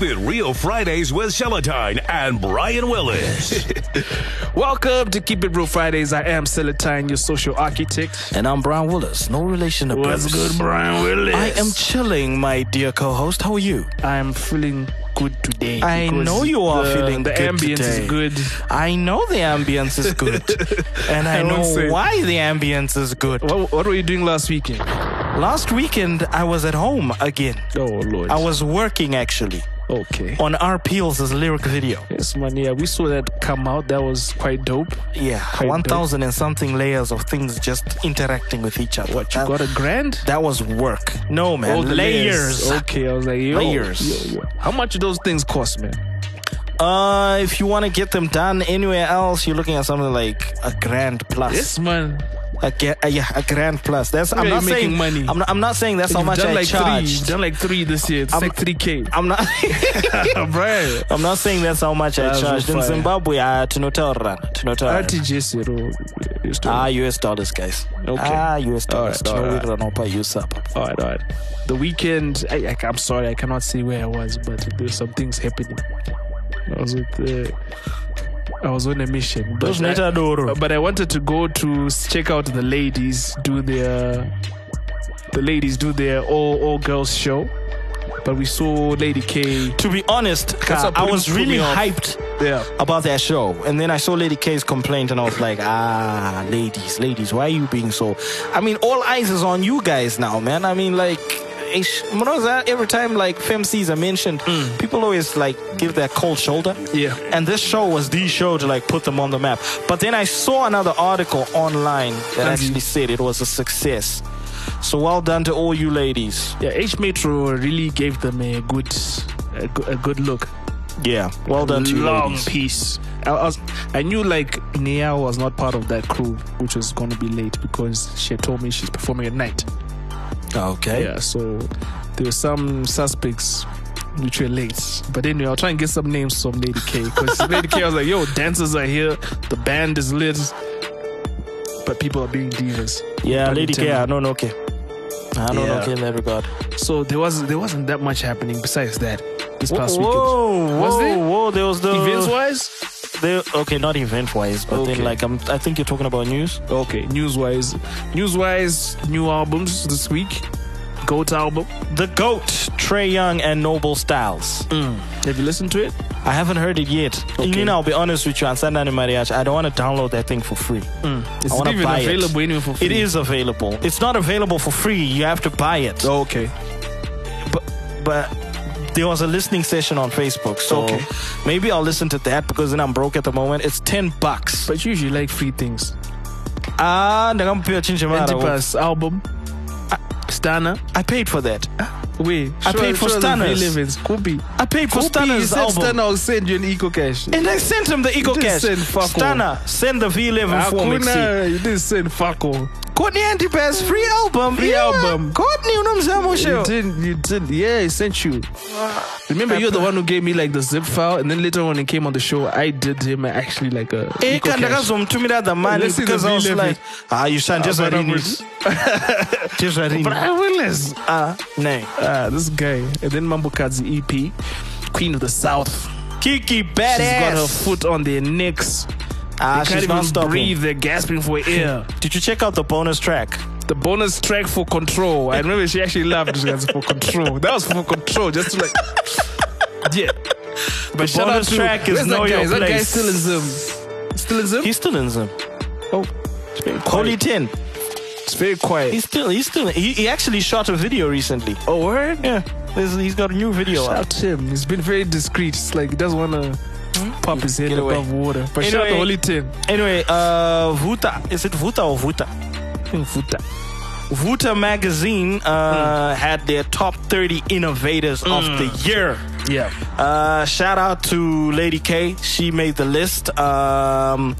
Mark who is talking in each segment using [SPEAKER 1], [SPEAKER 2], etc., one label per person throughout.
[SPEAKER 1] Real Fridays with Celatine and Brian Willis.
[SPEAKER 2] Welcome to Keep It Real Fridays. I am Celatine, your social architect.
[SPEAKER 3] And I'm Brian Willis, no relation to Bruce.
[SPEAKER 1] Brian Willis?
[SPEAKER 3] I am chilling, my dear co-host. How are you?
[SPEAKER 2] I'm feeling good today.
[SPEAKER 3] I
[SPEAKER 2] because
[SPEAKER 3] know you are
[SPEAKER 2] the-
[SPEAKER 3] feeling
[SPEAKER 2] the
[SPEAKER 3] good
[SPEAKER 2] ambience
[SPEAKER 3] today.
[SPEAKER 2] is good.
[SPEAKER 3] I know the ambience is good, and I,
[SPEAKER 2] I won't say.
[SPEAKER 3] know why the ambience is good.
[SPEAKER 2] What, what were you doing last weekend?
[SPEAKER 3] Last weekend, I was at home again.
[SPEAKER 2] Oh Lord,
[SPEAKER 3] I was working actually
[SPEAKER 2] okay.
[SPEAKER 3] on R. Peels' lyric video.
[SPEAKER 2] Yes, man. Yeah, we saw that come out. That was quite dope.
[SPEAKER 3] Yeah,
[SPEAKER 2] dope.
[SPEAKER 3] one thousand and something layers of things just interacting with each other.
[SPEAKER 2] What you
[SPEAKER 3] that,
[SPEAKER 2] got a grand?
[SPEAKER 3] That was work. No man,
[SPEAKER 2] All the
[SPEAKER 3] layers.
[SPEAKER 2] Okay, I was like, yo,
[SPEAKER 3] Layers.
[SPEAKER 2] yo, yo. How much do those things cost, man?
[SPEAKER 3] Uh, if you want to get them done anywhere else, you're looking at something like a grand plus.
[SPEAKER 2] Yes, man.
[SPEAKER 3] A, ge- uh, yeah, a grand plus. That's I'm
[SPEAKER 2] Yeah,
[SPEAKER 3] not
[SPEAKER 2] you're making
[SPEAKER 3] saying
[SPEAKER 2] money.
[SPEAKER 3] I'm not, I'm not saying that's how
[SPEAKER 2] You've
[SPEAKER 3] much
[SPEAKER 2] done
[SPEAKER 3] I
[SPEAKER 2] like three.
[SPEAKER 3] charged.
[SPEAKER 2] You've done like three this year. It's
[SPEAKER 3] I'm-
[SPEAKER 2] like three k.
[SPEAKER 3] I'm not.
[SPEAKER 2] Brian.
[SPEAKER 3] I'm not saying that's how much I
[SPEAKER 2] That's
[SPEAKER 3] charged in
[SPEAKER 2] fire.
[SPEAKER 3] Zimbabwe. Uh, tunotaura rand, tunotaura rand.
[SPEAKER 2] RTGS, you know,
[SPEAKER 3] Ah, US dollars, guys.
[SPEAKER 2] Okay.
[SPEAKER 3] Ah, US dollars.
[SPEAKER 2] Alright, alright.
[SPEAKER 3] Tinotaura use up.
[SPEAKER 2] All right, all right. The weekend, I, I, am sorry, I cannot say where I was, but there's some things happening. I was with, uh, I was on a mission, but I, uh, but I wanted to go to s- check out the ladies do their, the ladies do their all all girls show. But we saw Lady K.
[SPEAKER 3] To be honest, Ka,
[SPEAKER 2] what
[SPEAKER 3] I
[SPEAKER 2] put-
[SPEAKER 3] was
[SPEAKER 2] put
[SPEAKER 3] really
[SPEAKER 2] me off.
[SPEAKER 3] hyped
[SPEAKER 2] Yeah,
[SPEAKER 3] about that show, and then I saw Lady K's complaint, and I was like, ah, ladies, ladies, why are you being so? I mean, all eyes is on you guys now, man. I mean, like. ish- Mroza, Every time like FemCs are mentioned, people always like give their cold shoulder.
[SPEAKER 2] Hmm. Yeah.
[SPEAKER 3] And this show was the show to like put them on the map. But then I saw another article online that
[SPEAKER 2] Mhm.
[SPEAKER 3] actually said it was a success. So well done to all you ladies.
[SPEAKER 2] yeah. H Metro really gave them a good, a, go- a good look.
[SPEAKER 3] Yeah. Well done to you
[SPEAKER 2] long
[SPEAKER 3] ladies.
[SPEAKER 2] piece. I, I was, I knew like Nia was not part of that crew, which was going to be late because she had told me she's performing at night.
[SPEAKER 3] Ah, Okay.
[SPEAKER 2] Yeah, so there were some suspects which were late. But anyway, I'll try and get some names from Lady K because Lady K I was like, "Yo, dancers are here, the band is lit, but people are being divas."
[SPEAKER 3] Yeah,
[SPEAKER 2] Pun
[SPEAKER 3] Lady K,
[SPEAKER 2] intended.
[SPEAKER 3] I don't know K. I don't know
[SPEAKER 2] Yeah.
[SPEAKER 3] K in that regard.
[SPEAKER 2] So there was there wasn't that much happening besides that this
[SPEAKER 3] Whoa,
[SPEAKER 2] past weekend.
[SPEAKER 3] whoa,
[SPEAKER 2] Was there?
[SPEAKER 3] whoa! There was the
[SPEAKER 2] Events wise,
[SPEAKER 3] there- okay, not event wise, but
[SPEAKER 2] Okay.
[SPEAKER 3] then like I'm, I think you're talking about news.
[SPEAKER 2] okay. News wise, news wise, new albums this week. Goat album.
[SPEAKER 3] The Goat, Trey Young and Noble Styles.
[SPEAKER 2] Mm. Have you listened to it?
[SPEAKER 3] I haven't heard it yet.
[SPEAKER 2] Okay.
[SPEAKER 3] You know, I'll be honest with you, on Sunday Mariachi, I don't want to download that thing for free.
[SPEAKER 2] It's
[SPEAKER 3] Hmm. I
[SPEAKER 2] not
[SPEAKER 3] wanna
[SPEAKER 2] even
[SPEAKER 3] buy it.
[SPEAKER 2] available anywhere for free.
[SPEAKER 3] It is available. It's not available for free. You have to buy it.
[SPEAKER 2] Oh, okay.
[SPEAKER 3] but but there was a listening session on Facebook, so
[SPEAKER 2] Okay.
[SPEAKER 3] maybe I'll listen to that because then I'm broke at the moment. It's ten bucks.
[SPEAKER 2] But you usually like free things.
[SPEAKER 3] Ah, ndakamupiwa chinje mara. Ah.
[SPEAKER 2] Antipas album. Stana.
[SPEAKER 3] I paid for that.
[SPEAKER 2] Wait,
[SPEAKER 3] I paid for Stanners.
[SPEAKER 2] Relevance. Kubi.
[SPEAKER 3] I paid for
[SPEAKER 2] Kubi, you
[SPEAKER 3] Stunner's
[SPEAKER 2] said
[SPEAKER 3] album.
[SPEAKER 2] Stanner will send you an eco cash.
[SPEAKER 3] And I sent him the Eco
[SPEAKER 2] didn't
[SPEAKER 3] Cash.
[SPEAKER 2] send fuck all.
[SPEAKER 3] Stunner, send the V11 for me. see.
[SPEAKER 2] you didn't send fuck all.
[SPEAKER 3] Courtney Antipas, free album.
[SPEAKER 2] Free
[SPEAKER 3] yeah.
[SPEAKER 2] album.
[SPEAKER 3] Courtney, unomzamo
[SPEAKER 2] You
[SPEAKER 3] show.
[SPEAKER 2] didn't, you didn't. Yeah, he sent you. Remember, you're the one who gave me like the zip file, and then later on when he came on the show, I did him actually like a.
[SPEAKER 3] Eka ndakazomtumira Eh, the money
[SPEAKER 2] Let's see the
[SPEAKER 3] because I was
[SPEAKER 2] V11.
[SPEAKER 3] like, ah, you shan
[SPEAKER 2] Brian
[SPEAKER 3] jezvarini.
[SPEAKER 2] Willis.
[SPEAKER 3] Jezvarini.
[SPEAKER 2] Willis.
[SPEAKER 3] Ah, nay.
[SPEAKER 2] Ah, this guy. And then Mambo Kazi EP, Queen of the South.
[SPEAKER 3] Kiki
[SPEAKER 2] She's got her
[SPEAKER 3] badass.
[SPEAKER 2] foot on their necks.
[SPEAKER 3] Ah,
[SPEAKER 2] They can't
[SPEAKER 3] she's not
[SPEAKER 2] even
[SPEAKER 3] stopping.
[SPEAKER 2] breathe. They're gasping for air.
[SPEAKER 3] Did you check out the bonus track?
[SPEAKER 2] the bonus track for control. I remember she actually laughed because for control. That was for control, just to like yeah. But shout out
[SPEAKER 3] bonus
[SPEAKER 2] to
[SPEAKER 3] track is
[SPEAKER 2] where's
[SPEAKER 3] Know
[SPEAKER 2] that guy?
[SPEAKER 3] Your
[SPEAKER 2] Is that guy
[SPEAKER 3] Place.
[SPEAKER 2] still in Zim? Still in Zim?
[SPEAKER 3] He's still in Zim.
[SPEAKER 2] oh,
[SPEAKER 3] Holy Tin.
[SPEAKER 2] it's very quiet.
[SPEAKER 3] He's still, he's still, he, he actually shot a video recently.
[SPEAKER 2] oh, word.
[SPEAKER 3] Yeah, there's, he's got a new video
[SPEAKER 2] Shout
[SPEAKER 3] out.
[SPEAKER 2] out to him. He's been very discreet. It's like he doesn't want to pop his head
[SPEAKER 3] Hmm? Get away.
[SPEAKER 2] above water. But shout out to
[SPEAKER 3] Anyway.
[SPEAKER 2] Holy Tin.
[SPEAKER 3] Anyway, uh, Vuta. Is it Vuta or Vuta?
[SPEAKER 2] Futa.
[SPEAKER 3] Vuta magazine uh,
[SPEAKER 2] Hmm.
[SPEAKER 3] had their top 30 innovators of the year.
[SPEAKER 2] Yeah.
[SPEAKER 3] Uh, shout out to Lady K. She made the list. Um,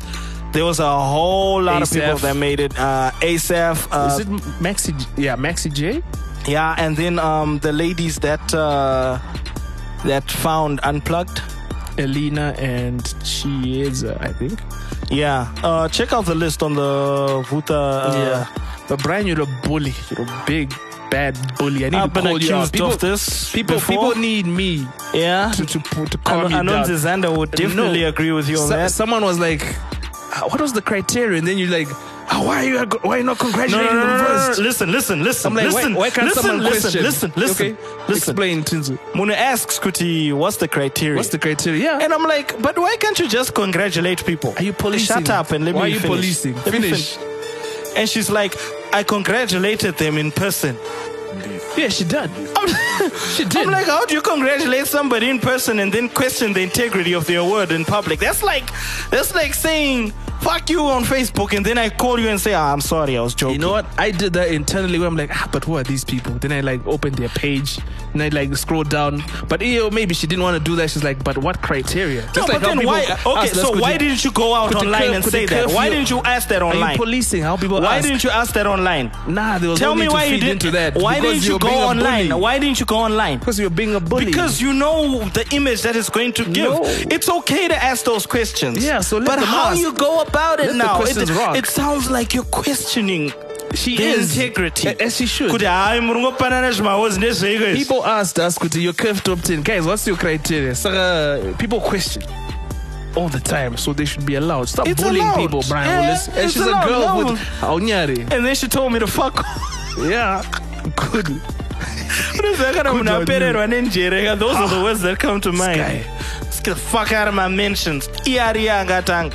[SPEAKER 3] there was a whole lot of people
[SPEAKER 2] ASAP.
[SPEAKER 3] that made it. Uh, ASAP. Uh,
[SPEAKER 2] Is it Maxi? J- Yeah, Maxi J.
[SPEAKER 3] Yeah, and then um, the ladies that uh, that found unplugged.
[SPEAKER 2] Elena and Chiesa, I think.
[SPEAKER 3] Yeah, uh, check out the list on the Vuta. Uh,
[SPEAKER 2] But Brian, you're a bully. You're a big bad bully. I need
[SPEAKER 3] I've been
[SPEAKER 2] to call you out.
[SPEAKER 3] accused
[SPEAKER 2] People,
[SPEAKER 3] of this.
[SPEAKER 2] people,
[SPEAKER 3] before.
[SPEAKER 2] people need me
[SPEAKER 3] yeah.
[SPEAKER 2] to to, pu- to calm
[SPEAKER 3] I,
[SPEAKER 2] me
[SPEAKER 3] I know
[SPEAKER 2] down.
[SPEAKER 3] Zizander would definitely
[SPEAKER 2] No.
[SPEAKER 3] agree with you on
[SPEAKER 2] So-
[SPEAKER 3] that.
[SPEAKER 2] Someone was like, "Ah, "What was the criteria?" And then you're like, "Ah, "Why are you why are you not
[SPEAKER 3] No,
[SPEAKER 2] congratulating
[SPEAKER 3] no, no, no,
[SPEAKER 2] them
[SPEAKER 3] no, no,
[SPEAKER 2] first?"
[SPEAKER 3] Listen, listen, listen.
[SPEAKER 2] I'm like,
[SPEAKER 3] listen,
[SPEAKER 2] why, why can't
[SPEAKER 3] listen,
[SPEAKER 2] someone
[SPEAKER 3] listen,
[SPEAKER 2] question?
[SPEAKER 3] listen, listen,
[SPEAKER 2] okay?
[SPEAKER 3] listen.
[SPEAKER 2] Explain, Tinzu.
[SPEAKER 3] Muna asks Kuti, what's the criteria?
[SPEAKER 2] What's the criteria? Yeah.
[SPEAKER 3] and I'm like, but why can't you just congratulate people?
[SPEAKER 2] are you policing?
[SPEAKER 3] Shut up and let
[SPEAKER 2] Why
[SPEAKER 3] me
[SPEAKER 2] are you
[SPEAKER 3] finish.
[SPEAKER 2] policing?
[SPEAKER 3] Let me
[SPEAKER 2] Finish.
[SPEAKER 3] fin- And she's like, I congratulated them in person.
[SPEAKER 2] Yeah, she did. she did.
[SPEAKER 3] I'm like, how do you congratulate somebody in person and then question the integrity of their word in public? That's like, that's like saying, fuck you on Facebook and then I call you and say, ah, I'm sorry, I was joking.
[SPEAKER 2] You know what? I did that internally where I'm like, ah, but who are these people? Then I like opened their page and I like scroll down. But ew, maybe she didn't want to do that. She's like, but what criteria?
[SPEAKER 3] No,
[SPEAKER 2] like
[SPEAKER 3] but then why? Okay,
[SPEAKER 2] "Ah,
[SPEAKER 3] so why didn't you go out
[SPEAKER 2] could the
[SPEAKER 3] online
[SPEAKER 2] curf-
[SPEAKER 3] and
[SPEAKER 2] could
[SPEAKER 3] say
[SPEAKER 2] the
[SPEAKER 3] that? Why
[SPEAKER 2] curfew-
[SPEAKER 3] didn't you ask that
[SPEAKER 2] are you
[SPEAKER 3] online?
[SPEAKER 2] policing how people
[SPEAKER 3] Why
[SPEAKER 2] ask?
[SPEAKER 3] didn't you ask that online?
[SPEAKER 2] Nah, there was
[SPEAKER 3] Tell
[SPEAKER 2] no
[SPEAKER 3] me
[SPEAKER 2] need to
[SPEAKER 3] why you
[SPEAKER 2] feed
[SPEAKER 3] didn't.
[SPEAKER 2] into that.
[SPEAKER 3] Why
[SPEAKER 2] Because
[SPEAKER 3] didn't
[SPEAKER 2] you're
[SPEAKER 3] you go
[SPEAKER 2] being a bully.
[SPEAKER 3] online? Why didn't you go online?
[SPEAKER 2] Because you're being a bully.
[SPEAKER 3] Because you know the image that it's going to give.
[SPEAKER 2] No.
[SPEAKER 3] It's okay to ask those questions.
[SPEAKER 2] Yeah, so let
[SPEAKER 3] but
[SPEAKER 2] them
[SPEAKER 3] how
[SPEAKER 2] ask.
[SPEAKER 3] you go about it
[SPEAKER 2] Let the
[SPEAKER 3] now? It,
[SPEAKER 2] questions rock.
[SPEAKER 3] it sounds like you're Eh, questioning
[SPEAKER 2] she
[SPEAKER 3] the
[SPEAKER 2] is
[SPEAKER 3] integrity.
[SPEAKER 2] a- as she should.
[SPEAKER 3] Kuti, "Hayi, muri ngopanana zvimahosi nezveikwezvi."
[SPEAKER 2] People asked us, Kuti, you're curved to opt in. Guys, what's your criteria? So, uh, people question all the time, so they should be allowed. Eh, Stop
[SPEAKER 3] It's
[SPEAKER 2] bullying
[SPEAKER 3] allowed.
[SPEAKER 2] people, Brian
[SPEAKER 3] Yeah,
[SPEAKER 2] Willis. And
[SPEAKER 3] it's
[SPEAKER 2] she's a
[SPEAKER 3] allowed.
[SPEAKER 2] girl
[SPEAKER 3] No.
[SPEAKER 2] with Aunyari.
[SPEAKER 3] and then she told me to fuck off.
[SPEAKER 2] Yeah. Good.
[SPEAKER 3] Kudozakana munhu
[SPEAKER 2] on you. Ah,
[SPEAKER 3] apererwa nenjereka those are the words that come to mind
[SPEAKER 2] guy.
[SPEAKER 3] Let's get the fuck out of my mentions iyariya angatanga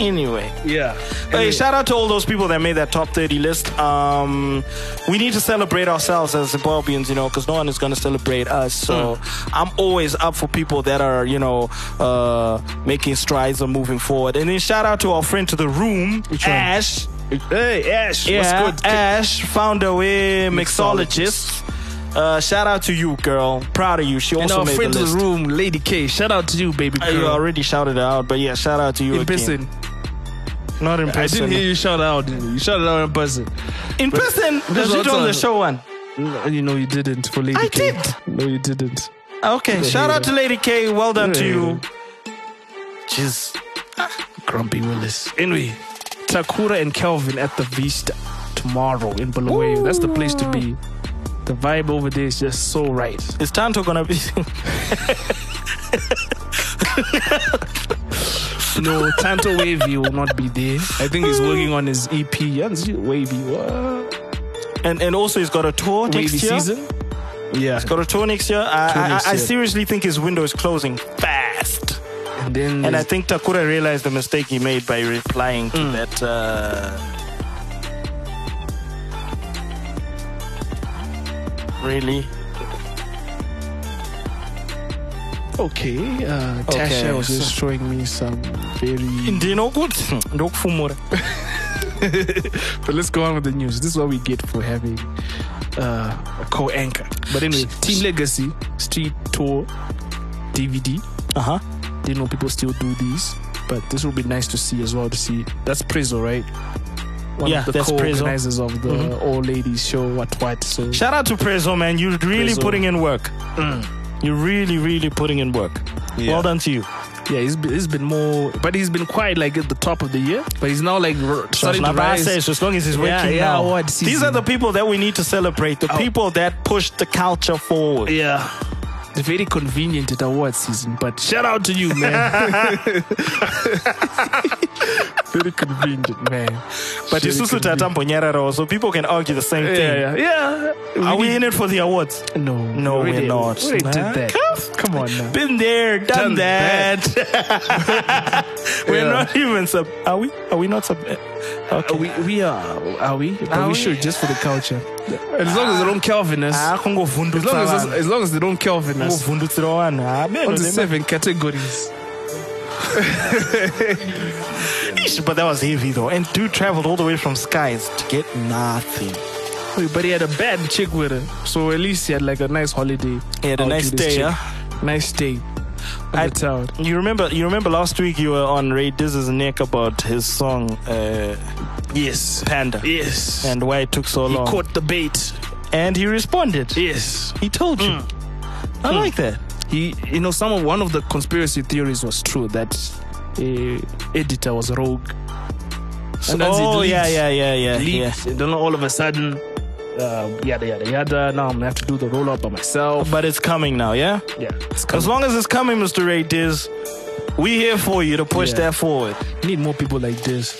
[SPEAKER 3] anyway
[SPEAKER 2] Yeah.
[SPEAKER 3] Hey, shout out to all those people that made that top 30 list. Um, we need to celebrate ourselves as Zimbabweans, you know, because no one is going to celebrate us. So
[SPEAKER 2] Hmm.
[SPEAKER 3] I'm always up for people that are, you know, uh, making strides or moving forward. And then shout out to our friend to the room,
[SPEAKER 2] one?
[SPEAKER 3] Ash.
[SPEAKER 2] Hey, Ash.
[SPEAKER 3] Yeah,
[SPEAKER 2] What's good?
[SPEAKER 3] Ash, founder with mixologists. Uh, shout out to you, girl. Proud of you. She
[SPEAKER 2] and
[SPEAKER 3] also
[SPEAKER 2] our
[SPEAKER 3] made the
[SPEAKER 2] friend of
[SPEAKER 3] list.
[SPEAKER 2] the room, Lady K. Shout out to you, baby
[SPEAKER 3] Uh, You
[SPEAKER 2] girl.
[SPEAKER 3] already shouted out, but yeah, shout out to you
[SPEAKER 2] in
[SPEAKER 3] again.
[SPEAKER 2] person.
[SPEAKER 3] Not in
[SPEAKER 2] I
[SPEAKER 3] person.
[SPEAKER 2] didn't hear you shout out. You shouted out in person.
[SPEAKER 3] In person,
[SPEAKER 2] This
[SPEAKER 3] does it
[SPEAKER 2] was
[SPEAKER 3] on
[SPEAKER 2] on-
[SPEAKER 3] the show one?
[SPEAKER 2] No, you know you didn't for Lady
[SPEAKER 3] I
[SPEAKER 2] K.
[SPEAKER 3] did.
[SPEAKER 2] No, you didn't.
[SPEAKER 3] Okay, shout out to Lady K. Well done to you. Jeez.
[SPEAKER 2] Grumpy Willis. Anyway, Takura and Kelvin at the Vista tomorrow in Bulawayo. That's the place to be. The vibe over there is just so right.
[SPEAKER 3] Is Tanto gonna be?
[SPEAKER 2] No, Tanto Wavy will not be there. I think he's working on his EP. Yanzi Wavy, what?
[SPEAKER 3] and and also he's got a tour next
[SPEAKER 2] Wavy
[SPEAKER 3] year.
[SPEAKER 2] season? Yeah.
[SPEAKER 3] Got a tour next year. I,
[SPEAKER 2] Tour
[SPEAKER 3] I,
[SPEAKER 2] next
[SPEAKER 3] I, I
[SPEAKER 2] year.
[SPEAKER 3] seriously think his window is closing fast.
[SPEAKER 2] And then
[SPEAKER 3] And I
[SPEAKER 2] there's- Hmm.
[SPEAKER 3] think Takura realized the mistake he made by replying to that. Uh, really?
[SPEAKER 2] okay, uh,
[SPEAKER 3] Okay,
[SPEAKER 2] Tasha was just showing me some very.
[SPEAKER 3] Ndinokuti ndokufumura.
[SPEAKER 2] But let's go on with the news. This is what we get for having uh, a co-anchor. But anyway, Team Legacy Street Tour DVD.
[SPEAKER 3] Uh huh.
[SPEAKER 2] didn't know people still do these, but this would be nice to see as well. To see that's Prizo, right? One
[SPEAKER 3] Yeah,
[SPEAKER 2] of the
[SPEAKER 3] that's Mm-hmm. Prezzo.
[SPEAKER 2] co-organizers of the All Ladies Show. What what? So
[SPEAKER 3] Shout out to Prezo, man. You're really
[SPEAKER 2] Prezzo.
[SPEAKER 3] putting in work.
[SPEAKER 2] Mm.
[SPEAKER 3] You're really, really putting in work. Well done to you.
[SPEAKER 2] yeah, he's been, he's been more, but he's been quite like at the top of the year. But he's now like r- starting to
[SPEAKER 3] That's what I
[SPEAKER 2] rise.
[SPEAKER 3] say, so as long as he's
[SPEAKER 2] Yeah,
[SPEAKER 3] working
[SPEAKER 2] yeah,
[SPEAKER 3] now.
[SPEAKER 2] award
[SPEAKER 3] These
[SPEAKER 2] season.
[SPEAKER 3] are the people that we need to celebrate. The
[SPEAKER 2] Oh.
[SPEAKER 3] people that push the culture forward.
[SPEAKER 2] Yeah. They're Very convenient at award season, but shout out to you, man. Very convenient, man.
[SPEAKER 3] but
[SPEAKER 2] Very
[SPEAKER 3] it's also
[SPEAKER 2] convenient.
[SPEAKER 3] Tatambonyararo, so people can argue the same thing.
[SPEAKER 2] Yeah, yeah, yeah.
[SPEAKER 3] Are we in it for the awards?
[SPEAKER 2] No,
[SPEAKER 3] No,
[SPEAKER 2] we
[SPEAKER 3] we're
[SPEAKER 2] already-
[SPEAKER 3] not.
[SPEAKER 2] We already
[SPEAKER 3] Nah.
[SPEAKER 2] did that. Come on now.
[SPEAKER 3] Been there, done,
[SPEAKER 2] Done
[SPEAKER 3] that. We're
[SPEAKER 2] Yeah.
[SPEAKER 3] not even sub. Are we? Are we not sub?
[SPEAKER 2] Are we, we are. Are we? But
[SPEAKER 3] Are
[SPEAKER 2] we,
[SPEAKER 3] we?
[SPEAKER 2] should just for the culture. As long as they don't Kelvin us.
[SPEAKER 3] Ah,
[SPEAKER 2] as long as, as long as they don't Kelvin us.
[SPEAKER 3] kungovhundutsira vanhu
[SPEAKER 2] On the
[SPEAKER 3] hamenoish
[SPEAKER 2] seven categories.
[SPEAKER 3] but that was heavy though and dude traveled all the way from skies to get nothing
[SPEAKER 2] Wait, but he had a bad chick with her, so at least he had like a nice holiday.
[SPEAKER 3] He had a
[SPEAKER 2] out
[SPEAKER 3] nice
[SPEAKER 2] with his
[SPEAKER 3] day,
[SPEAKER 2] chick.
[SPEAKER 3] yeah?
[SPEAKER 2] Nice day.
[SPEAKER 3] I-
[SPEAKER 2] I town.
[SPEAKER 3] you remember you remember last week you were on ray diz's neck about his song uh,
[SPEAKER 2] Yes.
[SPEAKER 3] panda
[SPEAKER 2] Yes.
[SPEAKER 3] and why it took so
[SPEAKER 2] he
[SPEAKER 3] long
[SPEAKER 2] caught the bait.
[SPEAKER 3] and he responded
[SPEAKER 2] Yes. Mm.
[SPEAKER 3] he told you i
[SPEAKER 2] Hmm.
[SPEAKER 3] like that
[SPEAKER 2] He, you know, some of one of the conspiracy theories was true that the editor was rogue.
[SPEAKER 3] So-
[SPEAKER 2] that's it,
[SPEAKER 3] oh
[SPEAKER 2] leaked.
[SPEAKER 3] yeah yeah yeah yeah, yeah
[SPEAKER 2] leaked. Don't know. All of a sudden, uh, yada yada yada. Now I'm gonna have to do the roll up by myself.
[SPEAKER 3] But it's coming now, yeah?
[SPEAKER 2] Yeah, it's
[SPEAKER 3] As
[SPEAKER 2] coming.
[SPEAKER 3] long as it's coming, Mr. Ray Diz, we here for you to push
[SPEAKER 2] Yeah.
[SPEAKER 3] that forward.
[SPEAKER 2] We need more people like this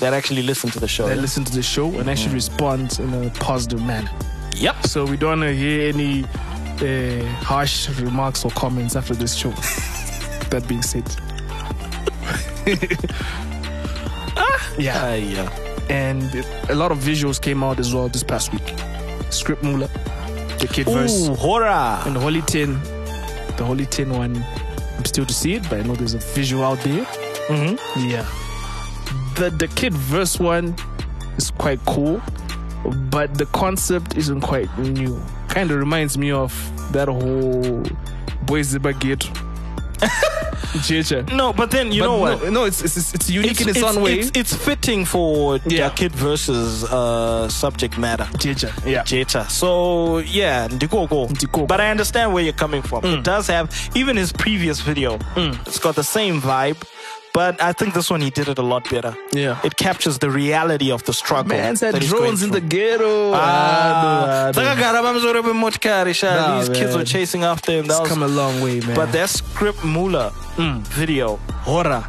[SPEAKER 3] That actually listen to the show.
[SPEAKER 2] that listen to the show and actually respond in a positive manner.
[SPEAKER 3] Yep.
[SPEAKER 2] So we don't wanna hear any uh, harsh remarks or comments after this show. that being said, yeah.
[SPEAKER 3] Ah, yeah.
[SPEAKER 2] and a lot of visuals came out as well this past week. Script Mula, the Kid Verse,
[SPEAKER 3] Ooh, horror.
[SPEAKER 2] and the Holy Tin. The Holy Tin one, I'm still to see it, but I know there's a visual out there. Mm-hmm. Yeah. The the Kid Verse one is quite cool, but the concept isn't quite new. Kind of reminds me of that whole Boys Ziba Gate. Jeje.
[SPEAKER 3] No, but then you
[SPEAKER 2] But
[SPEAKER 3] know what?
[SPEAKER 2] No, no it's, it's it's unique in its, own way.
[SPEAKER 3] It's, it's fitting for
[SPEAKER 2] Yeah.
[SPEAKER 3] yeah. kid versus uh, subject matter.
[SPEAKER 2] Jeje. Yeah.
[SPEAKER 3] Jeta. So yeah, Ndikoko.
[SPEAKER 2] Ndikoko.
[SPEAKER 3] But I understand where you're coming from. It
[SPEAKER 2] Mm.
[SPEAKER 3] does have even his previous video. It's got the same vibe, but I think this one he did it a lot better.
[SPEAKER 2] Yeah.
[SPEAKER 3] It captures the reality of the struggle.
[SPEAKER 2] Man said
[SPEAKER 3] that he's going
[SPEAKER 2] drones in the
[SPEAKER 3] through.
[SPEAKER 2] ghetto.
[SPEAKER 3] Ah,
[SPEAKER 2] Ah, no, ah, no.
[SPEAKER 3] takagara pamusoro pemotokari, shara.
[SPEAKER 2] Nah,
[SPEAKER 3] These kids
[SPEAKER 2] man.
[SPEAKER 3] were chasing after him. That
[SPEAKER 2] It's
[SPEAKER 3] was,
[SPEAKER 2] come a long way, man. Mm.
[SPEAKER 3] but that script Mula video horror.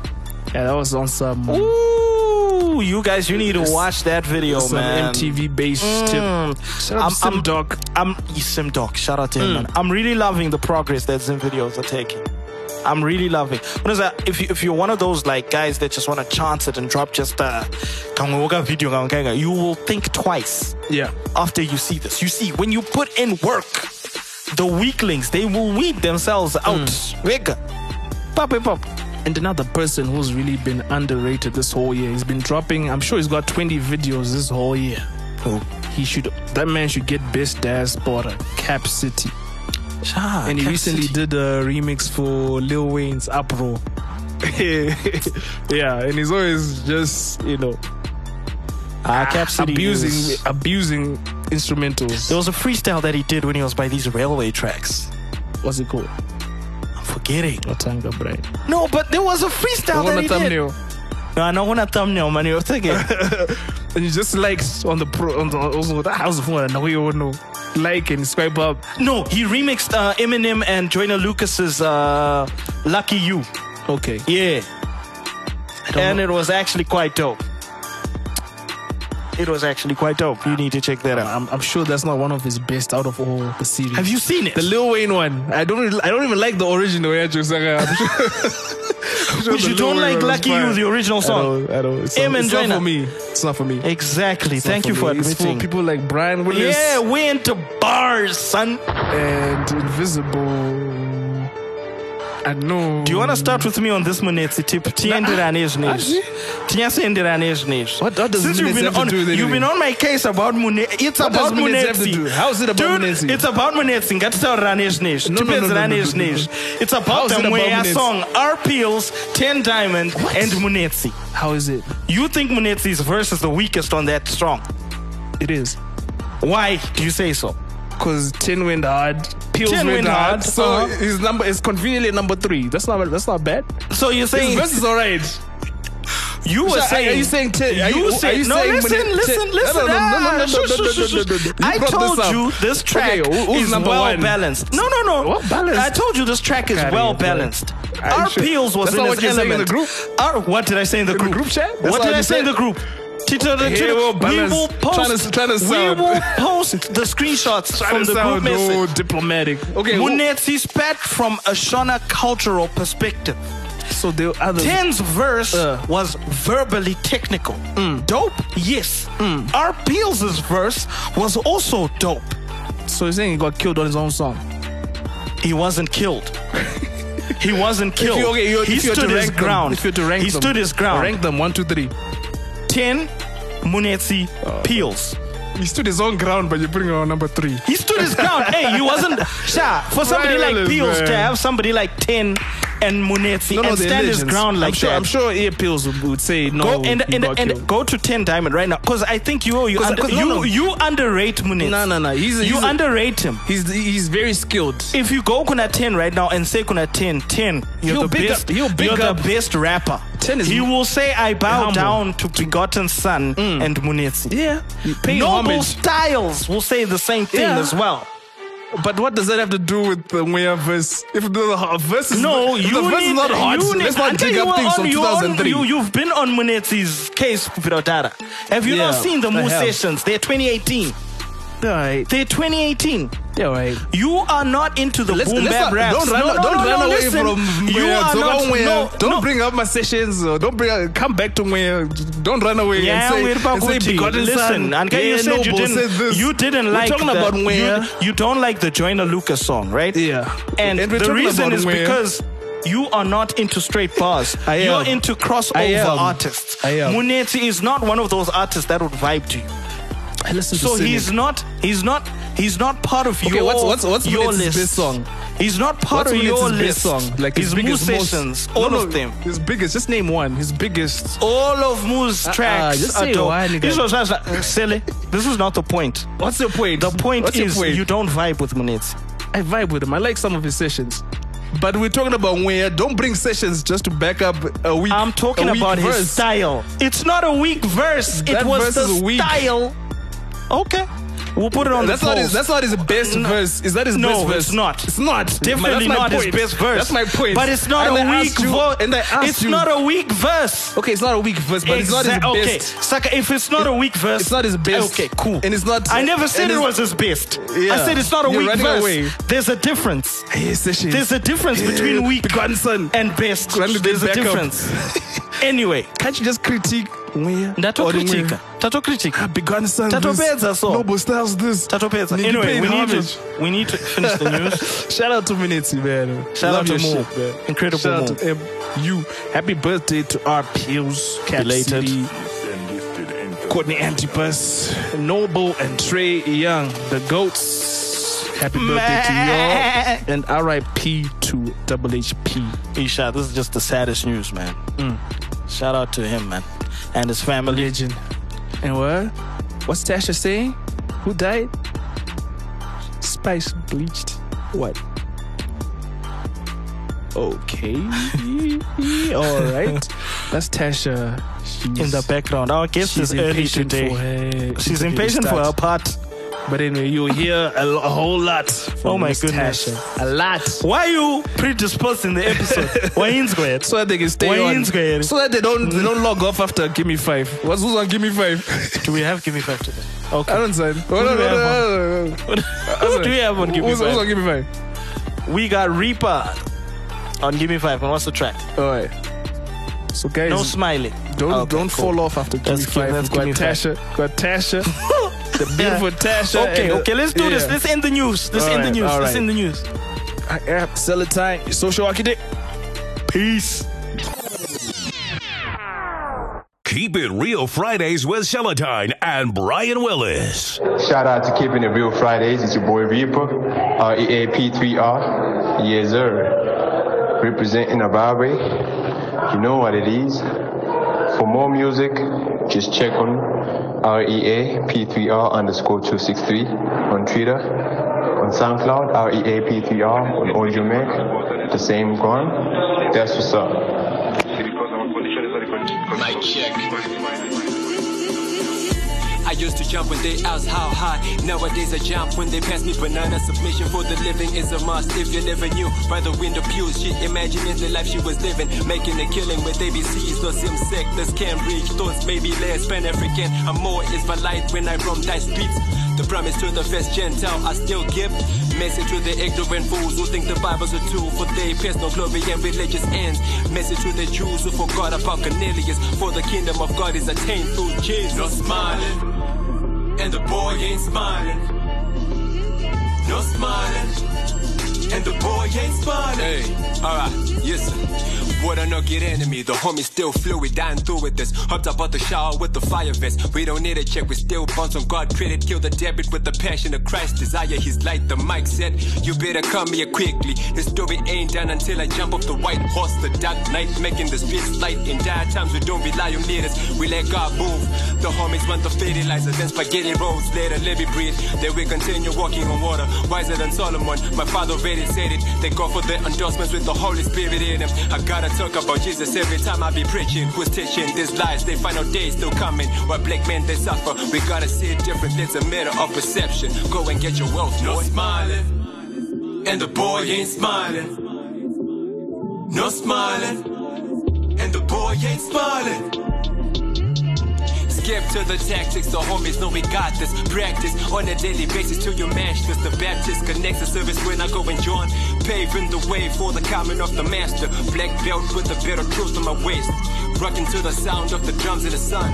[SPEAKER 2] yeah, that was on some,
[SPEAKER 3] Ooh, you guys, you need to
[SPEAKER 2] It's-
[SPEAKER 3] watch that video,
[SPEAKER 2] some
[SPEAKER 3] man. Mm.
[SPEAKER 2] MTV based tip. Shout out
[SPEAKER 3] I'm-
[SPEAKER 2] to Sim
[SPEAKER 3] I'm-
[SPEAKER 2] Dog. Mm.
[SPEAKER 3] I'm Sim Doc. Shout out to him, man. I'm really loving the progress that Zim videos are taking. I'm really loving. What is that? If you, if you're one of those like guys that just want to chance it and drop just a kangoka video, kangoka, you will think twice
[SPEAKER 2] Yeah.
[SPEAKER 3] after you see this. You see, when you put in work, the weaklings they will weed themselves out.
[SPEAKER 2] Mm.
[SPEAKER 3] Wega. Pop, pop, pop.
[SPEAKER 2] And another person who's really been underrated this whole year. He's been dropping, I'm sure he's got 20 videos this whole year.
[SPEAKER 3] Who?
[SPEAKER 2] He should, that man should get Best Dad Spotter, Cap City.
[SPEAKER 3] Ah,
[SPEAKER 2] and he
[SPEAKER 3] Cap
[SPEAKER 2] recently
[SPEAKER 3] City.
[SPEAKER 2] did a remix for Lil Wayne's Uproar. yeah, and he's always just, you know,
[SPEAKER 3] Ah, Cap City
[SPEAKER 2] abusing
[SPEAKER 3] is-
[SPEAKER 2] abusing instrumentals.
[SPEAKER 3] There was a freestyle that he did when he was by these railway tracks.
[SPEAKER 2] What's it called?
[SPEAKER 3] I'm forgetting.
[SPEAKER 2] Otanga Bright.
[SPEAKER 3] No, but there was a freestyle that he did. No, I don't want a thumbnail, man. You're thinking.
[SPEAKER 2] And you just like on the pro on the also that house phone and we all know. Like and subscribe up.
[SPEAKER 3] no, he remixed uh, Eminem and Joyner Lucas's uh, "Lucky You."
[SPEAKER 2] Okay.
[SPEAKER 3] Yeah,
[SPEAKER 2] don't
[SPEAKER 3] and
[SPEAKER 2] know.
[SPEAKER 3] it was actually quite dope. It was actually quite dope. You need to check that out.
[SPEAKER 2] I'm, I'm sure that's not one of his best out of all the series.
[SPEAKER 3] Have you seen it?
[SPEAKER 2] the Lil Wayne one? I don't really- I don't even like the original yeah, uh, Josaka. I'm sure- I'm sure
[SPEAKER 3] But
[SPEAKER 2] the
[SPEAKER 3] you
[SPEAKER 2] Lil
[SPEAKER 3] don't
[SPEAKER 2] Wayne
[SPEAKER 3] like
[SPEAKER 2] one was
[SPEAKER 3] "Lucky You,"
[SPEAKER 2] fine.
[SPEAKER 3] the original
[SPEAKER 2] I
[SPEAKER 3] song.
[SPEAKER 2] don't, I don't. It's,
[SPEAKER 3] Him
[SPEAKER 2] not,
[SPEAKER 3] and
[SPEAKER 2] it's not
[SPEAKER 3] Joyner.
[SPEAKER 2] for me. It's not for me. It's
[SPEAKER 3] Exactly.
[SPEAKER 2] not
[SPEAKER 3] Thank you
[SPEAKER 2] me.
[SPEAKER 3] for
[SPEAKER 2] it's for
[SPEAKER 3] admitting.
[SPEAKER 2] people like Brian Williams.
[SPEAKER 3] yeah, we into bars, son.
[SPEAKER 2] and invisible. I know.
[SPEAKER 3] Do you want to start with me on this Munetsi tip? Tiendirane
[SPEAKER 2] Azi?
[SPEAKER 3] izvinezvi. Tinyatsoenderane izvinezvi.
[SPEAKER 2] What- what does
[SPEAKER 3] Since you've
[SPEAKER 2] Munetsi
[SPEAKER 3] been
[SPEAKER 2] have to
[SPEAKER 3] on,
[SPEAKER 2] do with
[SPEAKER 3] you've
[SPEAKER 2] anything?
[SPEAKER 3] been on my case about Munetsi. It's
[SPEAKER 2] What does
[SPEAKER 3] about
[SPEAKER 2] Munetsi have to
[SPEAKER 3] Munetsi.
[SPEAKER 2] do? How is it about
[SPEAKER 3] Dude,
[SPEAKER 2] Munetsi?
[SPEAKER 3] It's about Munetsi. Ngatitaurirane izvinezvi.
[SPEAKER 2] No, no, no, no,
[SPEAKER 3] Tipedzerane
[SPEAKER 2] no, no,
[SPEAKER 3] izvinezvi.
[SPEAKER 2] no,
[SPEAKER 3] It's about
[SPEAKER 2] How is
[SPEAKER 3] the
[SPEAKER 2] it about
[SPEAKER 3] Mweya
[SPEAKER 2] Munetsi?
[SPEAKER 3] song, R Peels, 10 Diamond,
[SPEAKER 2] What?
[SPEAKER 3] and Munetsi.
[SPEAKER 2] How is it?
[SPEAKER 3] You think Munetsi's verse is the weakest on that song?
[SPEAKER 2] It is.
[SPEAKER 3] Why do you say so?
[SPEAKER 2] Because Tin went hard, Peels
[SPEAKER 3] Tin
[SPEAKER 2] went,
[SPEAKER 3] went
[SPEAKER 2] hard,
[SPEAKER 3] hard,
[SPEAKER 2] so
[SPEAKER 3] uh-huh.
[SPEAKER 2] his number is conveniently number three. That's not that's not bad.
[SPEAKER 3] So you're
[SPEAKER 2] His
[SPEAKER 3] saying
[SPEAKER 2] verse is alright.
[SPEAKER 3] you were
[SPEAKER 2] Are-
[SPEAKER 3] saying
[SPEAKER 2] are you saying Tin? Are
[SPEAKER 3] you
[SPEAKER 2] you,
[SPEAKER 3] said-
[SPEAKER 2] are you
[SPEAKER 3] no,
[SPEAKER 2] saying
[SPEAKER 3] listen,
[SPEAKER 2] Munetsi-
[SPEAKER 3] listen, listen.
[SPEAKER 2] No, no, no, no, no,
[SPEAKER 3] Ah,
[SPEAKER 2] no,
[SPEAKER 3] shush,
[SPEAKER 2] no, no,
[SPEAKER 3] shush,
[SPEAKER 2] no, no,
[SPEAKER 3] shush.
[SPEAKER 2] no, no.
[SPEAKER 3] I
[SPEAKER 2] brought
[SPEAKER 3] told
[SPEAKER 2] this up.
[SPEAKER 3] you this track
[SPEAKER 2] Okay, who- who's
[SPEAKER 3] is
[SPEAKER 2] number
[SPEAKER 3] well
[SPEAKER 2] one?
[SPEAKER 3] balanced. No, no, no.
[SPEAKER 2] What balanced?
[SPEAKER 3] I told you this track is
[SPEAKER 2] Carry
[SPEAKER 3] well
[SPEAKER 2] it, bro.
[SPEAKER 3] balanced.
[SPEAKER 2] Are you
[SPEAKER 3] Our
[SPEAKER 2] sure?
[SPEAKER 3] Peels was
[SPEAKER 2] That's
[SPEAKER 3] in
[SPEAKER 2] not
[SPEAKER 3] his
[SPEAKER 2] what you said in
[SPEAKER 3] element.
[SPEAKER 2] the group?
[SPEAKER 3] Our- what did I say in the
[SPEAKER 2] the
[SPEAKER 3] group?
[SPEAKER 2] group chat? That's
[SPEAKER 3] what
[SPEAKER 2] what
[SPEAKER 3] did
[SPEAKER 2] you
[SPEAKER 3] I say in
[SPEAKER 2] said.
[SPEAKER 3] the group? To- to- to-
[SPEAKER 2] Here we're
[SPEAKER 3] we will
[SPEAKER 2] balanced.
[SPEAKER 3] post.
[SPEAKER 2] Tryna- tryna
[SPEAKER 3] we
[SPEAKER 2] sound-
[SPEAKER 3] will post the screenshots from
[SPEAKER 2] Trying to
[SPEAKER 3] the group
[SPEAKER 2] sound
[SPEAKER 3] message.
[SPEAKER 2] all diplomatic. Okay, who-
[SPEAKER 3] Munetsi spat from a Shona cultural perspective.
[SPEAKER 2] so there are other
[SPEAKER 3] Ten's verse
[SPEAKER 2] Uh. Mm.
[SPEAKER 3] was verbally technical. Dope, yes. Our Peels' verse was also dope.
[SPEAKER 2] So you're saying he got killed on his own song?
[SPEAKER 3] He wasn't killed. he wasn't killed.
[SPEAKER 2] you- okay, you-
[SPEAKER 3] he
[SPEAKER 2] if you were
[SPEAKER 3] stood
[SPEAKER 2] to
[SPEAKER 3] his
[SPEAKER 2] rank them-
[SPEAKER 3] ground.
[SPEAKER 2] if you were to rank
[SPEAKER 3] he
[SPEAKER 2] them,
[SPEAKER 3] stood his ground.
[SPEAKER 2] Rank them one, two, three.
[SPEAKER 3] Ten, Munetsi,
[SPEAKER 2] Oh.
[SPEAKER 3] Peels.
[SPEAKER 2] He stood his own ground, but you bring him on number three.
[SPEAKER 3] He stood his ground. hey, he wasn't. Sha, for somebody
[SPEAKER 2] Right,
[SPEAKER 3] like Peels
[SPEAKER 2] man.
[SPEAKER 3] to have somebody like Ten and Munetsi and
[SPEAKER 2] they're
[SPEAKER 3] stand his
[SPEAKER 2] legends.
[SPEAKER 3] ground like
[SPEAKER 2] I'm sure,
[SPEAKER 3] that.
[SPEAKER 2] I'm sure ear pills would, would say no.
[SPEAKER 3] Go and,
[SPEAKER 2] he
[SPEAKER 3] and,
[SPEAKER 2] got
[SPEAKER 3] and
[SPEAKER 2] killed.
[SPEAKER 3] go to Ten Diamond right now because I think you you
[SPEAKER 2] 'Cause-
[SPEAKER 3] under,
[SPEAKER 2] 'cause- no,
[SPEAKER 3] you,
[SPEAKER 2] no.
[SPEAKER 3] you underrate Munetsi.
[SPEAKER 2] No, no, no. He's, he's
[SPEAKER 3] you
[SPEAKER 2] a-
[SPEAKER 3] underrate him.
[SPEAKER 2] He's he's very skilled.
[SPEAKER 3] If you go Kuna 10 right now and say Kuna 10, 10, you're
[SPEAKER 2] He'll
[SPEAKER 3] the
[SPEAKER 2] big
[SPEAKER 3] best.
[SPEAKER 2] up- he'll big
[SPEAKER 3] you're
[SPEAKER 2] up-
[SPEAKER 3] the best rapper.
[SPEAKER 2] 10 is
[SPEAKER 3] he
[SPEAKER 2] m- Mm.
[SPEAKER 3] will say I bow
[SPEAKER 2] humble.
[SPEAKER 3] down to begotten son and Munetsi.
[SPEAKER 2] Yeah, pay
[SPEAKER 3] Noble
[SPEAKER 2] homage.
[SPEAKER 3] Styles will say the same thing
[SPEAKER 2] Yeah.
[SPEAKER 3] as well.
[SPEAKER 2] But what does that have to do with the Muya verse? If the ho- verse is
[SPEAKER 3] No,
[SPEAKER 2] not, if
[SPEAKER 3] you
[SPEAKER 2] the verse
[SPEAKER 3] need,
[SPEAKER 2] is not hot,
[SPEAKER 3] you need,
[SPEAKER 2] let's not
[SPEAKER 3] until
[SPEAKER 2] dig
[SPEAKER 3] you were
[SPEAKER 2] up things
[SPEAKER 3] on
[SPEAKER 2] from
[SPEAKER 3] your own-
[SPEAKER 2] 2003.
[SPEAKER 3] you, you've been on Munetsi's case, Virotara. Have you not
[SPEAKER 2] Yeah,
[SPEAKER 3] seen the
[SPEAKER 2] I
[SPEAKER 3] Moo
[SPEAKER 2] have.
[SPEAKER 3] sessions? They're 2018.
[SPEAKER 2] All right,
[SPEAKER 3] They're 2018.
[SPEAKER 2] all right.
[SPEAKER 3] You are not into the
[SPEAKER 2] Let's,
[SPEAKER 3] boom
[SPEAKER 2] let's
[SPEAKER 3] bap
[SPEAKER 2] not,
[SPEAKER 3] raps.
[SPEAKER 2] don't run,
[SPEAKER 3] No, no, no,
[SPEAKER 2] don't run
[SPEAKER 3] no,
[SPEAKER 2] away
[SPEAKER 3] listen.
[SPEAKER 2] from
[SPEAKER 3] you
[SPEAKER 2] Muya.
[SPEAKER 3] are
[SPEAKER 2] Zoga
[SPEAKER 3] not,
[SPEAKER 2] Muya.
[SPEAKER 3] no,
[SPEAKER 2] don't
[SPEAKER 3] no,
[SPEAKER 2] bring up my sessions. Or don't bring, come back to Muya. Don't run away
[SPEAKER 3] Yeah,
[SPEAKER 2] and say,
[SPEAKER 3] we're
[SPEAKER 2] and say begotten
[SPEAKER 3] Listen,
[SPEAKER 2] son.
[SPEAKER 3] and can
[SPEAKER 2] yeah,
[SPEAKER 3] you said you
[SPEAKER 2] noble,
[SPEAKER 3] didn't.
[SPEAKER 2] said this.
[SPEAKER 3] You didn't like.
[SPEAKER 2] We're talking
[SPEAKER 3] the-
[SPEAKER 2] about Muya.
[SPEAKER 3] You, you don't like the Joyner Lucas song, right?
[SPEAKER 2] Yeah.
[SPEAKER 3] And,
[SPEAKER 2] And we're
[SPEAKER 3] the
[SPEAKER 2] talking
[SPEAKER 3] reason
[SPEAKER 2] about
[SPEAKER 3] is
[SPEAKER 2] Muya.
[SPEAKER 3] because. You are not into straight bars.
[SPEAKER 2] I am.
[SPEAKER 3] You're into crossover
[SPEAKER 2] am.
[SPEAKER 3] artists.
[SPEAKER 2] I am.
[SPEAKER 3] Munetsi is not one of those artists that would vibe to you.
[SPEAKER 2] I listen
[SPEAKER 3] So
[SPEAKER 2] to Cynic.
[SPEAKER 3] he's not. He's not. He's not part of your.
[SPEAKER 2] what's- what's- what's
[SPEAKER 3] your
[SPEAKER 2] Munetsi's
[SPEAKER 3] list?
[SPEAKER 2] best song?
[SPEAKER 3] He's not part
[SPEAKER 2] What's
[SPEAKER 3] of
[SPEAKER 2] Munet's
[SPEAKER 3] your
[SPEAKER 2] best
[SPEAKER 3] list.
[SPEAKER 2] song? Like his,
[SPEAKER 3] Moo
[SPEAKER 2] biggest, most-
[SPEAKER 3] sessions,
[SPEAKER 2] No,
[SPEAKER 3] all
[SPEAKER 2] no,
[SPEAKER 3] of them.
[SPEAKER 2] His biggest, just name one. His biggest. Uh-uh,
[SPEAKER 3] all of Moo's tracks
[SPEAKER 2] just
[SPEAKER 3] are
[SPEAKER 2] say
[SPEAKER 3] dope.
[SPEAKER 2] why, nigga.
[SPEAKER 3] This was just like, silly. This is not the point.
[SPEAKER 2] What's your point?
[SPEAKER 3] The point
[SPEAKER 2] What's your
[SPEAKER 3] is
[SPEAKER 2] point?
[SPEAKER 3] you don't vibe with Munetsi.
[SPEAKER 2] I vibe with him. I like some of his sessions. But we're talking about where don't bring sessions just to back up a week.
[SPEAKER 3] I'm talking
[SPEAKER 2] a weak
[SPEAKER 3] about
[SPEAKER 2] verse.
[SPEAKER 3] his style. It's not a weak verse. it
[SPEAKER 2] That
[SPEAKER 3] was
[SPEAKER 2] verse
[SPEAKER 3] the
[SPEAKER 2] is weak.
[SPEAKER 3] style. Okay, we'll put it on
[SPEAKER 2] That's
[SPEAKER 3] the
[SPEAKER 2] not
[SPEAKER 3] polls.
[SPEAKER 2] his. That's not his best
[SPEAKER 3] No.
[SPEAKER 2] verse. Is that his
[SPEAKER 3] No,
[SPEAKER 2] best verse?
[SPEAKER 3] it's not.
[SPEAKER 2] It's not.
[SPEAKER 3] Definitely
[SPEAKER 2] That's my
[SPEAKER 3] not his
[SPEAKER 2] point.
[SPEAKER 3] best verse.
[SPEAKER 2] That's my point.
[SPEAKER 3] But it's not
[SPEAKER 2] And I
[SPEAKER 3] a weak
[SPEAKER 2] asked you-
[SPEAKER 3] verse.
[SPEAKER 2] And I asked
[SPEAKER 3] it's
[SPEAKER 2] you.
[SPEAKER 3] not a weak verse.
[SPEAKER 2] okay, it's not a weak verse, but it's not his
[SPEAKER 3] Exact- okay,
[SPEAKER 2] best.
[SPEAKER 3] Saka, if it's not a weak verse,
[SPEAKER 2] It's not his best.
[SPEAKER 3] Okay, cool.
[SPEAKER 2] And it's not.
[SPEAKER 3] I never
[SPEAKER 2] and
[SPEAKER 3] said it
[SPEAKER 2] it's-
[SPEAKER 3] was his best. I
[SPEAKER 2] Yeah.
[SPEAKER 3] said it's not a
[SPEAKER 2] You're
[SPEAKER 3] weak
[SPEAKER 2] running
[SPEAKER 3] verse.
[SPEAKER 2] away.
[SPEAKER 3] There's a difference.
[SPEAKER 2] Hey, sessions.
[SPEAKER 3] There's a difference between weak
[SPEAKER 2] grandson.
[SPEAKER 3] and best.
[SPEAKER 2] Let me
[SPEAKER 3] There's a
[SPEAKER 2] back up.
[SPEAKER 3] difference. anyway,
[SPEAKER 2] Can't you just critique? Where? Or the
[SPEAKER 3] ndatokritika.
[SPEAKER 2] where?
[SPEAKER 3] Tatokritika.
[SPEAKER 2] Begun son.
[SPEAKER 3] Tatopedza, so.
[SPEAKER 2] Noble styles this.
[SPEAKER 3] Tatopedza.
[SPEAKER 2] Nigga
[SPEAKER 3] Anyway,
[SPEAKER 2] paying
[SPEAKER 3] we need
[SPEAKER 2] homage.
[SPEAKER 3] to we need to finish the news.
[SPEAKER 2] Shout out to Minitsi, man.
[SPEAKER 3] Shout
[SPEAKER 2] Love
[SPEAKER 3] out to
[SPEAKER 2] your
[SPEAKER 3] Mo.
[SPEAKER 2] shit, man.
[SPEAKER 3] Incredible
[SPEAKER 2] Shout
[SPEAKER 3] Mo.
[SPEAKER 2] out to M. You. Happy birthday to our Pills, Cat
[SPEAKER 3] Belated.
[SPEAKER 2] City, Courtney Antipus, Noble, and Trey Young, the goats. Happy birthday to y'all. And RIP to Double HP.
[SPEAKER 3] Isha, this is just the saddest news, man. Shout out to him, man, and his family.
[SPEAKER 2] Legend. And what? What's Tasha saying? Who died? Spice bleached. What? Okay. All right. That's Tasha. She's,
[SPEAKER 3] In the background, our guest is
[SPEAKER 2] she's
[SPEAKER 3] early
[SPEAKER 2] impatient for
[SPEAKER 3] today.
[SPEAKER 2] her.
[SPEAKER 3] She's
[SPEAKER 2] interview
[SPEAKER 3] impatient for
[SPEAKER 2] start.
[SPEAKER 3] her part.
[SPEAKER 2] But anyway, you'll hear a, lo- a whole lot. From
[SPEAKER 3] Oh my
[SPEAKER 2] Miss
[SPEAKER 3] goodness.
[SPEAKER 2] Tasha. A lot.
[SPEAKER 3] Why you predisposed in the episode? Why in squared?
[SPEAKER 2] So that they can stay
[SPEAKER 3] Why
[SPEAKER 2] on.
[SPEAKER 3] is it?
[SPEAKER 2] So that they don't they don't log off after give me five. What's who's on give me five?
[SPEAKER 3] Do we have give me five today?
[SPEAKER 2] I
[SPEAKER 3] Okay.
[SPEAKER 2] don't sign. Hold on,
[SPEAKER 3] do we
[SPEAKER 2] hold
[SPEAKER 3] have
[SPEAKER 2] on, hold on.
[SPEAKER 3] Who do we have on give me
[SPEAKER 2] Who's- who's on
[SPEAKER 3] five?
[SPEAKER 2] give me five?
[SPEAKER 3] We got Reaper on give me five. And what's the track?
[SPEAKER 2] All right. So guys,
[SPEAKER 3] No smiling.
[SPEAKER 2] don't
[SPEAKER 3] Okay,
[SPEAKER 2] don't
[SPEAKER 3] cool.
[SPEAKER 2] fall off after Jimmy
[SPEAKER 3] Let's give-
[SPEAKER 2] Five.
[SPEAKER 3] let's
[SPEAKER 2] We've
[SPEAKER 3] give
[SPEAKER 2] got
[SPEAKER 3] me five.
[SPEAKER 2] Tasha, got Tasha, the beautiful Tasha.
[SPEAKER 3] Okay,
[SPEAKER 2] and the-
[SPEAKER 3] okay, let's do this.
[SPEAKER 2] yeah.
[SPEAKER 3] Let's end the news. Let's
[SPEAKER 2] All
[SPEAKER 3] end the
[SPEAKER 2] right,
[SPEAKER 3] news.
[SPEAKER 2] all
[SPEAKER 3] Let's
[SPEAKER 2] right.
[SPEAKER 3] end the news.
[SPEAKER 2] I am sell it time. your Social architect. Peace.
[SPEAKER 1] Keep it real Fridays with Celatine and Brian Willis.
[SPEAKER 4] Shout out to Keeping It Real Fridays. It's your boy Reaper, R E A P 3 R. Yes, sir. Representing Ababe. You know what it is. For more music, just check on R E A P 3 R underscore 263 on Twitter, on SoundCloud, R E A P 3 R, on Audio Mac. The same gone. That's what's up.
[SPEAKER 5] Mic check. I used to jump when they asked how high. Nowadays I jump when they pass me banana. Submission for the living is a must. If you're living new by the window pews, she imagining the life she was living, making a killing with ABCs. No sim sick, this can't reach thoughts. Maybe less Pan African. I'm more is my light when I roam thy streets. The promise to the first Gentile I still give. Message to the ignorant fools who think the Bible's a tool for they personal glory and religious ends. Message to the Jews who forgot about Cornelius. For the kingdom of God is attained through Jesus. No smiling and the boy ain't smiling. No smiling, and the boy ain't spun. Hey, alright, yes sir. What a nugget enemy, the homie still fluid, dying through with this. Hopped up out the shower with the fire vest. We don't need a check, we still bounce on God credit. Kill the debit with the passion of Christ, desire his light. The mic said, You better come here quickly. The story ain't done until I jump off the white horse. The dark night making the streets light. In dire times, we don't rely on leaders, we let God move. The homies want the fertilizer, then spaghetti rolls. Later, let me breathe. Then we continue walking on water, wiser than Solomon. My father already said it. They go for the endorsements with the Holy Spirit in them. I gotta talk about Jesus every time I be preaching. Who's teaching these lies? Their final days still coming. While black men they suffer, we gotta see it different. It's a matter of perception. Go and get your wealth, boy. No smiling, and the boy ain't smiling. No smiling, and the boy ain't smiling. Skip to the tactics, the homies know we got this. Practice on a daily basis till you mash this. The Baptist connects the service when I go and join, paving the way for the coming of the master. Black belt with a bit of truth on my waist, rocking to the sound of the drums in the sun.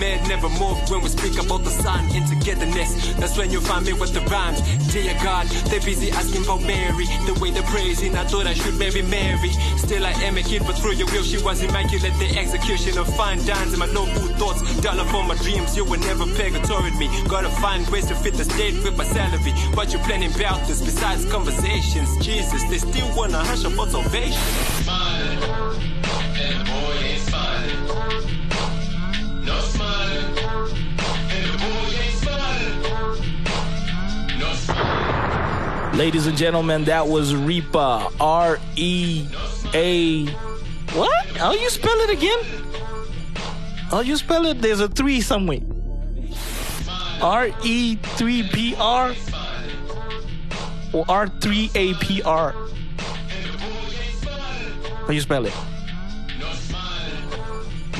[SPEAKER 5] Man never move when we speak about the sun and togetherness. That's when you find me with the rhymes. Dear God, they're busy asking about Mary. The way they're praising, I thought I should marry Mary. Still, I am a kid, but through your will, she was immaculate. The execution of fine dimes and my noble thoughts. Dollar for my dreams, you were never purgatory me. Gotta find ways to fit the state with my salary. What you planning about this besides conversations? Jesus, they still wanna hush about salvation.
[SPEAKER 3] Ladies and gentlemen, that was Reaper. R E A. What? How you spell it again? How you spell it? There's a three somewhere. R E three P R or R three A P R. How you spell it?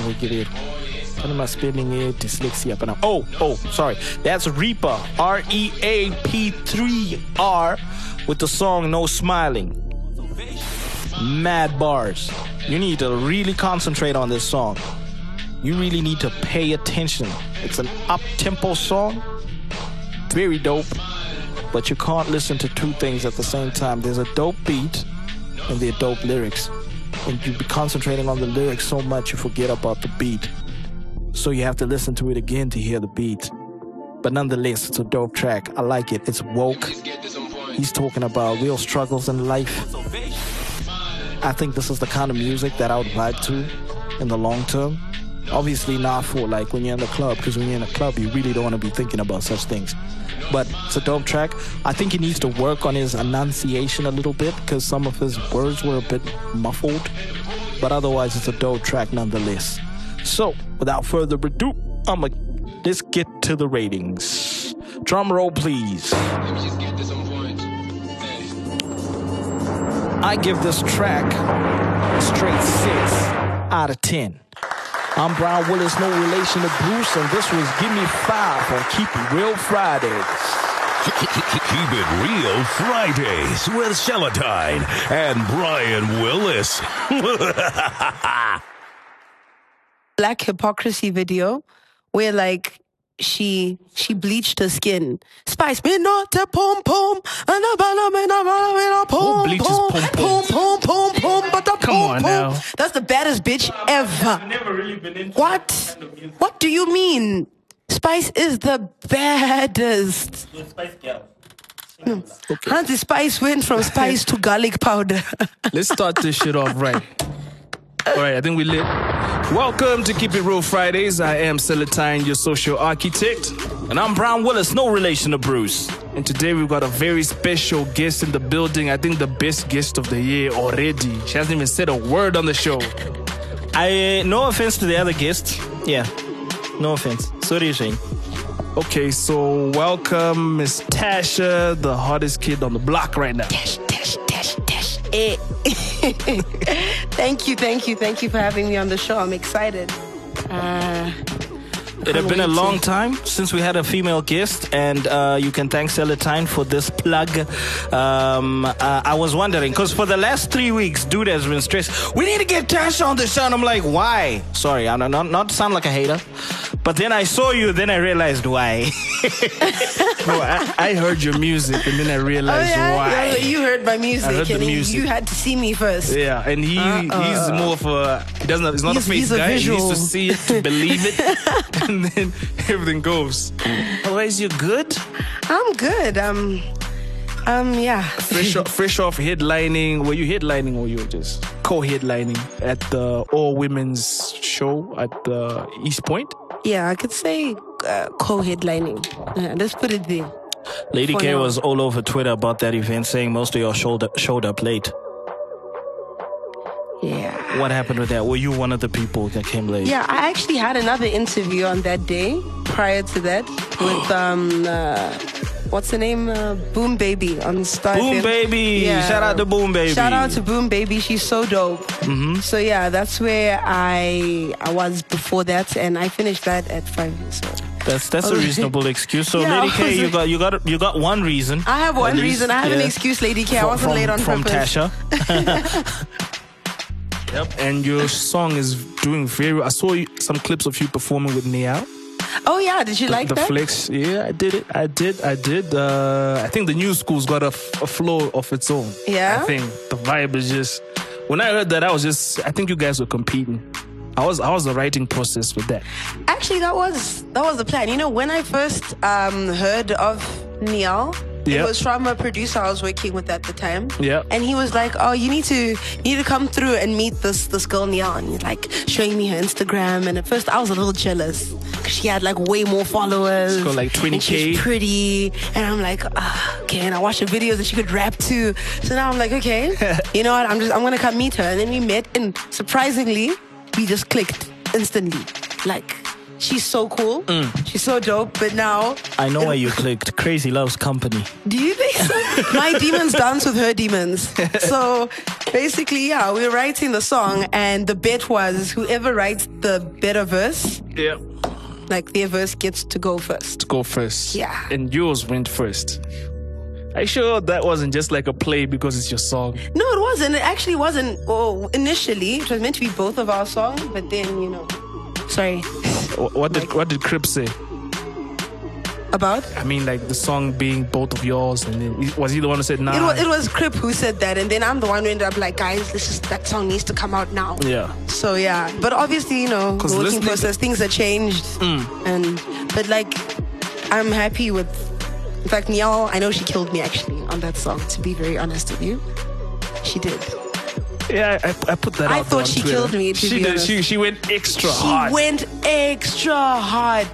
[SPEAKER 3] Look at it. What am I spelling it? Dyslexia. But I'm, oh, oh, sorry. That's Reaper. R E A P 3 R with the song No Smiling. Mad bars. You need to really concentrate on this song. You really need to pay attention. It's an up tempo song. Very dope. But you can't listen to two things at the same time. There's a dope beat and there are dope lyrics. And you be concentrating on the lyrics so much you forget about the beat so you have to listen to it again to hear the beat. But nonetheless, it's a dope track. I like it. It's woke. He's talking about real struggles in life. I think this is the kind of music that I would vibe to in the long term. Obviously, not for like when you're in the club, because when you're in a club, you really don't want to be thinking about such things. But it's a dope track. I think he needs to work on his enunciation a little bit, because some of his words were a bit muffled. But otherwise, it's a dope track nonetheless. So, without further ado, I'm a, let's get to the ratings. Drum roll, please. I give this track a straight six out of ten. I'm Brian Willis, no relation to Bruce, and this was Give Me Five on Keep It Real Fridays.
[SPEAKER 1] Keep it real Fridays with Celatine and Brian Willis.
[SPEAKER 6] black hypocrisy video where like she she bleached her skin. Spice me not a pom pom and a banana me na banana me na pom
[SPEAKER 2] bleaches
[SPEAKER 6] pom
[SPEAKER 2] pom-pom?
[SPEAKER 6] pom pom pom pom but a
[SPEAKER 2] Come
[SPEAKER 6] pom
[SPEAKER 2] on
[SPEAKER 6] pom.
[SPEAKER 2] now.
[SPEAKER 6] That's the baddest bitch ever.
[SPEAKER 7] never really been into
[SPEAKER 6] What? What do you mean? Spice is the baddest.
[SPEAKER 7] the Spice Girl.
[SPEAKER 6] Hansi Spice went from spice to garlic powder.
[SPEAKER 2] Let's start this shit off right. All right, I think we lit. Welcome to Keep It Real Fridays. I am Celatine, your social architect.
[SPEAKER 3] And I'm Brian Willis, no relation to Bruce.
[SPEAKER 2] And today we've got a very special guest in the building. I think the best guest of the year already. She hasn't even said a word on the show.
[SPEAKER 3] I uh, no offense to the other guest. Yeah, no offense. Sorry, Shane.
[SPEAKER 2] Okay, so welcome Miss Tasha, the hottest kid on the block right now.
[SPEAKER 6] Dash, dash, dash, dash. Eh. thank you, thank you, thank you for having me on the show. I'm excited. Uh,
[SPEAKER 3] It had been a
[SPEAKER 6] Can't wait
[SPEAKER 3] long
[SPEAKER 6] to-
[SPEAKER 3] time since we had a female guest, and uh, you can thank Celatine for this plug. Um, uh, I was wondering, because for the last three weeks, dude has been stressed. We need to get Tasha on the show. And I'm like, why? Sorry, I'm not, not sound like a hater,
[SPEAKER 8] But then I saw you, then I realized why.
[SPEAKER 2] No, I, I heard your music and then I
[SPEAKER 6] Oh,
[SPEAKER 2] realized
[SPEAKER 6] yeah?
[SPEAKER 2] why.
[SPEAKER 6] Yeah, You heard my music,
[SPEAKER 2] heard the
[SPEAKER 6] and you-
[SPEAKER 2] music.
[SPEAKER 6] you had to see me first.
[SPEAKER 2] Yeah, and he he's more of a he doesn't have, he's not
[SPEAKER 6] Uh-uh. He's- he's
[SPEAKER 2] a face
[SPEAKER 6] a
[SPEAKER 2] guy. He
[SPEAKER 6] visual.
[SPEAKER 2] needs to see it to believe it, and then everything goes. Otherwise, you're good.
[SPEAKER 6] I'm good. Um, um, yeah.
[SPEAKER 2] Fresh off, fresh off headlining. Were you headlining or you were just co-headlining at the all women's show at the East Point?
[SPEAKER 6] Yeah, I could say uh, co-headlining. Yeah, let's put it there.
[SPEAKER 8] Lady
[SPEAKER 6] For
[SPEAKER 8] K
[SPEAKER 6] now.
[SPEAKER 8] was all over Twitter about that event, saying most of y'all showed up, showed up late.
[SPEAKER 6] Yeah.
[SPEAKER 8] What happened with that? Were you one of the people that came late?
[SPEAKER 6] Yeah, I actually had another interview on that day prior to that with um, uh, what's the name? Uh, Boom Baby on Star.
[SPEAKER 8] Boom
[SPEAKER 6] FM.
[SPEAKER 8] Baby!
[SPEAKER 6] Yeah.
[SPEAKER 8] Shout out to Boom Baby.
[SPEAKER 6] Shout out to Boom Baby. She's so dope. Mm-hmm. So yeah, that's where I I was before that, and I finished that at five years old.
[SPEAKER 8] That's that's a
[SPEAKER 6] Oh.
[SPEAKER 8] reasonable excuse. So
[SPEAKER 6] Yeah,
[SPEAKER 8] Lady
[SPEAKER 6] I was
[SPEAKER 8] K, you
[SPEAKER 6] like-
[SPEAKER 8] got you got you got one reason.
[SPEAKER 6] I have one
[SPEAKER 8] At least,
[SPEAKER 6] reason. I have an
[SPEAKER 8] yeah.
[SPEAKER 6] excuse, Lady K. I
[SPEAKER 8] From-
[SPEAKER 6] wasn't
[SPEAKER 8] from,
[SPEAKER 6] late on
[SPEAKER 8] from
[SPEAKER 6] purpose.
[SPEAKER 8] Tasha.
[SPEAKER 2] And your song is doing very. I saw you, some clips of you performing with Niall.
[SPEAKER 6] Oh yeah, did you like
[SPEAKER 2] the
[SPEAKER 6] that?
[SPEAKER 2] flex. Yeah, I did it. I did. I did. Uh, I think the new school's got a, f- a flow of its own.
[SPEAKER 6] Yeah?
[SPEAKER 2] I think the vibe is just. When I heard that, I was just. I think you guys were competing. I was. I was the writing process with that.
[SPEAKER 6] Actually, that was that was the plan. You know, when I first um, heard of Niall, it
[SPEAKER 2] Yeah.
[SPEAKER 6] was from a producer I was working with at the time.
[SPEAKER 2] Yeah.
[SPEAKER 6] and he was like, "Oh, you need to you need to come through and meet this this girl Niall." And he's like showing me her Instagram, and at first I was a little jealous because she had like way more followers.
[SPEAKER 2] She's got, like,
[SPEAKER 6] and she's
[SPEAKER 2] 20K.
[SPEAKER 6] pretty, and I'm like, ah, okay. And I watched the videos that she could rap to, so now I'm like, okay, you know what? I'm just I'm gonna come meet her, and then we met, and surprisingly, we just clicked instantly, like. She's so cool. She's so dope. But now,
[SPEAKER 8] Mm. I know why you clicked. Crazy loves company.
[SPEAKER 6] do you think so? My demons dance with her demons. So basically, yeah, we were writing the song, and the bet was whoever writes the better verse,
[SPEAKER 2] Yeah.
[SPEAKER 6] like their verse gets to go first.
[SPEAKER 2] Go first.
[SPEAKER 6] Yeah.
[SPEAKER 2] And yours went first. Are you sure that wasn't just like a play because it's your song?
[SPEAKER 6] No, it wasn't. It actually wasn't. Oh, initially, it was meant to be both of our songs, but then, you know. Sorry.
[SPEAKER 2] Wh- What did What did Crip say?
[SPEAKER 6] About?
[SPEAKER 2] I mean, like the song being both of yours, and then was he the one who said nah?
[SPEAKER 6] It was, it was Crip who said that, and then I'm the one who ended up like, guys, this is, that song needs to come out now.
[SPEAKER 2] yeah.
[SPEAKER 6] So yeah, but obviously you know the
[SPEAKER 2] 'Cause
[SPEAKER 6] working
[SPEAKER 2] listening-
[SPEAKER 6] process, things are changed, and but like I'm happy with. In fact, Niall, I know she killed me actually on that song. To be very honest with you, she did.
[SPEAKER 2] Yeah, I, I put that.
[SPEAKER 6] I
[SPEAKER 2] out there
[SPEAKER 6] thought
[SPEAKER 2] on
[SPEAKER 6] she
[SPEAKER 2] Twitter.
[SPEAKER 6] killed me, to
[SPEAKER 2] she
[SPEAKER 6] be
[SPEAKER 2] did.
[SPEAKER 6] honest.
[SPEAKER 2] She she went extra
[SPEAKER 6] She
[SPEAKER 2] hard.
[SPEAKER 6] went extra hard.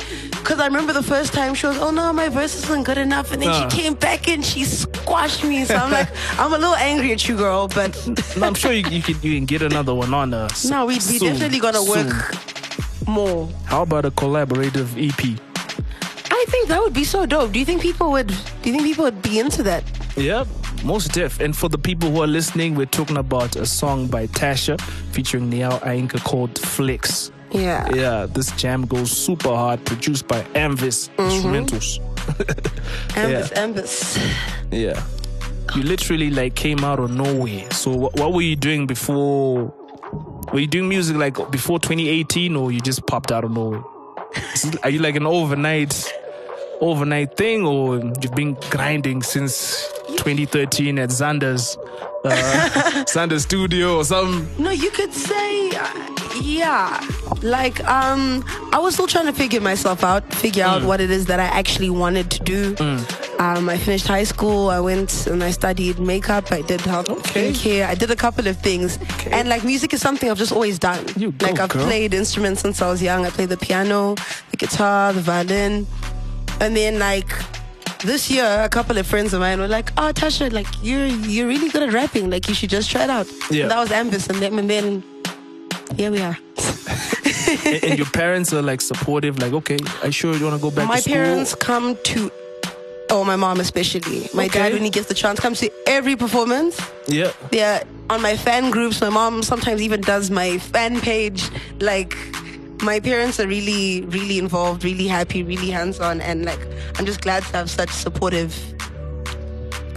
[SPEAKER 6] Cause I remember the first time she was, oh no, my verse isn't good enough, and then
[SPEAKER 2] Uh.
[SPEAKER 6] she came back and she squashed me. So I'm like, I'm a little angry at you, girl, but
[SPEAKER 2] No, I'm sure you, you can you can get another one on us.
[SPEAKER 6] no, we we
[SPEAKER 2] Soon.
[SPEAKER 6] definitely gonna work
[SPEAKER 2] Soon.
[SPEAKER 6] more.
[SPEAKER 2] How about a collaborative E EP?
[SPEAKER 6] I think that would be so dope. Do you think people would? Do you think people would be into that?
[SPEAKER 2] Yep, most def. And for the people who are listening, we're talking about a song by Tasha featuring Niall Ainka called Flicks.
[SPEAKER 6] Yeah.
[SPEAKER 2] Yeah, this jam goes super hard, produced by Amvis
[SPEAKER 6] Mm-hmm.
[SPEAKER 2] Instrumentals.
[SPEAKER 6] Ambus, ambus.
[SPEAKER 2] Yeah. You literally like came out of nowhere. So what, what were you doing before? Were you doing music like before 2018 or you just popped out of nowhere? Is it- Are you like an overnight overnight thing or you've been grinding since 2013 at Xander's uh, Xander's studio or something?
[SPEAKER 6] No, you could say, uh, yeah. Like, um, I was still trying to figure myself out, figure
[SPEAKER 2] Mm.
[SPEAKER 6] out what it is that I actually wanted to do. Um, I finished high school. I went and I studied makeup. I did health
[SPEAKER 2] Okay.
[SPEAKER 6] skincare. I did a couple of things. And like music is something I've just always done.
[SPEAKER 2] You go,
[SPEAKER 6] like I've
[SPEAKER 2] girl.
[SPEAKER 6] played instruments since I was young. I played the piano, the guitar, the violin. And then like this year, a couple of friends of mine were like, "Oh, Tasha, like you're you're really good at rapping. Like you should just try it out."
[SPEAKER 2] Yeah.
[SPEAKER 6] That was Ambus, and then, and then here we are.
[SPEAKER 2] and, and your parents are like supportive, like, okay, are you sure you want to go back
[SPEAKER 6] my
[SPEAKER 2] to school?
[SPEAKER 6] parents come to, oh, my mom especially. My dad,
[SPEAKER 2] Okay.
[SPEAKER 6] when he gets the chance, comes to every performance.
[SPEAKER 2] Yeah.
[SPEAKER 6] They're on my fan groups. My mom sometimes even does my fan page. Like, my parents are really, really involved, really happy, really hands on, and like, I'm just glad to have such supportive,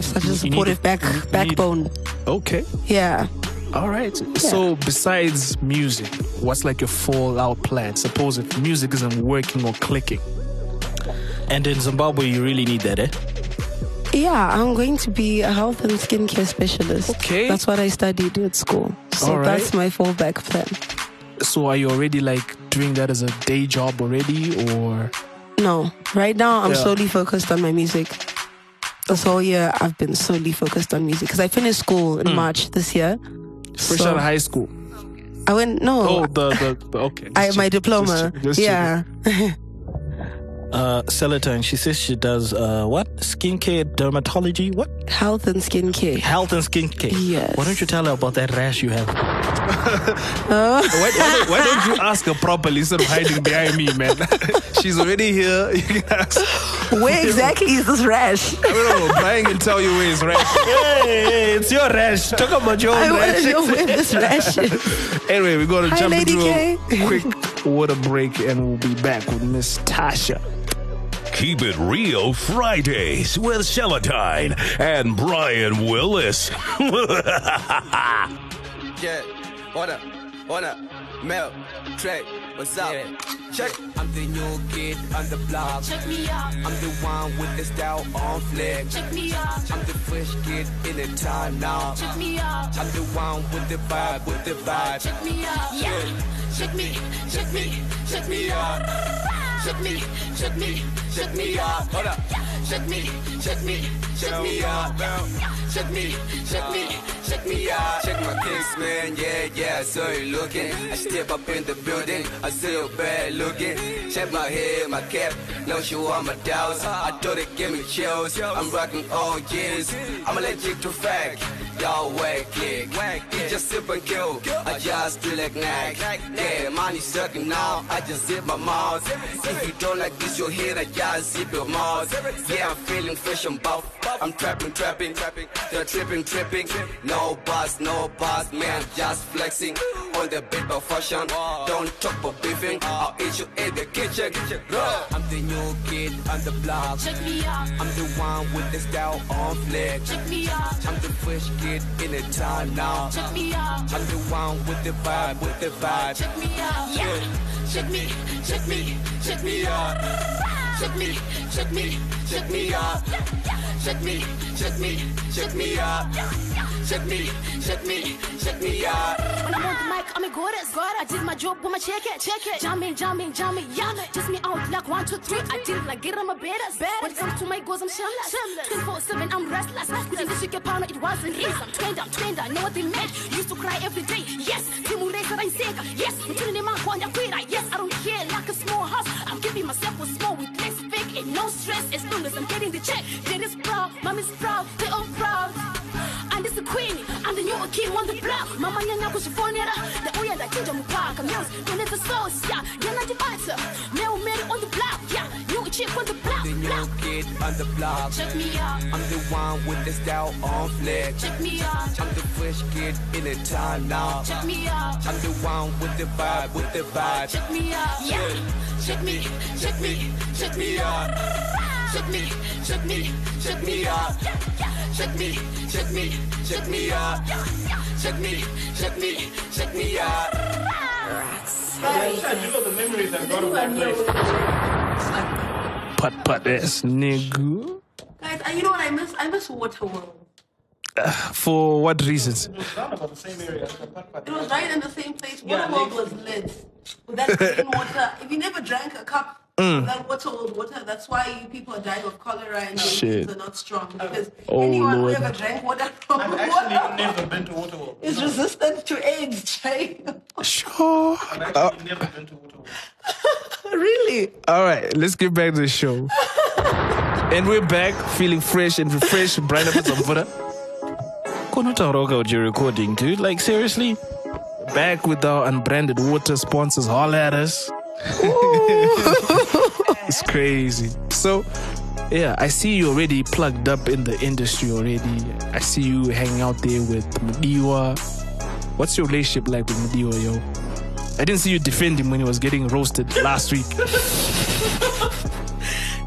[SPEAKER 6] such a
[SPEAKER 2] You need-
[SPEAKER 6] supportive back
[SPEAKER 2] you need-
[SPEAKER 6] backbone.
[SPEAKER 2] Okay.
[SPEAKER 6] Yeah.
[SPEAKER 2] All right. So besides music, what's like your fallout plan? Suppose if music isn't working or clicking.
[SPEAKER 3] And in Zimbabwe, you really need that, eh?
[SPEAKER 6] Yeah, I'm going to be a health and skincare specialist.
[SPEAKER 2] Okay.
[SPEAKER 6] That's what I studied at school. So
[SPEAKER 2] All right.
[SPEAKER 6] that's my fallback plan.
[SPEAKER 2] So are you already like doing that as a day job already or
[SPEAKER 6] No, right now I'm
[SPEAKER 2] Yeah.
[SPEAKER 6] solely focused on my music. This whole year I've been solely focused on music because I finished school
[SPEAKER 2] Hmm.
[SPEAKER 6] in March this year.
[SPEAKER 2] fresh
[SPEAKER 6] So
[SPEAKER 2] out of high school?
[SPEAKER 6] I went no.
[SPEAKER 2] Oh, the the, the okay.
[SPEAKER 6] I
[SPEAKER 2] just
[SPEAKER 6] my
[SPEAKER 2] check-
[SPEAKER 6] diploma.
[SPEAKER 2] just check- just check.
[SPEAKER 6] yeah.
[SPEAKER 3] Uh, Celatine, she says she does uh, what? Skincare, dermatology, what?
[SPEAKER 6] Health and skincare.
[SPEAKER 3] Health and skincare.
[SPEAKER 6] Yes.
[SPEAKER 3] Why don't you tell her about that rash you have?
[SPEAKER 2] Why, why don't, why don't you ask her properly instead of hiding behind me, man? She's already here. You can ask.
[SPEAKER 6] Where exactly is this rash?
[SPEAKER 2] I don't know. Brian can tell you where it's right.
[SPEAKER 3] hey, it's your rash. Talk about your
[SPEAKER 6] I want to know where this rash is.
[SPEAKER 2] Anyway, we're going to
[SPEAKER 6] Hi,
[SPEAKER 2] jump
[SPEAKER 6] Lady
[SPEAKER 2] into
[SPEAKER 6] K.
[SPEAKER 2] a quick water break and we'll be back with Miss Tasha.
[SPEAKER 1] Keep it real Fridays with Celatine and Brian Willis.
[SPEAKER 9] Yeah, what up, what up, Mel, Trey, what's up? Check. I'm the new kid on the block.
[SPEAKER 10] Check me out,
[SPEAKER 9] I'm the one with the style on flex.
[SPEAKER 10] check me out,
[SPEAKER 9] I'm the fresh kid in the town now.
[SPEAKER 10] check me out,
[SPEAKER 9] I'm the one with the vibe, with the vibe.
[SPEAKER 10] check me out, yeah. Check me, check me, check me out. Check me, check me, check me out.
[SPEAKER 9] Hold up.
[SPEAKER 10] Check me, check me, check
[SPEAKER 9] Check
[SPEAKER 10] me
[SPEAKER 9] me
[SPEAKER 10] out.
[SPEAKER 9] out, Mel.
[SPEAKER 10] Check me, check me, check me
[SPEAKER 9] Yeah,
[SPEAKER 10] out.
[SPEAKER 9] check my kicks, man. Yeah, yeah, I saw you looking. I step up in the building, I see you bad looking. Check my hair, my cap, no shoe on my doubts. I thought it gave me chills. I'm rocking all years. I'm allergic to fact. Y'all whack it. You just sip and kill. I just feel like knack. Yeah, money sucking now. I just zip my mouth. If you don't like this, you'll hear that. Just zip your mouth. Yeah, I'm feeling fresh and buff. I'm trapping, trapping, trapping. They're tripping, tripping. No boss, no boss, man. Just flexing on the beat of fashion. Don't talk about beefing. I'll eat you in the kitchen. I'm the new kid on the block.
[SPEAKER 10] Check me out,
[SPEAKER 9] I'm the one with the style on flex.
[SPEAKER 10] check me out,
[SPEAKER 9] I'm the fresh kid in the town now.
[SPEAKER 10] check me out.
[SPEAKER 9] I'm the one with the vibe, with the vibe.
[SPEAKER 10] Check me out, yeah. Check me, check me, check me out. Check me, check me, check me out. Check me, check me, check me out. Check me, check me, check me out. When I'm on the mic, I'm a goddess. God, I did my job, woman, check it, check it. Jumping, jumping, jumping, yeah. Just me out like one, two, three. I did it like get on my bed. When it comes to my goals, I'm shameless. 24 7, I'm restless. Couldn't this get pound, it wasn't easy. I'm trained, I'm trained, I know what they meant. Used to cry every day, yes. Timulate that I'm sick, yes. I'm turning in my one, I quit, I- yes. I don't care, like a small house. I'm giving myself a small with less fake and no stress. As long as I'm getting the check, dad is proud, mom is proud, they all proud. And it's the queen, I'm the new king on the block. Mama nyanya kusifonera, the uya da kinja mupaka. Meals, donate the sauce, yeah. Yana dibata, male made on the block, yeah. New chick on the block,
[SPEAKER 9] The
[SPEAKER 10] block.
[SPEAKER 9] new kid on the block.
[SPEAKER 10] Check me out,
[SPEAKER 9] I'm the one with the style on flex.
[SPEAKER 10] check me out,
[SPEAKER 9] I'm the fresh kid in the town now.
[SPEAKER 10] check me out.
[SPEAKER 9] I'm the one with the vibe, with the vibe.
[SPEAKER 10] Check me out, yeah. Check me, check me, check me out. Check me, check me, check me out. Check me, check me, check me out. Check me, check me, check me out.
[SPEAKER 2] Put put ass nigga.
[SPEAKER 6] Guys, you know what I miss? I miss Waterworld.
[SPEAKER 2] Uh, For what reasons?
[SPEAKER 6] It was right in the same place. Waterworld was lit. With that clean water. If you never drank a cup
[SPEAKER 2] Mm.
[SPEAKER 6] of that Waterworld water, that's why you people are dying of cholera and your
[SPEAKER 2] Shit. Oh,
[SPEAKER 6] kids are not strong. Because anyone
[SPEAKER 2] Lord.
[SPEAKER 6] who ever drank water from Waterworld is resistant to AIDS, Jay.
[SPEAKER 2] Sure.
[SPEAKER 6] really?
[SPEAKER 2] Uh, All right, let's get back to the show. and we're back feeling fresh and refreshed. Brian up with some water.
[SPEAKER 3] Konotoroka with your recording, dude. Like, seriously?
[SPEAKER 2] Back with our unbranded water sponsors. Holler at us. it's crazy. So, yeah, I see you already plugged up in the industry already. I see you hanging out there with Mediwa. What's your relationship like with Mediwa, yo? I didn't see you defend him when he was getting roasted last week.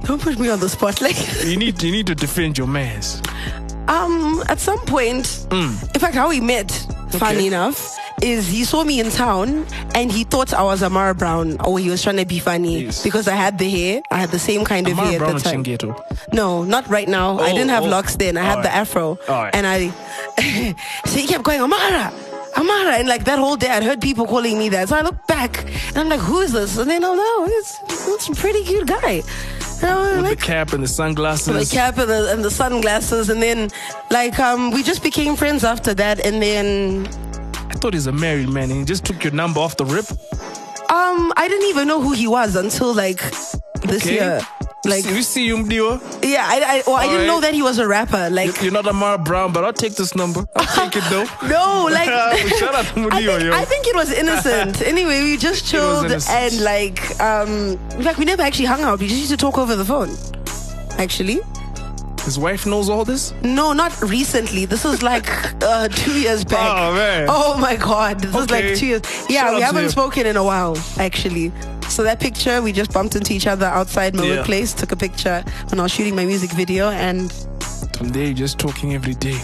[SPEAKER 6] Don't put me on the spot like
[SPEAKER 2] You need you need to defend your man's. Mm.
[SPEAKER 6] Um, at some point, in fact, how we met funny enough, is he saw me in town and he thought I was Amara Brown or he was trying to be funny
[SPEAKER 2] Yes.
[SPEAKER 6] because I had the hair. I had the same kind of
[SPEAKER 2] Amara
[SPEAKER 6] hair
[SPEAKER 2] Brown
[SPEAKER 6] at
[SPEAKER 2] and
[SPEAKER 6] the time.
[SPEAKER 2] Chingeto.
[SPEAKER 6] No, not right now. I
[SPEAKER 2] Oh,
[SPEAKER 6] didn't have
[SPEAKER 2] oh.
[SPEAKER 6] locks then. I had the
[SPEAKER 2] Alright.
[SPEAKER 6] afro.
[SPEAKER 2] Alright.
[SPEAKER 6] And I so he kept going, Amara, Amara. And like that whole day I'd heard people calling me that. So I looked back and I'm like, who is this? And then oh no, it's it's a pretty cute guy. And I was
[SPEAKER 2] With
[SPEAKER 6] like,
[SPEAKER 2] the cap and the sunglasses.
[SPEAKER 6] the cap and the, and the sunglasses, and then like um, we just became friends after that, and then
[SPEAKER 2] I thought he's a married man and he just took your number off the rip.
[SPEAKER 6] um, I didn't even know who he was until like this
[SPEAKER 2] Okay.
[SPEAKER 6] year. Like
[SPEAKER 2] you see you, Mdiwa.
[SPEAKER 6] yeah, I I, well, I didn't
[SPEAKER 2] Alright.
[SPEAKER 6] know that he was a rapper. Like
[SPEAKER 2] You're not Amara Brown, but I'll take this number. I'll take it though.
[SPEAKER 6] no, like
[SPEAKER 2] Shout out to
[SPEAKER 6] I,
[SPEAKER 2] Mudio,
[SPEAKER 6] think,
[SPEAKER 2] yo.
[SPEAKER 6] I think it was innocent. anyway, we just chilled
[SPEAKER 2] innocent.
[SPEAKER 6] and like um, like we never actually hung out. We just used to talk over the phone. Actually,
[SPEAKER 2] His wife knows all this?
[SPEAKER 6] no, not recently. This is like uh, two years back.
[SPEAKER 2] Oh, man.
[SPEAKER 6] Oh my god, this is
[SPEAKER 2] Okay.
[SPEAKER 6] like two years. Yeah,
[SPEAKER 2] Shout out
[SPEAKER 6] we
[SPEAKER 2] to
[SPEAKER 6] haven't
[SPEAKER 2] you.
[SPEAKER 6] spoken in a while, actually. So that picture, we just bumped into each other outside my
[SPEAKER 2] Yeah.
[SPEAKER 6] Place, took a picture when I was shooting my music video, and
[SPEAKER 2] From there, you're just talking every day.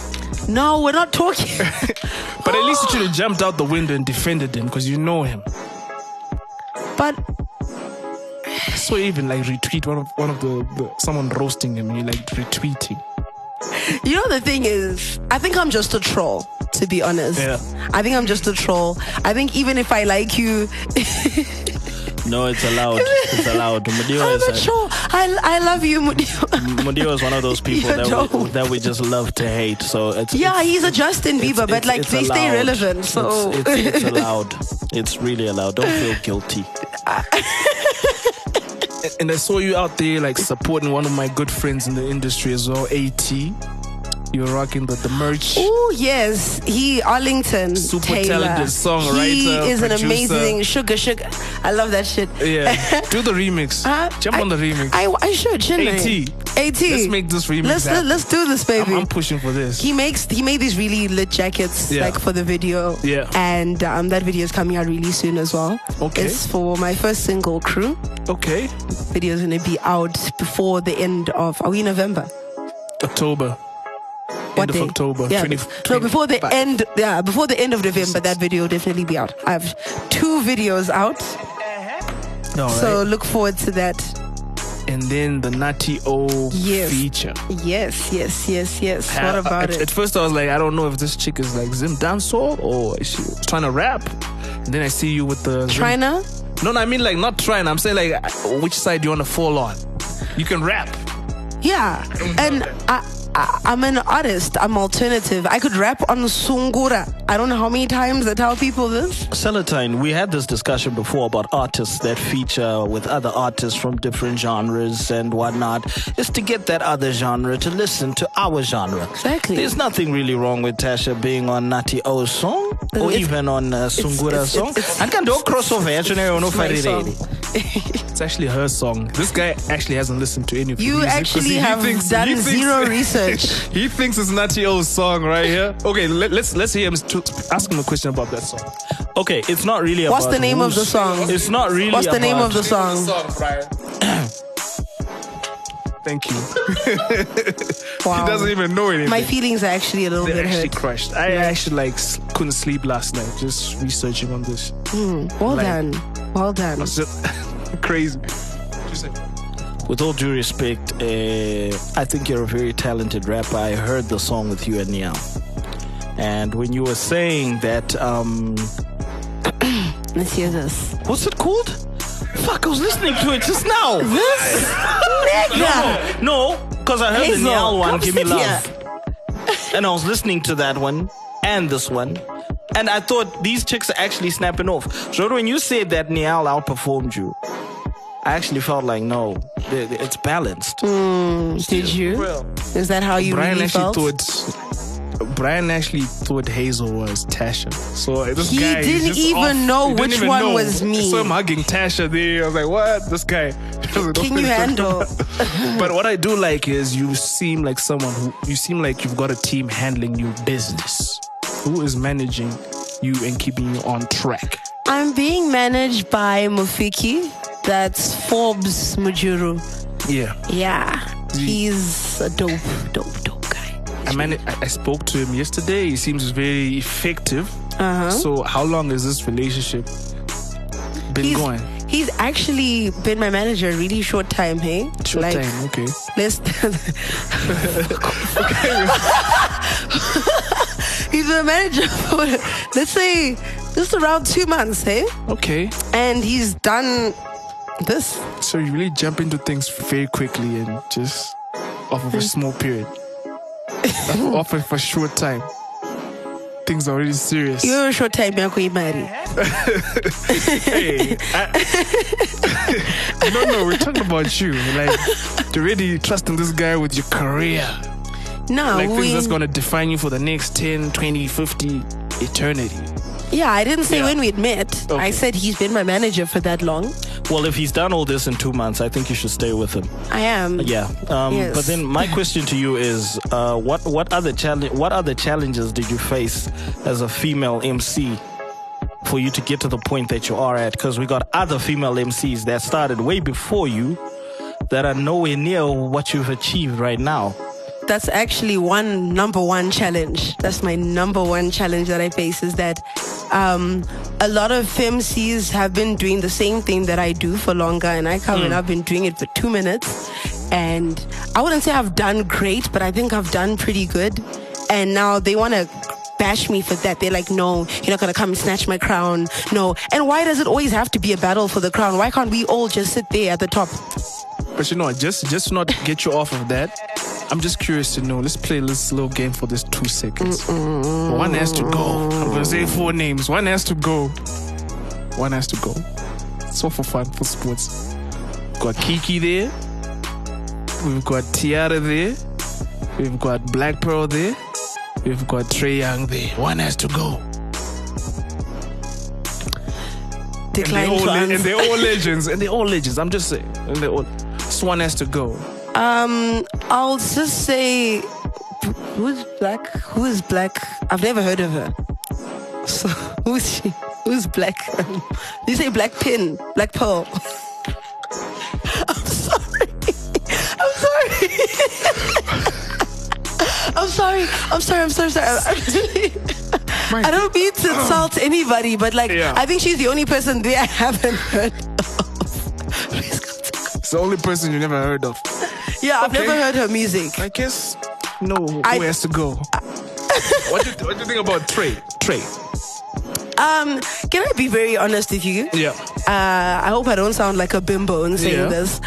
[SPEAKER 6] no, we're not talking.
[SPEAKER 2] But at least you should have jumped out the window and defended him because you know him.
[SPEAKER 6] but
[SPEAKER 2] So even like retweet one of one of the, the someone roasting him, you like retweeting.
[SPEAKER 6] you know, the thing is, I think I'm just a troll. To be honest,
[SPEAKER 2] Yeah.
[SPEAKER 6] I think I'm just a troll. I think even if I like you,
[SPEAKER 3] No, it's allowed. It's allowed. Mudiwa
[SPEAKER 6] I'm a
[SPEAKER 3] is, a,
[SPEAKER 6] troll. I, I love you, Mudio.
[SPEAKER 3] Mudiwa is one of those people
[SPEAKER 6] You
[SPEAKER 3] that we,
[SPEAKER 6] don't.
[SPEAKER 3] that we just love to hate. So it's
[SPEAKER 6] yeah,
[SPEAKER 3] it's,
[SPEAKER 6] he's a Justin Bieber,
[SPEAKER 3] it's-
[SPEAKER 6] but
[SPEAKER 3] it's-
[SPEAKER 6] like
[SPEAKER 3] it's
[SPEAKER 6] they stay
[SPEAKER 3] allowed.
[SPEAKER 6] relevant.
[SPEAKER 3] It's-
[SPEAKER 6] So
[SPEAKER 3] it's, it's allowed. It's really allowed. Don't feel guilty.
[SPEAKER 2] And I saw you out there like supporting one of my good friends in the industry as well, AT. You're rocking the, the merch.
[SPEAKER 6] Oh yes, he Arlington
[SPEAKER 2] Super
[SPEAKER 6] Taylor.
[SPEAKER 2] talented songwriter,
[SPEAKER 6] He is an
[SPEAKER 2] producer.
[SPEAKER 6] amazing sugar sugar. I love that shit.
[SPEAKER 2] Yeah. Do the remix.
[SPEAKER 6] Huh?
[SPEAKER 2] Jump
[SPEAKER 6] Uh, I-
[SPEAKER 2] on the remix.
[SPEAKER 6] I, I should, shouldn't
[SPEAKER 2] AT.
[SPEAKER 6] I? AT.
[SPEAKER 2] Let's make this remix
[SPEAKER 6] Let's
[SPEAKER 2] happen.
[SPEAKER 6] let's do this, baby.
[SPEAKER 2] am pushing for this.
[SPEAKER 6] he makes he made these really lit jackets
[SPEAKER 2] Yeah.
[SPEAKER 6] like for the video.
[SPEAKER 2] Yeah.
[SPEAKER 6] And um, that video is coming out really soon as well.
[SPEAKER 2] Okay.
[SPEAKER 6] It's for my first single, Crew.
[SPEAKER 2] okay.
[SPEAKER 6] Video's gonna be out before the end of are we in November?
[SPEAKER 2] October.
[SPEAKER 6] What
[SPEAKER 2] End of
[SPEAKER 6] day?
[SPEAKER 2] October,
[SPEAKER 6] Yeah,
[SPEAKER 2] 20
[SPEAKER 6] no, before the
[SPEAKER 2] 25.
[SPEAKER 6] end. Yeah, before the end of November, that video will definitely be out. I have two videos out,
[SPEAKER 2] All right.
[SPEAKER 6] so look forward to that.
[SPEAKER 2] and then the Natty O
[SPEAKER 6] Yes.
[SPEAKER 2] feature.
[SPEAKER 6] Yes, yes, yes, yes.
[SPEAKER 2] Uh,
[SPEAKER 6] what about
[SPEAKER 2] at,
[SPEAKER 6] it?
[SPEAKER 2] At first, I was like, I don't know if this chick is like Zim Dancehall or is she trying to rap. And then I see you with the Zim-
[SPEAKER 6] China?
[SPEAKER 2] No, no, I mean like not trying. I'm saying like, uh, which side do you want to fall on? You can rap.
[SPEAKER 6] Yeah, and I. I, I'm an artist. I'm alternative. I could rap on Sungura. I don't know how many times I tell people this.
[SPEAKER 3] Celatine, we had this discussion before about artists that feature with other artists from different genres and whatnot, is to get that other genre to listen to our genre.
[SPEAKER 6] Exactly.
[SPEAKER 3] There's nothing really wrong with Tasha being on Nati O's song or
[SPEAKER 6] It's-
[SPEAKER 3] even on uh, Sungura's
[SPEAKER 6] it's-
[SPEAKER 3] song.
[SPEAKER 6] it's-
[SPEAKER 3] I can do a crossover. actually, I don't know if I
[SPEAKER 6] my
[SPEAKER 3] did
[SPEAKER 6] song.
[SPEAKER 3] it.
[SPEAKER 2] It's actually her song. This guy actually hasn't listened to any of the
[SPEAKER 6] You
[SPEAKER 2] music 'cause
[SPEAKER 6] actually have done zero research.
[SPEAKER 2] he thinks it's Natty O's song right here. Okay, let, let's let's hear him st- ask him a question about that song.
[SPEAKER 3] Okay, it's not really
[SPEAKER 6] What's
[SPEAKER 3] about
[SPEAKER 6] the name of
[SPEAKER 3] who's-
[SPEAKER 6] the song?
[SPEAKER 3] It's not really
[SPEAKER 6] What's the name
[SPEAKER 3] about-
[SPEAKER 6] of the song?
[SPEAKER 2] Thank you.
[SPEAKER 6] Wow.
[SPEAKER 2] He doesn't even know anything.
[SPEAKER 6] My feelings are actually a little
[SPEAKER 2] They're
[SPEAKER 6] bit
[SPEAKER 2] actually
[SPEAKER 6] hurt.
[SPEAKER 2] crushed. I actually like s- couldn't sleep last night just researching on this.
[SPEAKER 6] hmm, Well
[SPEAKER 2] like-
[SPEAKER 6] done. Well done.
[SPEAKER 2] It's just crazy. Just like-
[SPEAKER 3] With all due respect, uh, I think you're a very talented rapper. I heard the song with you and Niall. And when you were saying that, um,
[SPEAKER 6] Let's hear this.
[SPEAKER 3] what's it called? Fuck, I was listening to it just now.
[SPEAKER 6] This nigga.
[SPEAKER 3] No, because I heard
[SPEAKER 6] Hazel,
[SPEAKER 3] the Niall one,
[SPEAKER 6] come
[SPEAKER 3] Give Me
[SPEAKER 6] sit
[SPEAKER 3] Love. and I was listening to that one and this one. And I thought these chicks are actually snapping off. So when you said that Niall outperformed you, I actually felt like, no, th- th- it's balanced.
[SPEAKER 6] Hmm, Did you? Is that how you
[SPEAKER 2] Brian
[SPEAKER 6] really
[SPEAKER 2] actually
[SPEAKER 6] felt?
[SPEAKER 2] thought. Brian actually thought Hazel was Tasha. So this
[SPEAKER 6] He
[SPEAKER 2] guy is
[SPEAKER 6] didn't
[SPEAKER 2] just
[SPEAKER 6] even
[SPEAKER 2] off.
[SPEAKER 6] know
[SPEAKER 2] He didn't
[SPEAKER 6] which
[SPEAKER 2] even
[SPEAKER 6] one
[SPEAKER 2] know.
[SPEAKER 6] was me.
[SPEAKER 2] So I'm hugging Tasha there. I was like, what? This guy.
[SPEAKER 6] Can you handle?
[SPEAKER 2] But what I do like is you seem like someone who you seem like you've got a team handling your business. Who is managing you and keeping you on track?
[SPEAKER 6] I'm being managed by Mufiki. That's Forbes Mujuru.
[SPEAKER 2] Yeah.
[SPEAKER 6] Yeah. He's a dope, dope, dope guy.
[SPEAKER 2] I mean, I I spoke to him yesterday. He seems very effective.
[SPEAKER 6] Uh-huh.
[SPEAKER 2] So, how long has this relationship been
[SPEAKER 6] He's,
[SPEAKER 2] going?
[SPEAKER 6] he's actually been my manager a really short time, hey?
[SPEAKER 2] Short
[SPEAKER 6] like,
[SPEAKER 2] time, okay.
[SPEAKER 6] Less than. he's been a manager for, let's say, just around two months, hey?
[SPEAKER 2] Okay.
[SPEAKER 6] And he's done this.
[SPEAKER 2] So you really jump into things very quickly and just off
[SPEAKER 6] Hmm.
[SPEAKER 2] of a small period, off of a short time. Things are already serious.
[SPEAKER 6] You're a short time, Yakui Mari.
[SPEAKER 2] Hey, I- no, no, we're talking about you. Like, you're really trusting this guy with your career.
[SPEAKER 6] No,
[SPEAKER 2] Like,
[SPEAKER 6] we,
[SPEAKER 2] things that's going to define you for the next 10, 20, 50, eternity.
[SPEAKER 6] yeah, I didn't say
[SPEAKER 2] Yeah.
[SPEAKER 6] when we'd met. I
[SPEAKER 2] Okay.
[SPEAKER 6] said he's been my manager for that long.
[SPEAKER 3] Well, if he's done all this in two months, I think you should stay with him.
[SPEAKER 6] I am.
[SPEAKER 3] Yeah. Um,
[SPEAKER 6] Yes.
[SPEAKER 3] But then my question to you is, uh, what what other challenge what other challenges did you face as a female MC for you to get to the point that you are at? Because we got other female MCs that started way before you that are nowhere near what you've achieved right now.
[SPEAKER 6] that's actually one number one challenge. That's my number one challenge that I face is that um, a lot of FemCs have been doing the same thing that I do for longer, and I come and I've been doing it for two minutes. And I wouldn't say I've done great, but I think I've done pretty good. And now they want to bash me for that. They're like, no, you're not going to come and snatch my crown. No. And why does it always have to be a battle for the crown? Why can't we all just sit there at the top?
[SPEAKER 2] But you know, what, just just not get you off of that. I'm just curious to know. Let's play this little game for this two seconds. One has to go. I'm gonna say four names. One has to go. One has to go. It's all for fun, for sports. Got Kiki there. We've got Tiara there. We've got Black Pearl there. We've got Trey Young there. One has to go.
[SPEAKER 6] Decline
[SPEAKER 2] all
[SPEAKER 6] to
[SPEAKER 2] le-
[SPEAKER 6] answer.
[SPEAKER 2] and they're all legends. And they're all legends. I'm just saying. And they're all. Just one has to go.
[SPEAKER 6] Um, I'll just say, who's black? Who is black? I've never heard of her. So who's she? Who's black? you say black pin, black pearl. I'm sorry. I'm sorry. I'm sorry. I'm sorry. I'm sorry. sorry. I'm really- I don't mean to insult anybody, but like,
[SPEAKER 2] Yeah.
[SPEAKER 6] I think she's the only person there I haven't heard of. Please continue.
[SPEAKER 2] It's the only person you never heard of.
[SPEAKER 6] Yeah, I've
[SPEAKER 2] Okay.
[SPEAKER 6] never heard her music.
[SPEAKER 2] I guess no. Who
[SPEAKER 6] I-
[SPEAKER 2] has to go? what, do you, what do you think about Trey? Trey.
[SPEAKER 6] Um, can I be very honest with you?
[SPEAKER 2] Yeah.
[SPEAKER 6] Uh, I hope I don't sound like a bimbo in saying
[SPEAKER 2] Yeah.
[SPEAKER 6] this.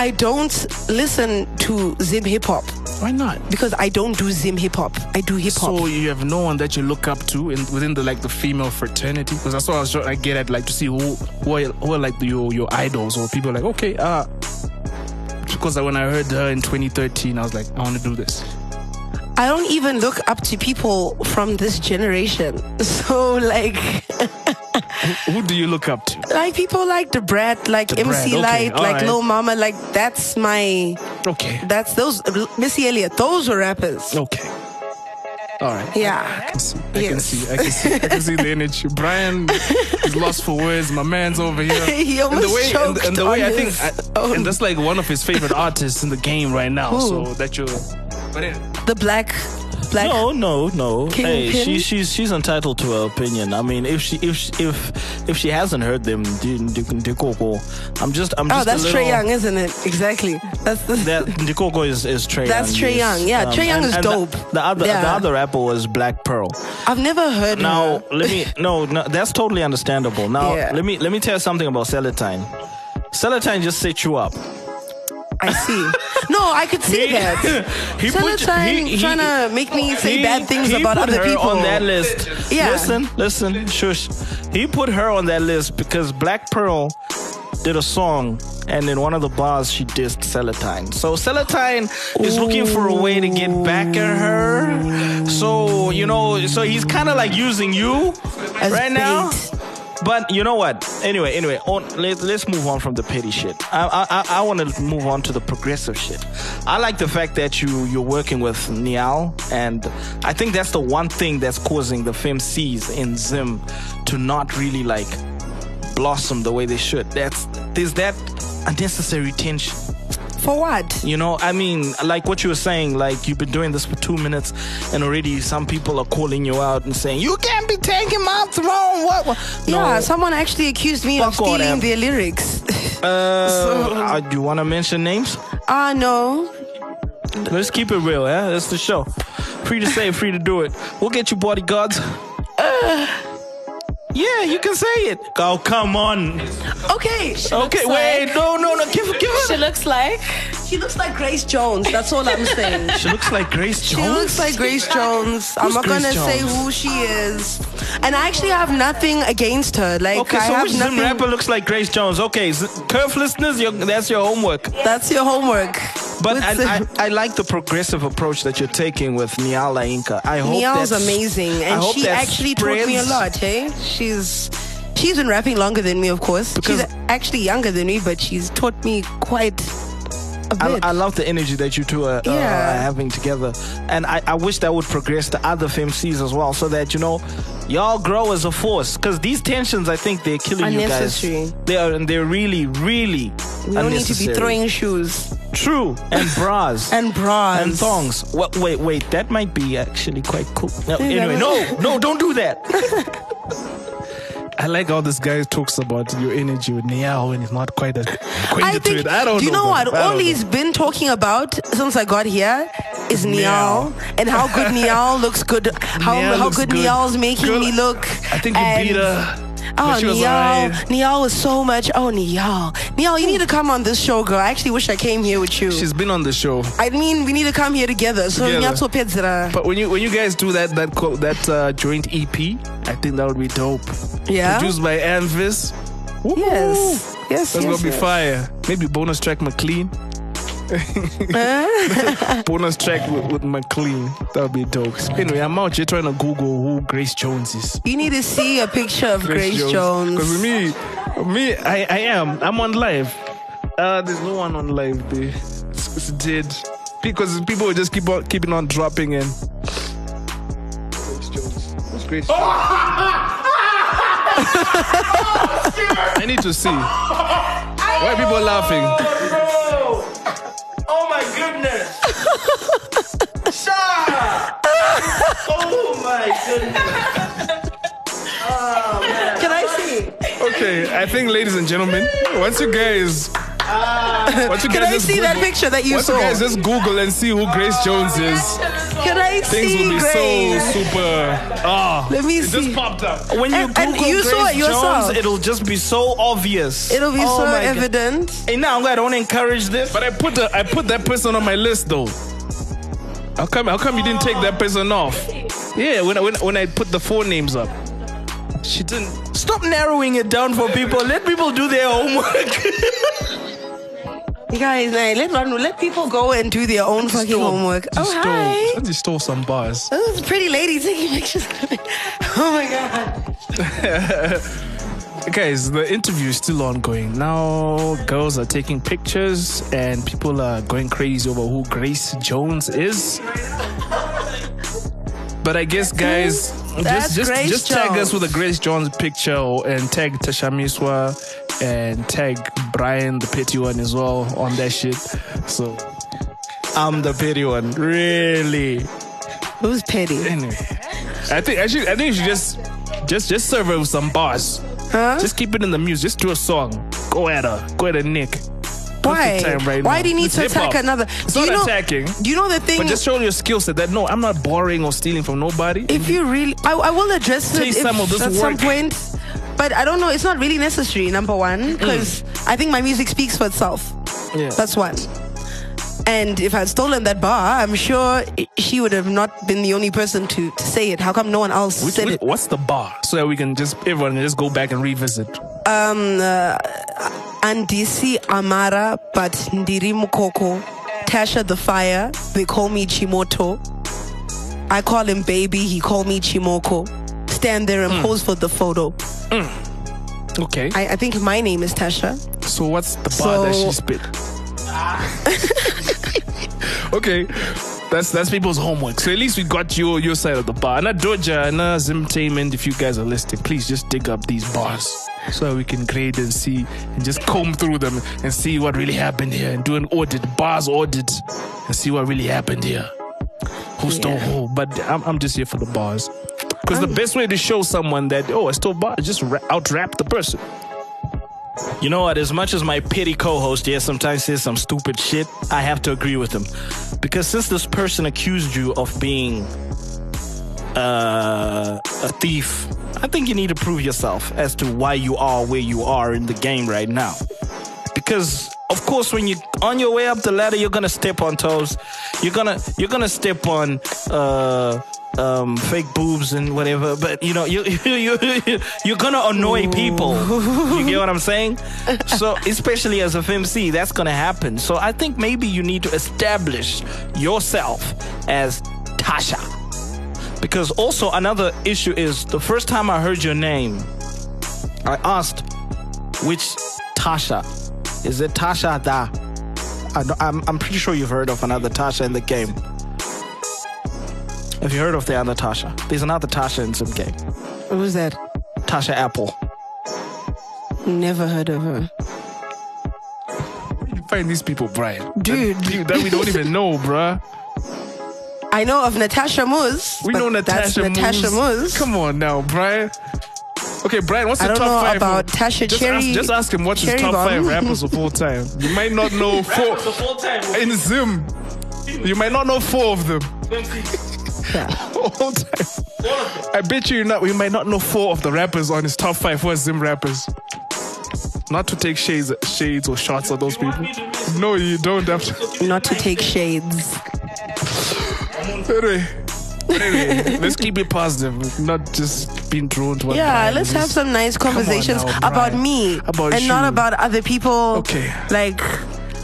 [SPEAKER 6] I don't listen to Zim hip hop
[SPEAKER 2] Why not?
[SPEAKER 6] because I don't do Zim hip hop. I do hip hop.
[SPEAKER 2] So you have no one that you look up to in, within the like the female fraternity because that's what I was trying to get at like to see who who are, who are like your your idols or people like okay uh because when I heard her in 2013 I was like I want to do this
[SPEAKER 6] I don't even look up to people from this generation. So like,
[SPEAKER 2] who do you look up to
[SPEAKER 6] like people like the Brat, like
[SPEAKER 2] The
[SPEAKER 6] MC
[SPEAKER 2] Brat, okay,
[SPEAKER 6] Light, like
[SPEAKER 2] alright.
[SPEAKER 6] Lil Mama, like that's my
[SPEAKER 2] okay
[SPEAKER 6] that's those Missy Elliott. Those were rappers.
[SPEAKER 2] okay all right
[SPEAKER 6] Yeah.
[SPEAKER 2] can see. I can
[SPEAKER 6] Yes.
[SPEAKER 2] see. I can see. I can see the energy. Brian is lost for words. My man's over here.
[SPEAKER 6] He
[SPEAKER 2] and the
[SPEAKER 6] almost
[SPEAKER 2] way, and, the- and the
[SPEAKER 6] choked
[SPEAKER 2] way
[SPEAKER 6] on
[SPEAKER 2] I think,
[SPEAKER 6] his
[SPEAKER 2] I-
[SPEAKER 6] own. Oh.
[SPEAKER 2] and that's like one of his favorite artists in the game right now.
[SPEAKER 6] Who?
[SPEAKER 2] So that you, but yeah,
[SPEAKER 6] The black, black.
[SPEAKER 3] No, no, no. Hey,
[SPEAKER 6] Kingpin?
[SPEAKER 3] she, she's she's entitled to her opinion. I mean, if she if she, if if she hasn't heard them, di- di- Ndikoko, I'm just I'm just
[SPEAKER 6] Oh, that's
[SPEAKER 3] a little,
[SPEAKER 6] Trey Young, isn't it? Exactly. That's the.
[SPEAKER 3] That Ndikoko is is Trey.
[SPEAKER 6] That's
[SPEAKER 3] Young,
[SPEAKER 6] Trey
[SPEAKER 3] yes. Um,
[SPEAKER 6] Young. Yeah, Trey Young
[SPEAKER 3] and-
[SPEAKER 6] is
[SPEAKER 3] and the-
[SPEAKER 6] dope.
[SPEAKER 3] The, other the
[SPEAKER 6] Yeah.
[SPEAKER 3] other rapper was Black Pearl.
[SPEAKER 6] I've never heard
[SPEAKER 3] Now
[SPEAKER 6] her.
[SPEAKER 3] let me no, no that's totally understandable. Now
[SPEAKER 6] Yeah.
[SPEAKER 3] let me let me tell you something about Celatine. Celatine just set you up.
[SPEAKER 6] I see. No, I could see that.
[SPEAKER 3] he
[SPEAKER 6] Tell
[SPEAKER 3] put
[SPEAKER 6] us I'm
[SPEAKER 3] he, he,
[SPEAKER 6] trying to make me say bad things about
[SPEAKER 3] put
[SPEAKER 6] other
[SPEAKER 3] her
[SPEAKER 6] people.
[SPEAKER 3] on that list.
[SPEAKER 6] Yeah.
[SPEAKER 3] Listen, listen, shush. He put her on that list because Black Pearl did a song and in one of the bars she dissed Celatine. So Celatine is looking for a way to get back at her. So, you know, so he's kind of like using you
[SPEAKER 6] As
[SPEAKER 3] right now.
[SPEAKER 6] bait.
[SPEAKER 3] But you know what? Anyway, anyway, on, let, let's move on from the petty shit. I I, I, I want to move on to the progressive shit. I like the fact that you you're working with Niall, and I think that's the one thing that's causing the FemCs in Zim to not really like blossom the way they should. That's there's that unnecessary tension.
[SPEAKER 6] For what?
[SPEAKER 3] You know, I mean, like what you were saying, like you've been doing this for two minutes, and already some people are calling you out and saying you can't be taking my throne. What? what? No,
[SPEAKER 6] Yeah, someone actually accused me of
[SPEAKER 3] Fuck all
[SPEAKER 6] stealing
[SPEAKER 3] them.
[SPEAKER 6] their lyrics.
[SPEAKER 3] uh, uh, do you want to mention names?
[SPEAKER 6] Ah, no.
[SPEAKER 3] Let's keep it real, eh? That's the show. Free to say, free to do it. We'll get you bodyguards. yeah, you can say it. Oh, come on.
[SPEAKER 6] Okay.
[SPEAKER 3] Okay, wait, no, no, no. Give, give
[SPEAKER 11] She
[SPEAKER 3] her.
[SPEAKER 11] looks like
[SPEAKER 6] She looks like Grace Jones. That's all I'm saying.
[SPEAKER 3] She looks like Grace
[SPEAKER 6] She looks like Grace Jones. I'm
[SPEAKER 3] Who's
[SPEAKER 6] not
[SPEAKER 3] Grace
[SPEAKER 6] gonna say
[SPEAKER 3] Jones?
[SPEAKER 6] who she is, and I actually have nothing against her. Like
[SPEAKER 3] Okay,
[SPEAKER 6] I
[SPEAKER 3] so
[SPEAKER 6] have
[SPEAKER 3] which Zim
[SPEAKER 6] nothing.
[SPEAKER 3] rapper looks like Grace Jones? Okay, Z- Curve listeners, your, that's your homework.
[SPEAKER 6] That's your homework.
[SPEAKER 3] But
[SPEAKER 6] With
[SPEAKER 3] I, I,
[SPEAKER 6] Zim-
[SPEAKER 3] I like the progressive approach that you're taking with Niala Inka. I hope
[SPEAKER 6] Niall's
[SPEAKER 3] that's-
[SPEAKER 6] amazing,
[SPEAKER 3] I
[SPEAKER 6] and
[SPEAKER 3] hope
[SPEAKER 6] she
[SPEAKER 3] that
[SPEAKER 6] actually taught me a
[SPEAKER 3] spreads.
[SPEAKER 6] lot. Hey, she's she's been rapping longer than me, of course.
[SPEAKER 3] Because-
[SPEAKER 6] she's actually younger than me, but she's taught me quite a
[SPEAKER 3] I,
[SPEAKER 6] bit.
[SPEAKER 3] I love the energy that you two are, uh,
[SPEAKER 6] Yeah.
[SPEAKER 3] are having together. And I, I wish that would progress to other FMCs as well so that, you know, y'all grow as a force. Because these tensions, I think, they're killing you guys.
[SPEAKER 6] Unnecessary.
[SPEAKER 3] They are, and they're really, really
[SPEAKER 6] we don't need to be
[SPEAKER 3] unnecessary.
[SPEAKER 6] throwing shoes
[SPEAKER 3] True. And bras.
[SPEAKER 6] and bras
[SPEAKER 3] and thongs. Wha- wait, wait, that might be actually quite cool. No,
[SPEAKER 6] Yeah,
[SPEAKER 3] anyway, no,
[SPEAKER 6] that-
[SPEAKER 3] no, don't do that.
[SPEAKER 2] I like how this guy talks about your energy with Niao and he's not quite a acquainted
[SPEAKER 6] I think.
[SPEAKER 2] to it. I don't
[SPEAKER 6] do you know,
[SPEAKER 2] man.
[SPEAKER 6] what?
[SPEAKER 2] I
[SPEAKER 6] All
[SPEAKER 2] don't
[SPEAKER 6] he's been talking about since I got here is Niall
[SPEAKER 2] Niall.
[SPEAKER 6] and how good Niall looks good. How
[SPEAKER 2] Niall
[SPEAKER 6] how
[SPEAKER 2] looks
[SPEAKER 6] good,
[SPEAKER 2] good.
[SPEAKER 6] Niall's making
[SPEAKER 2] Girl,
[SPEAKER 6] me look.
[SPEAKER 2] I think he
[SPEAKER 6] and-
[SPEAKER 2] beat her.
[SPEAKER 6] Oh,
[SPEAKER 2] she was
[SPEAKER 6] Niall.
[SPEAKER 2] alright.
[SPEAKER 6] Niall was so much. Oh, Niall. Niall, you need to come on this show, girl. I actually wish I came here with you.
[SPEAKER 2] She's been on the show.
[SPEAKER 6] I mean, we need to come here together. So,
[SPEAKER 2] Together.
[SPEAKER 6] Nyatso Pedzera.
[SPEAKER 2] But when you when you guys do that that co- that uh, joint EP, I think that would be dope.
[SPEAKER 6] Yeah?
[SPEAKER 2] Produced by Anvis. Woo.
[SPEAKER 6] Yes. Yes,
[SPEAKER 2] That's
[SPEAKER 6] yes,
[SPEAKER 2] gonna be
[SPEAKER 6] yes.
[SPEAKER 2] fire. Maybe bonus track McLean.
[SPEAKER 6] Eh?
[SPEAKER 2] bonus track with, with McLean. That would be dope. Anyway, I'm out here trying to Google who Grace Jones is.
[SPEAKER 6] You need to see a picture of Grace, Jones.
[SPEAKER 2] Because me, me, I, I am. I'm on live. Uh, there's no one on live there. It's, it's dead. Because people will just keep on keeping on dropping in. Grace Jones. Who's Grace Jones? I need to see. Why are people laughing?
[SPEAKER 3] Oh my goodness! Sha! Oh my goodness!
[SPEAKER 6] Can I see?
[SPEAKER 2] Okay, I think, ladies and gentlemen, once you guys. once you
[SPEAKER 6] Uh, Can
[SPEAKER 2] guys
[SPEAKER 6] I
[SPEAKER 2] just
[SPEAKER 6] see that
[SPEAKER 2] Google-
[SPEAKER 6] picture that you
[SPEAKER 2] Once
[SPEAKER 6] saw?
[SPEAKER 2] you guys just Google and see who Grace Jones is.
[SPEAKER 6] Can I
[SPEAKER 2] Things
[SPEAKER 6] see
[SPEAKER 2] will be
[SPEAKER 6] Grace?
[SPEAKER 2] so super. Ah,
[SPEAKER 6] Let me
[SPEAKER 2] it
[SPEAKER 6] see.
[SPEAKER 2] just popped up.
[SPEAKER 3] When you
[SPEAKER 6] And-
[SPEAKER 3] Google
[SPEAKER 6] and you
[SPEAKER 3] Grace
[SPEAKER 6] saw it yourself.
[SPEAKER 3] Jones, it'll just be so obvious.
[SPEAKER 6] It'll be
[SPEAKER 3] Oh
[SPEAKER 6] so
[SPEAKER 3] my God.
[SPEAKER 6] evident.
[SPEAKER 3] Hey, now I don't encourage this.
[SPEAKER 2] But I put the, I put that person on my list though. How come? How come you didn't take that person off? Yeah, when I, when, I- when I put the four names up, she didn't.
[SPEAKER 3] Stop narrowing it down for people. Let people do their homework.
[SPEAKER 6] You guys, like, let one, let people go and do their own fucking homework.
[SPEAKER 2] She
[SPEAKER 6] Oh
[SPEAKER 2] stole,
[SPEAKER 6] hi,
[SPEAKER 2] She stole some bars.
[SPEAKER 6] this is a pretty lady taking pictures. of me. oh my god,
[SPEAKER 2] Guys, the interview is still ongoing. Now girls are taking pictures and people are going crazy over who Grace Jones is. But I guess guys
[SPEAKER 6] That's
[SPEAKER 2] just just,
[SPEAKER 6] Grace
[SPEAKER 2] just tag
[SPEAKER 6] Jones.
[SPEAKER 2] us with a Grace Jones picture or- and tag Tashamiswa and tag Brian the petty one as well on that shit. So
[SPEAKER 3] I'm the petty one.
[SPEAKER 2] really
[SPEAKER 6] who's petty?
[SPEAKER 2] anyway. I think I should I think you should just just just serve her with some bars.
[SPEAKER 6] Huh?
[SPEAKER 2] Just keep it in the music. Just do a song. Go at her. Go at her, Nick.
[SPEAKER 6] Why?
[SPEAKER 2] time right
[SPEAKER 6] Why
[SPEAKER 2] now.
[SPEAKER 6] do you need
[SPEAKER 2] It's
[SPEAKER 6] to attack
[SPEAKER 2] hip-hop.
[SPEAKER 6] another?
[SPEAKER 2] It's
[SPEAKER 6] do you
[SPEAKER 2] not
[SPEAKER 6] know,
[SPEAKER 2] attacking.
[SPEAKER 6] Do you know the thing?
[SPEAKER 2] But just show your skill set that no, I'm not borrowing or stealing from nobody.
[SPEAKER 6] if you really, I, I will address it
[SPEAKER 2] Taste
[SPEAKER 6] if,
[SPEAKER 2] some of this
[SPEAKER 6] at some
[SPEAKER 2] work.
[SPEAKER 6] point. But I don't know. It's not really necessary. Number one, because I think my music speaks for itself.
[SPEAKER 2] Mm. yeah.
[SPEAKER 6] That's one. And if I'd stolen that bar, I'm sure i- she would have not been the only person to, to say it. How come no one else
[SPEAKER 2] Which-
[SPEAKER 6] said
[SPEAKER 2] which-
[SPEAKER 6] it?
[SPEAKER 2] What's the bar so that we can just everyone can just go back and revisit?
[SPEAKER 6] Um, uh, Andisi Amara, but Ndiri Mukoko, Tasha the Fire, they call me Chimoto. I call him baby, he called me Chimoko. Stand there
[SPEAKER 2] Hmm.
[SPEAKER 6] and pose for the photo.
[SPEAKER 2] Okay.
[SPEAKER 6] I, I think my name is Tasha.
[SPEAKER 2] so what's the bar that
[SPEAKER 6] So-
[SPEAKER 2] she spit? okay. That's that's people's homework. So at least we got your your side of the bar. And Doja and Zimtainment, if you guys are listening, please just dig up these bars. so we can grade and see and just comb through them and see what really happened here and do an audit, bars audit, and see what really happened here. Who stole who? But I'm, I'm just here for the bars. Because the best way to show someone that, oh, I stole bars, just ra- out rap the person.
[SPEAKER 3] You know what? As much as my petty co-host here sometimes says some stupid shit, I have to agree with him, because since this person accused you of being uh, a thief, I think you need to prove yourself as to why you are where you are in the game right now. Because of course, when you on your way up the ladder, you're gonna step on toes. You're gonna you're gonna step on. Uh, um, fake boobs and whatever, but you know you you you you're gonna annoy people. You get what I'm saying? So especially as a FMC, that's gonna happen. So I think maybe you need to establish yourself as Tasha, because also another issue is the first time I heard your name, I asked which Tasha. Is it Tasha Da? I don't- I'm, I'm pretty sure you've heard of another Tasha in the game. Have you heard of the other Tasha? There's another Tasha in some game.
[SPEAKER 6] Who's that?
[SPEAKER 3] Tasha Apple.
[SPEAKER 6] Never heard of her.
[SPEAKER 2] You find these people, Brian.
[SPEAKER 6] Dude.
[SPEAKER 2] That, that we don't even know, bruh.
[SPEAKER 6] I know of Natasha Moose.
[SPEAKER 2] We
[SPEAKER 6] but
[SPEAKER 2] know
[SPEAKER 6] that's
[SPEAKER 2] Natasha
[SPEAKER 6] Natasha Moose.
[SPEAKER 2] Come on now, Brian. Okay, Brian, what's
[SPEAKER 6] I
[SPEAKER 2] the
[SPEAKER 6] don't
[SPEAKER 2] top
[SPEAKER 6] know
[SPEAKER 2] five?
[SPEAKER 6] about
[SPEAKER 2] of-
[SPEAKER 6] Tasha
[SPEAKER 2] just
[SPEAKER 6] Cherry-
[SPEAKER 2] Ask, just ask him what's his
[SPEAKER 6] Cherry
[SPEAKER 2] top
[SPEAKER 6] Bomb.
[SPEAKER 2] five rappers of all time. You might not know four. In Zim. You might not know four of them.
[SPEAKER 6] Yeah.
[SPEAKER 2] All time. I bet you not. We might not know four of the rappers on his top five for Zim rappers. Not to take shades, shades or shots at those people. No, you don't have to.
[SPEAKER 6] Not to take shades.
[SPEAKER 2] Anyway, anyway, let's keep it positive, not just being drawn to one.
[SPEAKER 6] Yeah,
[SPEAKER 2] brand.
[SPEAKER 6] let's have
[SPEAKER 2] Just-
[SPEAKER 6] some nice conversations
[SPEAKER 2] now,
[SPEAKER 6] about
[SPEAKER 2] Brian.
[SPEAKER 6] me
[SPEAKER 2] About
[SPEAKER 6] and not
[SPEAKER 2] you.
[SPEAKER 6] about other people.
[SPEAKER 2] Okay.
[SPEAKER 6] Like,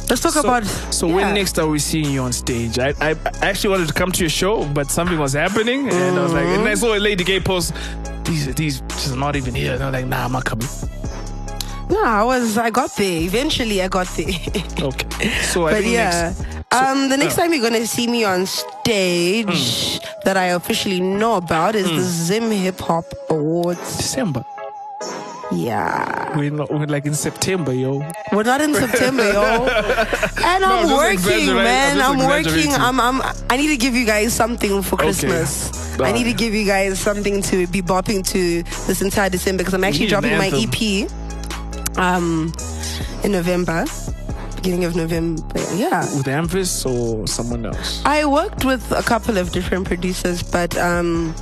[SPEAKER 6] let's talk about.
[SPEAKER 2] So when
[SPEAKER 6] yeah.
[SPEAKER 2] next are we seeing you on stage? I, I I actually wanted to come to your show, but something was happening, and I was like,
[SPEAKER 6] Mm.
[SPEAKER 2] and I saw a lady gay post. These these she's not even here. And I'm like, nah, I'm not coming.
[SPEAKER 6] No, I was. I got there. Eventually, I got there.
[SPEAKER 2] Okay. So I
[SPEAKER 6] but
[SPEAKER 2] think
[SPEAKER 6] yeah.
[SPEAKER 2] next. uh.
[SPEAKER 6] um, the next time you're gonna see me on stage
[SPEAKER 2] Hmm.
[SPEAKER 6] that I officially know about is the Zim Hip Hop Awards.
[SPEAKER 2] December.
[SPEAKER 6] Yeah,
[SPEAKER 2] We're, not, we're like in September, yo.
[SPEAKER 6] we're not in September, yo. And I'm,
[SPEAKER 2] I'm just
[SPEAKER 6] working,
[SPEAKER 2] exaggerating.
[SPEAKER 6] man.
[SPEAKER 2] I'm
[SPEAKER 6] I'm,
[SPEAKER 2] just
[SPEAKER 6] working.
[SPEAKER 2] exaggerating.
[SPEAKER 6] I'm, I'm. I need to give you guys something for Christmas. I need to
[SPEAKER 2] Alright.
[SPEAKER 6] give you guys something to be bopping to this entire December because I'm actually
[SPEAKER 2] need an
[SPEAKER 6] dropping my
[SPEAKER 2] anthem.
[SPEAKER 6] EP um, in November, beginning of November. Yeah.
[SPEAKER 2] With Amphis or someone else?
[SPEAKER 6] I worked with a couple of different producers, but um,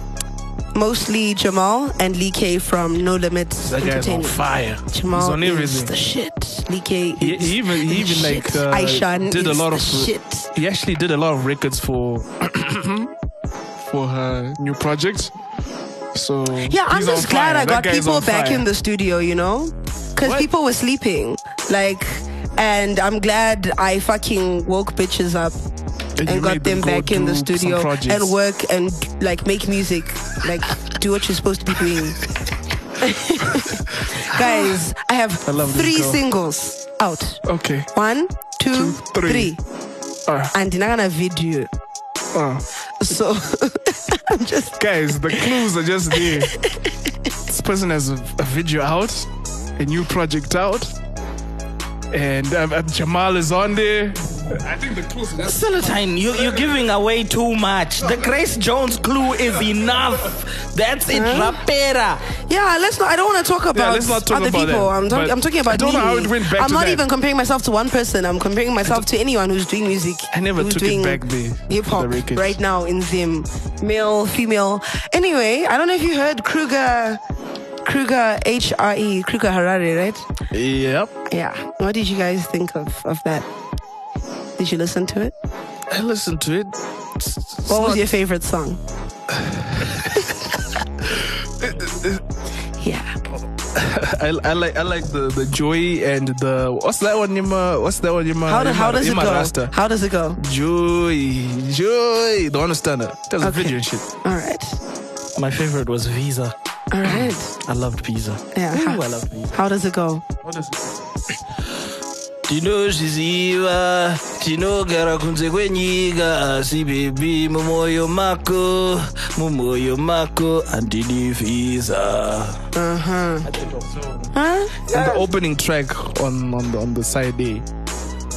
[SPEAKER 6] mostly Jamal and Lee K from No Limits
[SPEAKER 2] That guy's on
[SPEAKER 6] Entertainment.
[SPEAKER 2] fire.
[SPEAKER 6] Jamal
[SPEAKER 2] He's on
[SPEAKER 6] is
[SPEAKER 2] everything.
[SPEAKER 6] the shit. Lee K.
[SPEAKER 2] He,
[SPEAKER 6] is
[SPEAKER 2] he even
[SPEAKER 6] the
[SPEAKER 2] he even
[SPEAKER 6] shit.
[SPEAKER 2] like uh,
[SPEAKER 6] Aishan
[SPEAKER 2] did a
[SPEAKER 6] is
[SPEAKER 2] lot
[SPEAKER 6] the
[SPEAKER 2] of
[SPEAKER 6] shit.
[SPEAKER 2] he actually did a lot of records for for her new project. So
[SPEAKER 6] Yeah, I'm
[SPEAKER 2] he's on
[SPEAKER 6] just glad
[SPEAKER 2] fire.
[SPEAKER 6] I
[SPEAKER 2] That
[SPEAKER 6] got
[SPEAKER 2] guy is
[SPEAKER 6] people
[SPEAKER 2] on
[SPEAKER 6] back
[SPEAKER 2] fire.
[SPEAKER 6] in the studio, you know? Because
[SPEAKER 2] What?
[SPEAKER 6] people were sleeping. Like, and I'm glad I fucking woke bitches up and,
[SPEAKER 2] you
[SPEAKER 6] got
[SPEAKER 2] made
[SPEAKER 6] them
[SPEAKER 2] them go
[SPEAKER 6] back in the
[SPEAKER 2] do some
[SPEAKER 6] studio
[SPEAKER 2] projects.
[SPEAKER 6] and work and like make music. Like, do what you're supposed to be doing. Guys, I have
[SPEAKER 2] love this
[SPEAKER 6] three
[SPEAKER 2] girl.
[SPEAKER 6] singles out.
[SPEAKER 2] Okay.
[SPEAKER 6] One, two,
[SPEAKER 2] Two,
[SPEAKER 6] three.
[SPEAKER 2] three. Uh,
[SPEAKER 6] And then I'm gonna video.
[SPEAKER 2] uh.
[SPEAKER 6] So I'm just
[SPEAKER 2] Guys, the clues are just there. this person has a, a video out, a new project out, and um, um, Jamal is on there. I think the clues are just
[SPEAKER 3] Celestine, you, you're giving away too much. The Grace Jones clue is enough. That's it, rapera.
[SPEAKER 6] Yeah, let's not. I don't want to talk about
[SPEAKER 2] let's not talk
[SPEAKER 6] other
[SPEAKER 2] about
[SPEAKER 6] people.
[SPEAKER 2] that.
[SPEAKER 6] I'm, talk,
[SPEAKER 2] But
[SPEAKER 6] I'm talking about
[SPEAKER 2] I don't
[SPEAKER 6] me.
[SPEAKER 2] know how it went back
[SPEAKER 6] I'm
[SPEAKER 2] to
[SPEAKER 6] not
[SPEAKER 2] that.
[SPEAKER 6] even comparing myself to one person. I'm comparing myself to anyone who's doing music.
[SPEAKER 2] I never
[SPEAKER 6] who's
[SPEAKER 2] took it
[SPEAKER 6] doing
[SPEAKER 2] back there,
[SPEAKER 6] Hip hop
[SPEAKER 2] the records.
[SPEAKER 6] right now in Zim, male, female. Anyway, I don't know if you heard Kruger, Kruger H R E Kruger Harare, right?
[SPEAKER 2] Yep.
[SPEAKER 6] Yeah. What did you guys think of of that? Did you listen to it?
[SPEAKER 2] I listened to it.
[SPEAKER 6] What was your favorite song? yeah.
[SPEAKER 2] I, I like I like the the joy and the what's that one Yima what's that one Yima
[SPEAKER 6] How, do, how does it
[SPEAKER 2] Yima
[SPEAKER 6] go?
[SPEAKER 2] Rasta?
[SPEAKER 6] How does it go?
[SPEAKER 2] Joy, joy. Don't understand it. There's a
[SPEAKER 6] Okay. Uh-huh.
[SPEAKER 2] video and shit.
[SPEAKER 6] All right.
[SPEAKER 3] My favorite was Visa.
[SPEAKER 6] All right.
[SPEAKER 3] I loved Visa.
[SPEAKER 6] Yeah.
[SPEAKER 3] Ooh, I loved Visa.
[SPEAKER 6] How does it go?
[SPEAKER 2] What is it?
[SPEAKER 3] tinozviziva tinogara kunze kwenyika asi bebi mumwoyo mako mumwoyo mako handidi vhiza
[SPEAKER 6] Huh?
[SPEAKER 2] And the opening track on on the, on the side A, I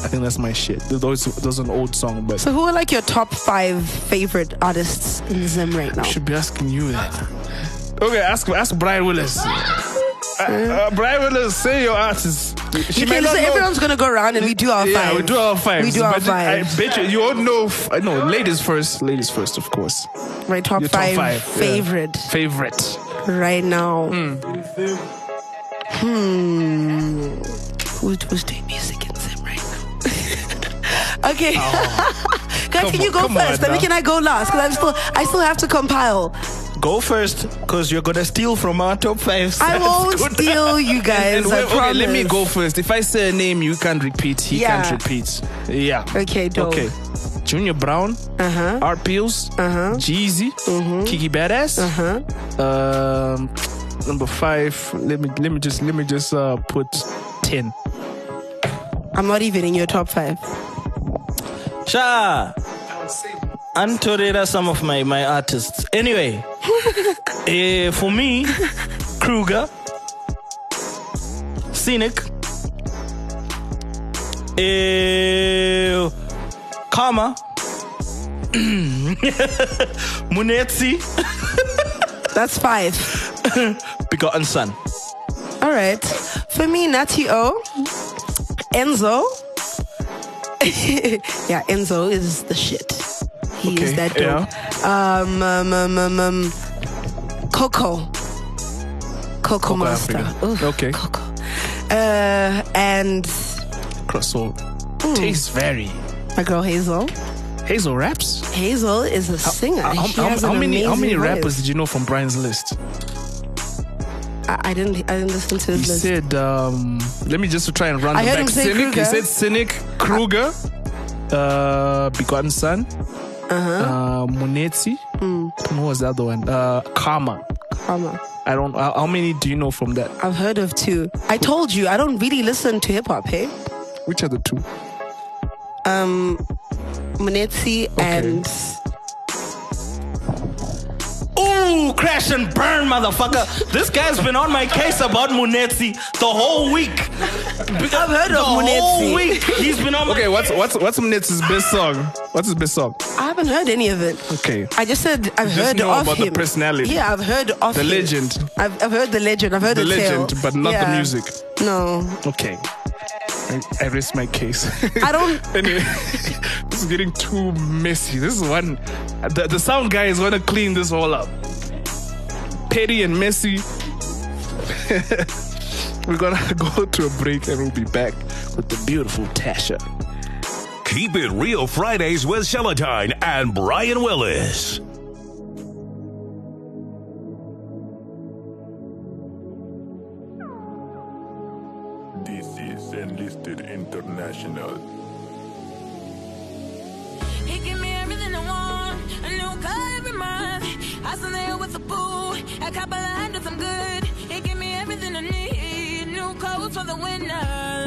[SPEAKER 2] think that's my shit. There's always there's an old song, but
[SPEAKER 6] So who are like your top five favorite artists in Zim right now?
[SPEAKER 2] should be asking you that. Okay, ask ask Brian Willis. Uh, uh, Brian Willis, say your artist. She
[SPEAKER 6] Okay, so everyone's gonna go around and we do our
[SPEAKER 2] yeah,
[SPEAKER 6] five.
[SPEAKER 2] we do our five.
[SPEAKER 6] We do our
[SPEAKER 2] but uh, I
[SPEAKER 6] fives.
[SPEAKER 2] bet you you all know. F- uh, no, ladies first. Ladies first, of course.
[SPEAKER 6] My top,
[SPEAKER 2] Your top
[SPEAKER 6] five,
[SPEAKER 2] five, yeah.
[SPEAKER 6] favorite
[SPEAKER 2] Favorite.
[SPEAKER 6] right now. Hmm. Who's, who's doing music in Zim right now? okay. Guys, can
[SPEAKER 2] on-
[SPEAKER 6] you go
[SPEAKER 2] Oh. come on
[SPEAKER 6] first? Then
[SPEAKER 2] now.
[SPEAKER 6] can I go last? Because I'm still, I still have to compile.
[SPEAKER 3] go first because you're gonna steal from our top five
[SPEAKER 6] I won't
[SPEAKER 2] good.
[SPEAKER 6] steal you guys.
[SPEAKER 2] And
[SPEAKER 6] I
[SPEAKER 2] wait, okay, let me
[SPEAKER 6] promise.
[SPEAKER 2] go first. If I say a name, you can't repeat. He
[SPEAKER 6] Yeah.
[SPEAKER 2] can't repeat. Yeah.
[SPEAKER 6] Okay, dope.
[SPEAKER 2] Okay. Junior Brown,
[SPEAKER 6] Uh huh.
[SPEAKER 2] Art Peels,
[SPEAKER 6] Uh huh.
[SPEAKER 2] Jeezy, Kiki Badass.
[SPEAKER 6] Uh huh.
[SPEAKER 2] Um, number five. Let me let me just let me just uh put ten.
[SPEAKER 6] I'm not even in your top five.
[SPEAKER 3] Sha. Antorera some of my, my artists. Anyway, eh, for me, Kruger, Scenic, eh, Karma, Munetsi,
[SPEAKER 6] That's five.
[SPEAKER 3] Begotten Son.
[SPEAKER 6] All right. For me, Natty O, Enzo. yeah, Enzo is the shit. He is
[SPEAKER 2] Okay,
[SPEAKER 6] that dope. Um, um, um, um, um, Coco. Coco Monster.
[SPEAKER 2] Africa.
[SPEAKER 6] Oof,
[SPEAKER 2] Okay.
[SPEAKER 6] Coco. Uh, and hmm,
[SPEAKER 2] Crossover. Tastes very.
[SPEAKER 6] my girl Hazel.
[SPEAKER 2] Hazel raps.
[SPEAKER 6] Hazel is a singer.
[SPEAKER 2] How,
[SPEAKER 6] She
[SPEAKER 2] how-
[SPEAKER 6] has
[SPEAKER 2] how
[SPEAKER 6] an
[SPEAKER 2] many how
[SPEAKER 6] amazing
[SPEAKER 2] many
[SPEAKER 6] voice.
[SPEAKER 2] rappers did you know from Brian's list?
[SPEAKER 6] I, I didn't. I didn't listen to
[SPEAKER 2] He
[SPEAKER 6] his list.
[SPEAKER 2] said. Um, let me just try and run
[SPEAKER 6] I heard
[SPEAKER 2] them
[SPEAKER 6] him
[SPEAKER 2] back.
[SPEAKER 6] say
[SPEAKER 2] Cynic. He
[SPEAKER 6] Kruger.
[SPEAKER 2] said Cynic, Kruger, uh, Begotten Son,
[SPEAKER 6] Uh-huh.
[SPEAKER 2] uh, Munetsi.
[SPEAKER 6] Mm,
[SPEAKER 2] Who was the other one? Uh, Karma.
[SPEAKER 6] karma.
[SPEAKER 2] I don't. How, how many do you know from that?
[SPEAKER 6] I've heard of two. I told you I don't really listen to hip hop, hey?
[SPEAKER 2] Which are the two?
[SPEAKER 6] Um Munetsi and
[SPEAKER 3] Ooh, crash and burn, motherfucker. this guy's been on my case about Munetsi the whole week.
[SPEAKER 6] I've heard
[SPEAKER 3] The
[SPEAKER 6] of
[SPEAKER 3] whole
[SPEAKER 6] Munetsi.
[SPEAKER 3] week. He's been on my
[SPEAKER 2] Okay, what's what's what's Munet's best song? What's his best song?
[SPEAKER 6] I haven't heard any of it.
[SPEAKER 2] Okay.
[SPEAKER 6] I just said I've
[SPEAKER 2] just
[SPEAKER 6] heard
[SPEAKER 2] know
[SPEAKER 6] of
[SPEAKER 2] about the
[SPEAKER 6] him.
[SPEAKER 2] personality.
[SPEAKER 6] Yeah, I've heard of
[SPEAKER 2] The
[SPEAKER 6] him.
[SPEAKER 2] legend.
[SPEAKER 6] I've, I've heard the legend. I've heard
[SPEAKER 2] The
[SPEAKER 6] the tale.
[SPEAKER 2] legend, but not the
[SPEAKER 6] Yeah.
[SPEAKER 2] music.
[SPEAKER 6] No,
[SPEAKER 2] Okay. I, I rest my case.
[SPEAKER 6] I don't.
[SPEAKER 2] anyway, this is getting too messy. This is one. The, the sound guy is going to clean this all up. Petty and messy. We're going to go to a break and we'll be back with the beautiful Tasha.
[SPEAKER 1] Keep It Real Fridays with Celatine and Brian Willis.
[SPEAKER 11] This is Enlisted International.
[SPEAKER 12] He give me everything I want, a new car every month. I sit there with a boo, a couple of hundreds, I'm good. He give me everything I need, new clothes for the winter.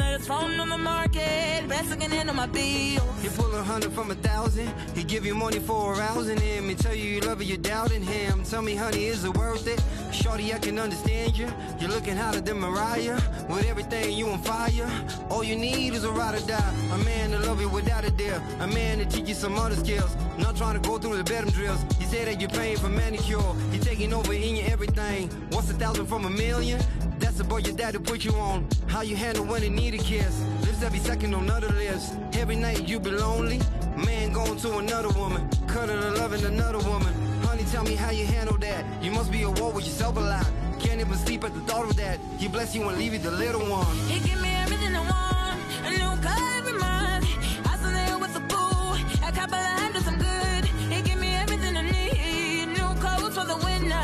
[SPEAKER 12] Latest phone on the market, best second hand on my bill.
[SPEAKER 13] You pull a hundred from a thousand. He give you money for arousing him. He tell you you love her, you're doubting him. Tell me, honey, is it worth it? Shorty, I can understand you. You're looking hotter than Mariah. With everything, you on fire. All you need is a ride or die. A man to love you without a deal. A man to teach you some other skills. Not trying to go through the bedroom drills. You say that you're paying for manicure. He taking over in your everything. What's a thousand from a million? That's the boy your daddy put you on. How you handle when they need a kiss. Lives every second on other lips. Every night you be lonely. Man going to another woman. Cuddle and loving another woman. Honey, tell me how you handle that. You must be at war with yourself a lot. Can't even sleep at the thought of that. He bless you and leave you the little one.
[SPEAKER 12] He give me everything I want, a new car every month. I sit there with a boo, a couple of hundreds, I'm good. He give me everything I need, new clothes for the winter.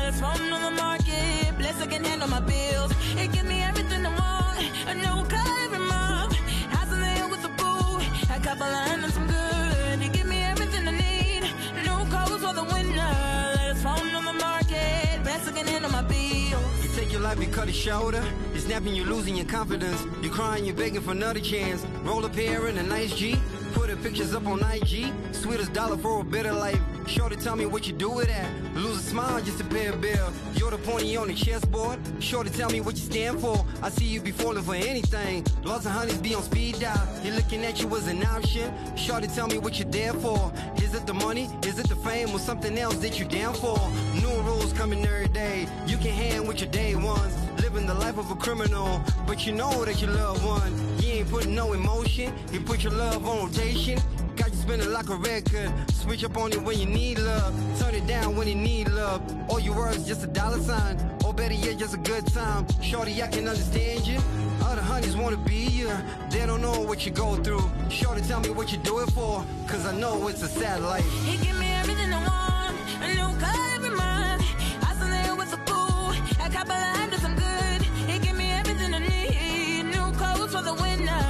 [SPEAKER 12] Latest phone on the market, bless I can handle my bills. He give me everything I want, a new car every month. I sit there with a boo, a couple of hundreds, I'm good. He give me everything I need, new clothes for the winter. Latest phone on the market, bless I can handle my bills.
[SPEAKER 13] You take your life, you cut it shorter. You snapping, you losing your confidence. You crying, you're begging for another chance. Roll up here in a nice G. Put her pictures up on IG. Sweetest dollar for a better life. Shorty, tell me what you do with that. Lose a smile just to pay a bill. You're the pony on the chessboard. Shorty, tell me what you stand for. I see you be falling for anything. Lots of honeys be on speed dial. He looking at you as an option. Shorty, tell me what you're there for. Is it the money? Is it the fame? Or something else that you're down for? New rules coming every day. You can hang with your day ones. Living the life of a criminal. But you know that you love one. You ain't putting no emotion. You put your love on rotation. Got you spinning like a record. Switch up on it when you need love. Turn it down when you need love. All your words just a dollar sign. Or better yet, just a good time. Shorty, I can understand you. Other honeys wanna be you. They don't know what you go through. Shorty, tell me what you do it for. Cause I know it's a sad life.
[SPEAKER 12] He give me everything I want, a new car every month. I saw that was so cool, a couple of hundreds I'm good. He give me everything I need, new clothes for the winter,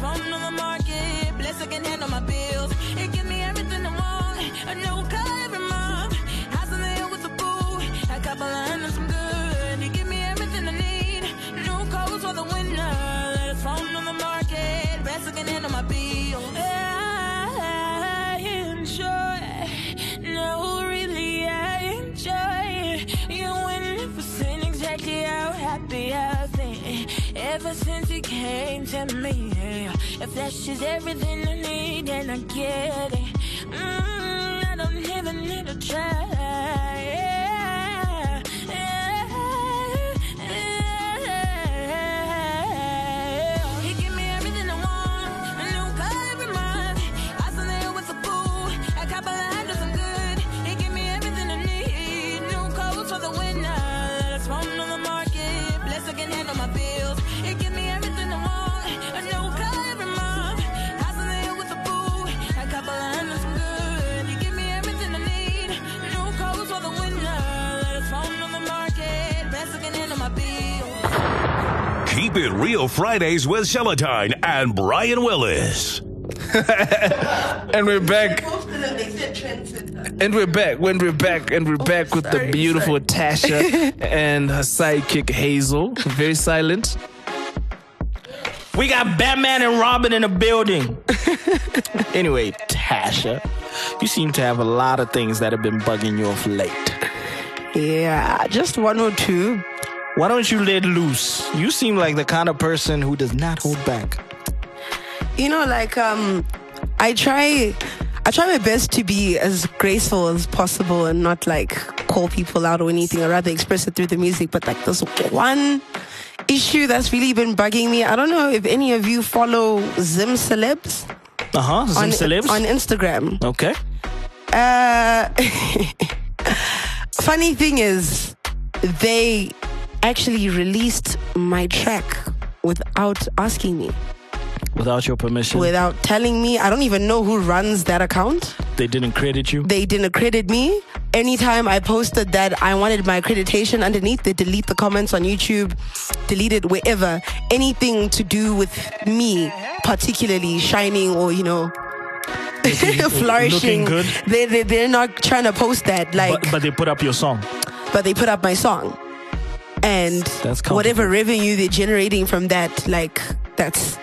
[SPEAKER 12] phone on the market, bless I can handle my bills. He give me everything I want, a new car every month. I saw that was so cool, a couple of hundreds I'm good. He give me everything I need, new clothes for the winter, phone on the market, bless I can handle my bills. I enjoy, no, really, I enjoy you and never seen exactly how happy I've been ever since you came to me. yeah. If that's just everything I need, then I get it. Mm, I don't even need to try. Yeah, yeah, yeah. He give me everything I want, a new car every month. I saw that was a pool, a couple of hundreds I'm good. He give me everything I need, new clothes for the winter. That's one on the market, bless I can handle my bills. He give me everything I want, a new car every month. I saw that was a pool, a couple of hundreds I'm good. He give me everything I need, new clothes for the winter. That's one on the market, bless I can handle my bills.
[SPEAKER 1] Keep It Real Fridays with Celatine and Brian Willis.
[SPEAKER 2] And we're back.
[SPEAKER 6] Trent
[SPEAKER 2] And we're back. When we're back, and we're back with
[SPEAKER 6] Oh, sorry,
[SPEAKER 2] the beautiful Tasha and her sidekick Hazel. Very silent.
[SPEAKER 3] We got Batman and Robin in the building. anyway, Tasha, you seem to have a lot of things that have been bugging you of late.
[SPEAKER 6] Yeah, just one or two.
[SPEAKER 3] Why don't you let loose? You seem like the kind of person who does not hold back.
[SPEAKER 6] You know, like um, I try, I try my best to be as graceful as possible and not like call people out or anything. I rather express it through the music. But like this one issue that's really been bugging me. I don't know if any of you follow Zim Celebs
[SPEAKER 3] Uh huh. Some
[SPEAKER 6] on
[SPEAKER 3] celebs.
[SPEAKER 6] on Instagram.
[SPEAKER 3] okay.
[SPEAKER 6] Uh, funny thing is, they actually released my track without asking me,
[SPEAKER 3] Without your permission,
[SPEAKER 6] without telling me. I don't even know who runs that account.
[SPEAKER 3] they didn't credit you.
[SPEAKER 6] They didn't credit me. Anytime I posted that I wanted my accreditation underneath, they delete the comments on YouTube, delete it wherever. Anything to do with me, particularly shining or, you know, flourishing.
[SPEAKER 3] good.
[SPEAKER 6] They, they, they're not trying to post that. Like,
[SPEAKER 3] but, but they put up your song.
[SPEAKER 6] but they put up my song and
[SPEAKER 3] That's comfortable.
[SPEAKER 6] whatever revenue they're generating from that like that's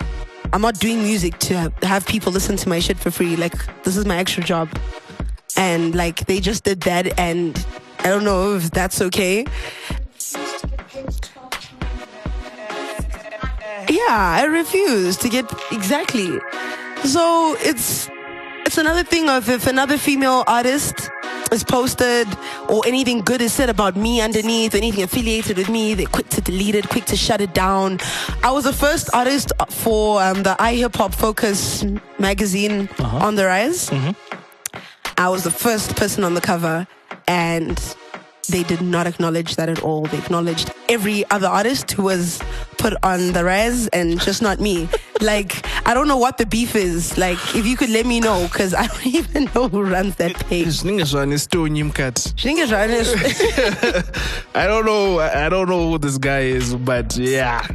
[SPEAKER 6] i'm not doing music to have, have people listen to my shit for free like this is my extra job and like they just did that and i don't know if that's okay yeah i refuse to get exactly so it's it's another thing of if another female artist is posted or anything good is said about me underneath, anything affiliated with me, they're quick to delete it, quick to shut it down. I was the first artist for um, the I Hip Hop Focus magazine on the rise. I was the first person on the cover, and they did not acknowledge that at all. They acknowledged every other artist who was put on the res and just not me. like, I don't know what the beef is. Like, if you could let me know, because I don't even know who runs that page.
[SPEAKER 2] Zingazwane is still Nimkat.
[SPEAKER 6] Do you think it's honest?
[SPEAKER 2] I don't know. I I don't know who this guy is, but yeah,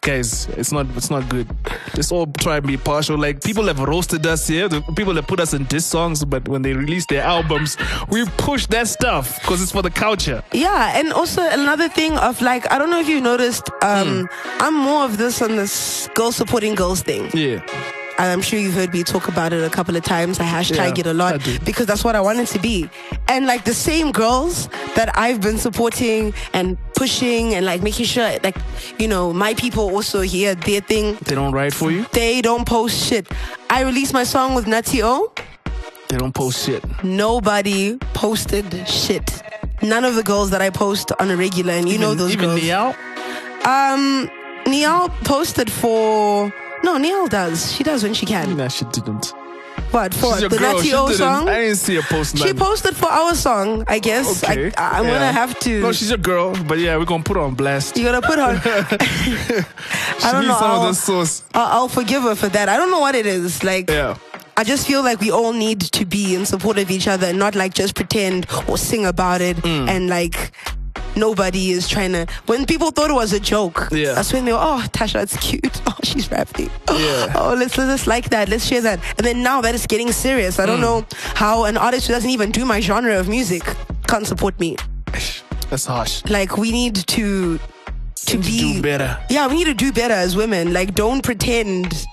[SPEAKER 2] guys, it's not it's not good. Let's all try and be partial. Like people have roasted us here. The people have put us in diss songs, but when they release their albums, we push that stuff because it's for the culture.
[SPEAKER 6] Yeah, and also another thing of like, I don't know if you noticed, um, I'm more of this on this girl supporting girls thing.
[SPEAKER 2] Hmm. Yeah.
[SPEAKER 6] And I'm sure you've heard me talk about it a couple of times. I hashtag
[SPEAKER 2] Yeah,
[SPEAKER 6] it a
[SPEAKER 2] I
[SPEAKER 6] lot
[SPEAKER 2] do.
[SPEAKER 6] because that's what I wanted to be. And like the same girls that I've been supporting and pushing and like making sure, like, you know, my people also hear their thing.
[SPEAKER 2] They don't write for you.
[SPEAKER 6] They don't post shit. I released my song with Natty O.
[SPEAKER 2] They don't post shit.
[SPEAKER 6] Nobody posted shit. None of the girls that I post on a regular, and you know those
[SPEAKER 2] Even
[SPEAKER 6] girls.
[SPEAKER 2] Niall.
[SPEAKER 6] Um, Niall posted for. No, Niall does. She does when she can.
[SPEAKER 2] Nah, she didn't.
[SPEAKER 6] But for
[SPEAKER 2] She's your
[SPEAKER 6] the
[SPEAKER 2] girl.
[SPEAKER 6] Natty
[SPEAKER 2] She
[SPEAKER 6] O
[SPEAKER 2] didn't.
[SPEAKER 6] song,
[SPEAKER 2] I didn't see her post.
[SPEAKER 6] she
[SPEAKER 2] none.
[SPEAKER 6] posted for our song, I guess.
[SPEAKER 2] Okay.
[SPEAKER 6] I, I, am
[SPEAKER 2] Yeah.
[SPEAKER 6] gonna have to.
[SPEAKER 2] No, she's a girl, but yeah, we're gonna put her on blast.
[SPEAKER 6] you gotta put her. I don't know.
[SPEAKER 2] she needs some of
[SPEAKER 6] I'll,
[SPEAKER 2] the sauce.
[SPEAKER 6] I'll, I'll forgive her for that. I don't know what it is. Like,
[SPEAKER 2] Yeah.
[SPEAKER 6] I just feel like we all need to be in support of each other and not like just pretend or sing about it
[SPEAKER 2] Mm.
[SPEAKER 6] and like nobody is trying to when people thought it was a joke
[SPEAKER 2] Yeah.
[SPEAKER 6] that's when they were oh Tasha that's cute oh she's rapping
[SPEAKER 2] Yeah.
[SPEAKER 6] oh let's let's let's like that let's share that and then now that it's getting serious I don't
[SPEAKER 2] Mm.
[SPEAKER 6] know how an artist who doesn't even do my genre of music can't support me
[SPEAKER 2] That's harsh.
[SPEAKER 6] like we need to to be
[SPEAKER 2] Do better.
[SPEAKER 6] yeah we need to do better as women like don't pretend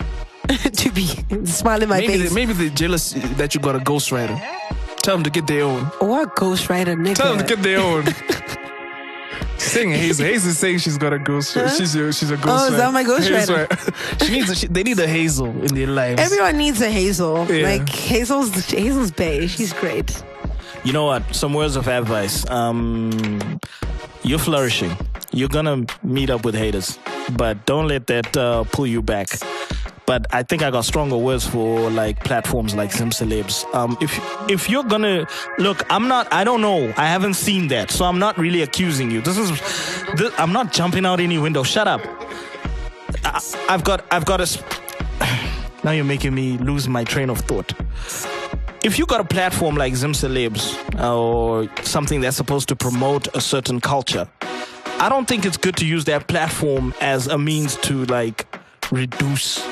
[SPEAKER 6] to be smile in my
[SPEAKER 2] Maybe,
[SPEAKER 6] face
[SPEAKER 2] they, maybe they're jealous that you got a ghostwriter. Tell them to get their own.
[SPEAKER 6] Oh, What ghostwriter nigga?
[SPEAKER 2] Tell them to get their own. Sing Hazel. Hazel's saying she's got a ghost. She's a, she's a ghost.
[SPEAKER 6] Oh, is that my ghostwriter?
[SPEAKER 2] she needs. A, she, they need a Hazel in their lives.
[SPEAKER 6] Everyone needs a Hazel.
[SPEAKER 2] Yeah.
[SPEAKER 6] Like Hazel's Hazel's Bay. She's great.
[SPEAKER 3] You know what? Some words of advice. Um, you're flourishing. You're gonna meet up with haters, but don't let that uh, pull you back. But I think I got stronger words for like platforms like Zimcelebs. Um, if if you're gonna look, I'm not. I don't know. I haven't seen that, so I'm not really accusing you. This is. This, I'm not jumping out any window. Shut up. I, I've got. I've got a. sp- Now you're making me lose my train of thought if you got a platform like Zim Celebs uh, or something that's supposed to promote a certain culture, I don't think it's good to use that platform as a means to like reduce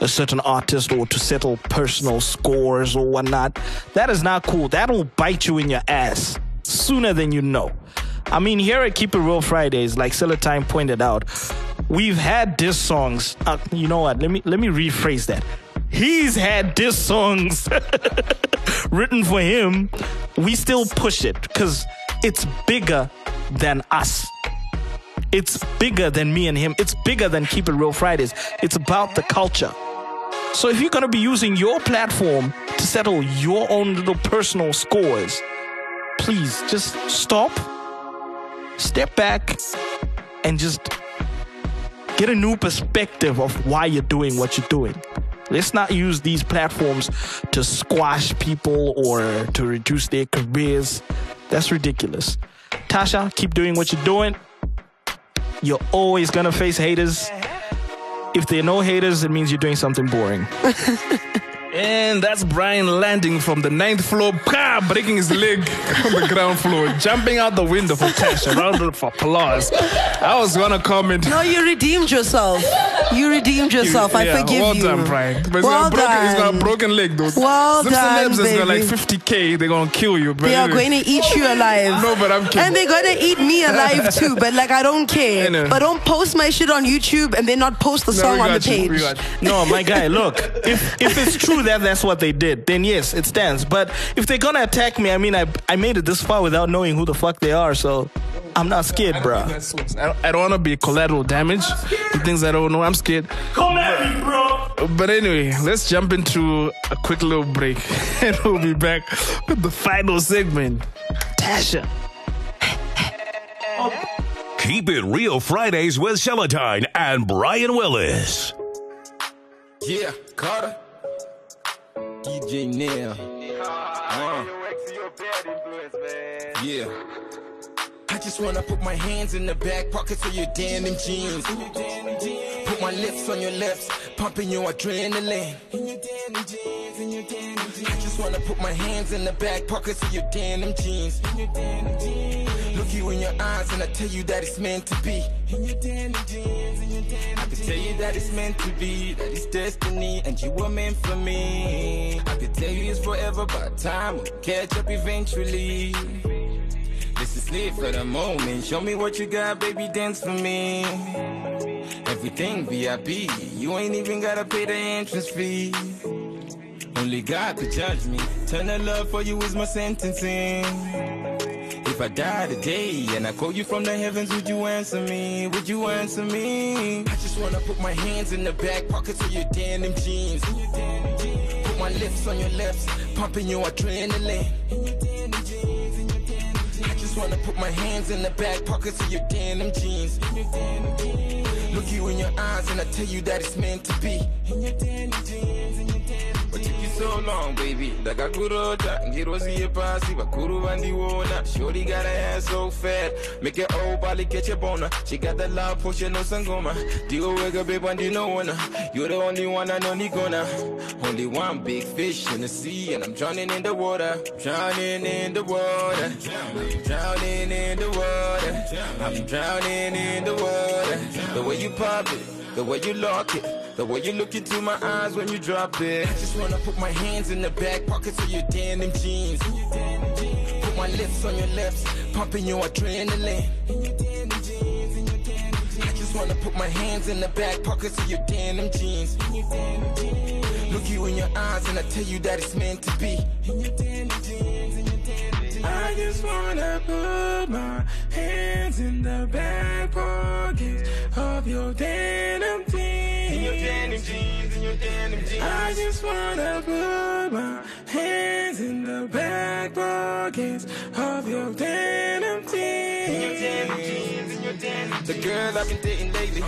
[SPEAKER 3] a certain artist or to settle personal scores or whatnot. That is not cool. That'll bite you in your ass sooner than you know. I mean, here at Keep It Real Fridays, like Celatine pointed out, we've had diss songs. Uh, you know what? Let me let me rephrase that. He's had diss songs written for him. We still push it because it's bigger than us. It's bigger than me and him. It's bigger than Keep It Real Fridays. It's about the culture. So if you're going to be using your platform to settle your own little personal scores, please just stop, step back, and just get a new perspective of why you're doing what you're doing. Let's not use these platforms to squash people or to reduce their careers. That's ridiculous. Tasha, keep doing what you're doing. You're always going to face haters. If there are no haters, it means you're doing something boring.
[SPEAKER 2] And that's Brian landing from the ninth floor, bah, breaking his leg on the ground floor, jumping out the window for cash. A round of applause. I was gonna comment.
[SPEAKER 6] No, you redeemed yourself. You redeemed yourself. I
[SPEAKER 2] Yeah,
[SPEAKER 6] forgive
[SPEAKER 2] well
[SPEAKER 6] you.
[SPEAKER 2] done, Brian. But
[SPEAKER 6] well
[SPEAKER 2] he's, got a broken, he's got a
[SPEAKER 6] done.
[SPEAKER 2] broken leg, though.
[SPEAKER 6] Well
[SPEAKER 2] Zipson
[SPEAKER 6] done,
[SPEAKER 2] Labs has got like
[SPEAKER 6] baby.
[SPEAKER 2] 50k. They're gonna kill you. But
[SPEAKER 6] They are
[SPEAKER 2] anyway.
[SPEAKER 6] going to eat you alive.
[SPEAKER 2] No, but I'm kidding.
[SPEAKER 6] And they're going to eat me alive too. But like, I don't care.
[SPEAKER 2] I know.
[SPEAKER 6] But don't post my shit on YouTube and then not post the
[SPEAKER 2] No,
[SPEAKER 6] song
[SPEAKER 2] we
[SPEAKER 6] on the
[SPEAKER 2] got you,
[SPEAKER 6] page.
[SPEAKER 2] we got you.
[SPEAKER 3] No, my guy, look, if, if it's true that that's what they did, then yes, it stands. But if they're gonna attack me, I mean, I, I made it this far without knowing who the fuck they are, so I'm not scared, bruh.
[SPEAKER 2] That's what's- I don't, I don't want to be collateral damage. The things I don't know, I'm scared. Come at me, bro. But anyway, let's jump into a quick little break, and we'll be back with the final segment. Tasha.
[SPEAKER 1] Keep It Real Fridays with Celatine and Brian Willis.
[SPEAKER 5] Yeah, Carter. DJ Nail. Uh. Yeah. I just wanna put my hands in the back pockets of your denim jeans. Put my lips on your lips,
[SPEAKER 14] pumping your adrenaline. In your denim jeans, in your denim jeans. I just wanna put my hands in the back pockets of your denim jeans. In your denim jeans. Look you in your eyes and I tell you that it's meant to be. In your denim jeans, in your denim jeans. I can tell you that it's meant to be, that it's destiny, and you were meant for me. I could tell you it's forever, but time will catch up eventually. This is live for the moment. Show me what you got, baby, dance for me. Everything VIP, you ain't even gotta pay the entrance fee. Only God could judge me. Turn of love for you is my sentencing. If I die today and I call you from the heavens, would you answer me? Would you answer me? I just wanna put my hands in the back pockets of your denim jeans. Put my lips on your lips, pumping your adrenaline. I just wanna put my hands in the back pockets of your denim jeans. Look you in your eyes and I tell you that it's meant to be. What took you so long, baby? Ndakakurota, ngiroziye pasi, vakuru vandiona. Shorty got her ass so fat, make your old body get your boner. She got that love potion, no sangoma. Deal with her, babe, and you know wanna. You're the only one I know Nigona. Only one big fish in the sea, and I'm drowning in the water. Drowning in the water. I'm drowning in the water. I'm drowning in the water. The way you pop it, the way you lock it. The way you look into my eyes when you drop it. I just wanna put my hands in the back pockets of your denim jeans. Put my lips on your lips, pumping your adrenaline. I just wanna put my hands in the back pockets of your denim jeans. Look you in your eyes and I tell you that it's meant to be. I just wanna put my hands in the back pockets of your denim jeans. In your denim jeans, in your denim jeans. I just wanna put my hands in the back pockets of your denim jeans. In your denim jeans, in your denim jeans. The girl I've been dating lately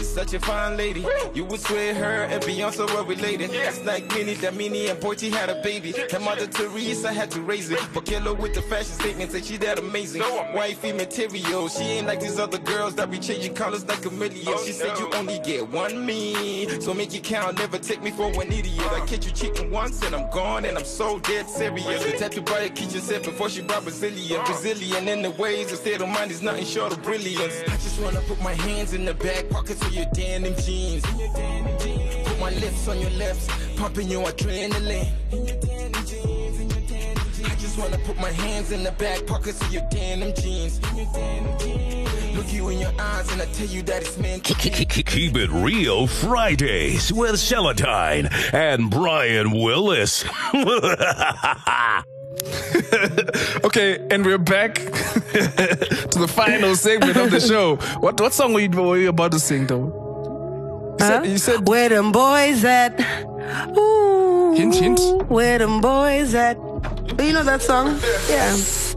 [SPEAKER 14] is such a fine lady. You would swear her and Beyonce were related. It's like Minnie, that Minnie and Boy, she had a baby. And Mother Teresa had to raise it. But killer with the fashion statements, and she that amazing. Wifey material, she ain't like these other girls that be changing colors like chameleons. she said you only get one me, so make it count. Never take me for an idiot. I catch you cheating once and I'm gone, and I'm so dead serious. The tattoo by a kitchen set before she brought Brazilian. Brazilian in the ways of state of mind is nothing short of brilliance. I just wanna put my hands in the back pockets of your denim jeans. Put my lips on your lips, pumping your adrenaline. I just wanna put my hands in the back pockets of your denim jeans. Look you in your eyes and I tell you that it's meant to be.
[SPEAKER 1] Keep it real Fridays with Celatine and Brian Willis.
[SPEAKER 2] Okay, and we're back to the final segment of the show. What what song were you, were you about to sing though?
[SPEAKER 6] Huh?
[SPEAKER 2] You said
[SPEAKER 6] Where them boys at? Ooh.
[SPEAKER 2] Hint, hint.
[SPEAKER 6] Where them boys at? You know that song? Yeah.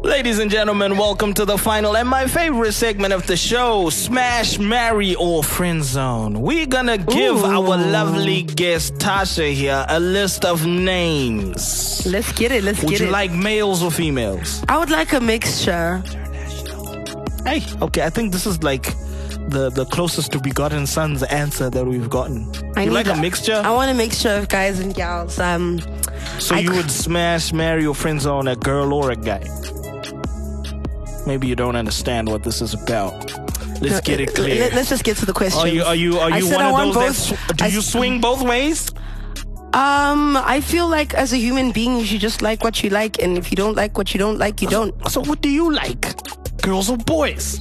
[SPEAKER 3] Ladies and gentlemen, welcome to the final and my favorite segment of the show, Smash, Marry, or Friend Zone. We're gonna give our lovely guest Tasha here a list of names.
[SPEAKER 6] Let's get it. Let's
[SPEAKER 3] Would
[SPEAKER 6] get
[SPEAKER 3] you
[SPEAKER 6] it.
[SPEAKER 3] like males or females?
[SPEAKER 6] I would like a mixture.
[SPEAKER 3] Hey, okay, I think this is like the, the closest to begotten son's answer that we've gotten.
[SPEAKER 6] I
[SPEAKER 3] you
[SPEAKER 6] need
[SPEAKER 3] like a mixture?
[SPEAKER 6] I want a mixture of guys and gals. Um,
[SPEAKER 3] so
[SPEAKER 6] I
[SPEAKER 3] you
[SPEAKER 6] c-
[SPEAKER 3] would smash, marry, or friend zone a girl or a guy? Maybe you don't understand what this is about. Let's get it clear.
[SPEAKER 6] uh, Let, us just get to the question.
[SPEAKER 3] Are you are you are
[SPEAKER 6] I
[SPEAKER 3] you
[SPEAKER 6] said
[SPEAKER 3] one
[SPEAKER 6] I
[SPEAKER 3] of
[SPEAKER 6] want both.
[SPEAKER 3] those that sw- do
[SPEAKER 6] I
[SPEAKER 3] you
[SPEAKER 6] s-
[SPEAKER 3] swing both ways?
[SPEAKER 6] Um, I feel like as a human being, you should just like what you like, and if you don't like what you don't like, you don't.
[SPEAKER 3] So what do you like? Girls or boys?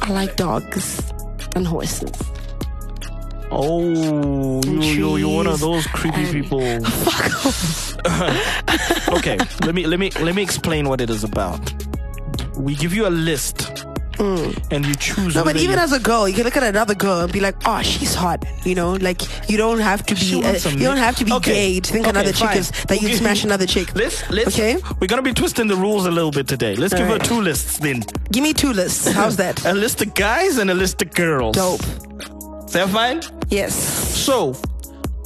[SPEAKER 6] I like dogs and horses.
[SPEAKER 3] Oh, you you you're one of
[SPEAKER 6] trees
[SPEAKER 3] those creepy
[SPEAKER 6] and-
[SPEAKER 3] people. okay, let me let me let me explain what it is about. We give you a list, and you choose.
[SPEAKER 6] Mm. No, but
[SPEAKER 3] whether
[SPEAKER 6] even
[SPEAKER 3] you-
[SPEAKER 6] as a girl, you can look at another girl and be like, "Oh, she's hot," you know. Like you don't have to
[SPEAKER 3] She
[SPEAKER 6] be uh,
[SPEAKER 3] wants a
[SPEAKER 6] you don't
[SPEAKER 3] mix.
[SPEAKER 6] have to be
[SPEAKER 3] Okay.
[SPEAKER 6] gay to think
[SPEAKER 3] Okay,
[SPEAKER 6] another chick
[SPEAKER 3] fine.
[SPEAKER 6] is that you
[SPEAKER 3] Okay.
[SPEAKER 6] smash another chick.
[SPEAKER 3] let's let's
[SPEAKER 6] okay,
[SPEAKER 3] we're gonna be twisting the rules a little bit today. Let's give
[SPEAKER 6] Alright.
[SPEAKER 3] her two lists then:
[SPEAKER 6] give me two lists. How's that?
[SPEAKER 3] a list of guys and a list of girls.
[SPEAKER 6] Dope.
[SPEAKER 3] Is that fine?
[SPEAKER 6] Yes.
[SPEAKER 3] So,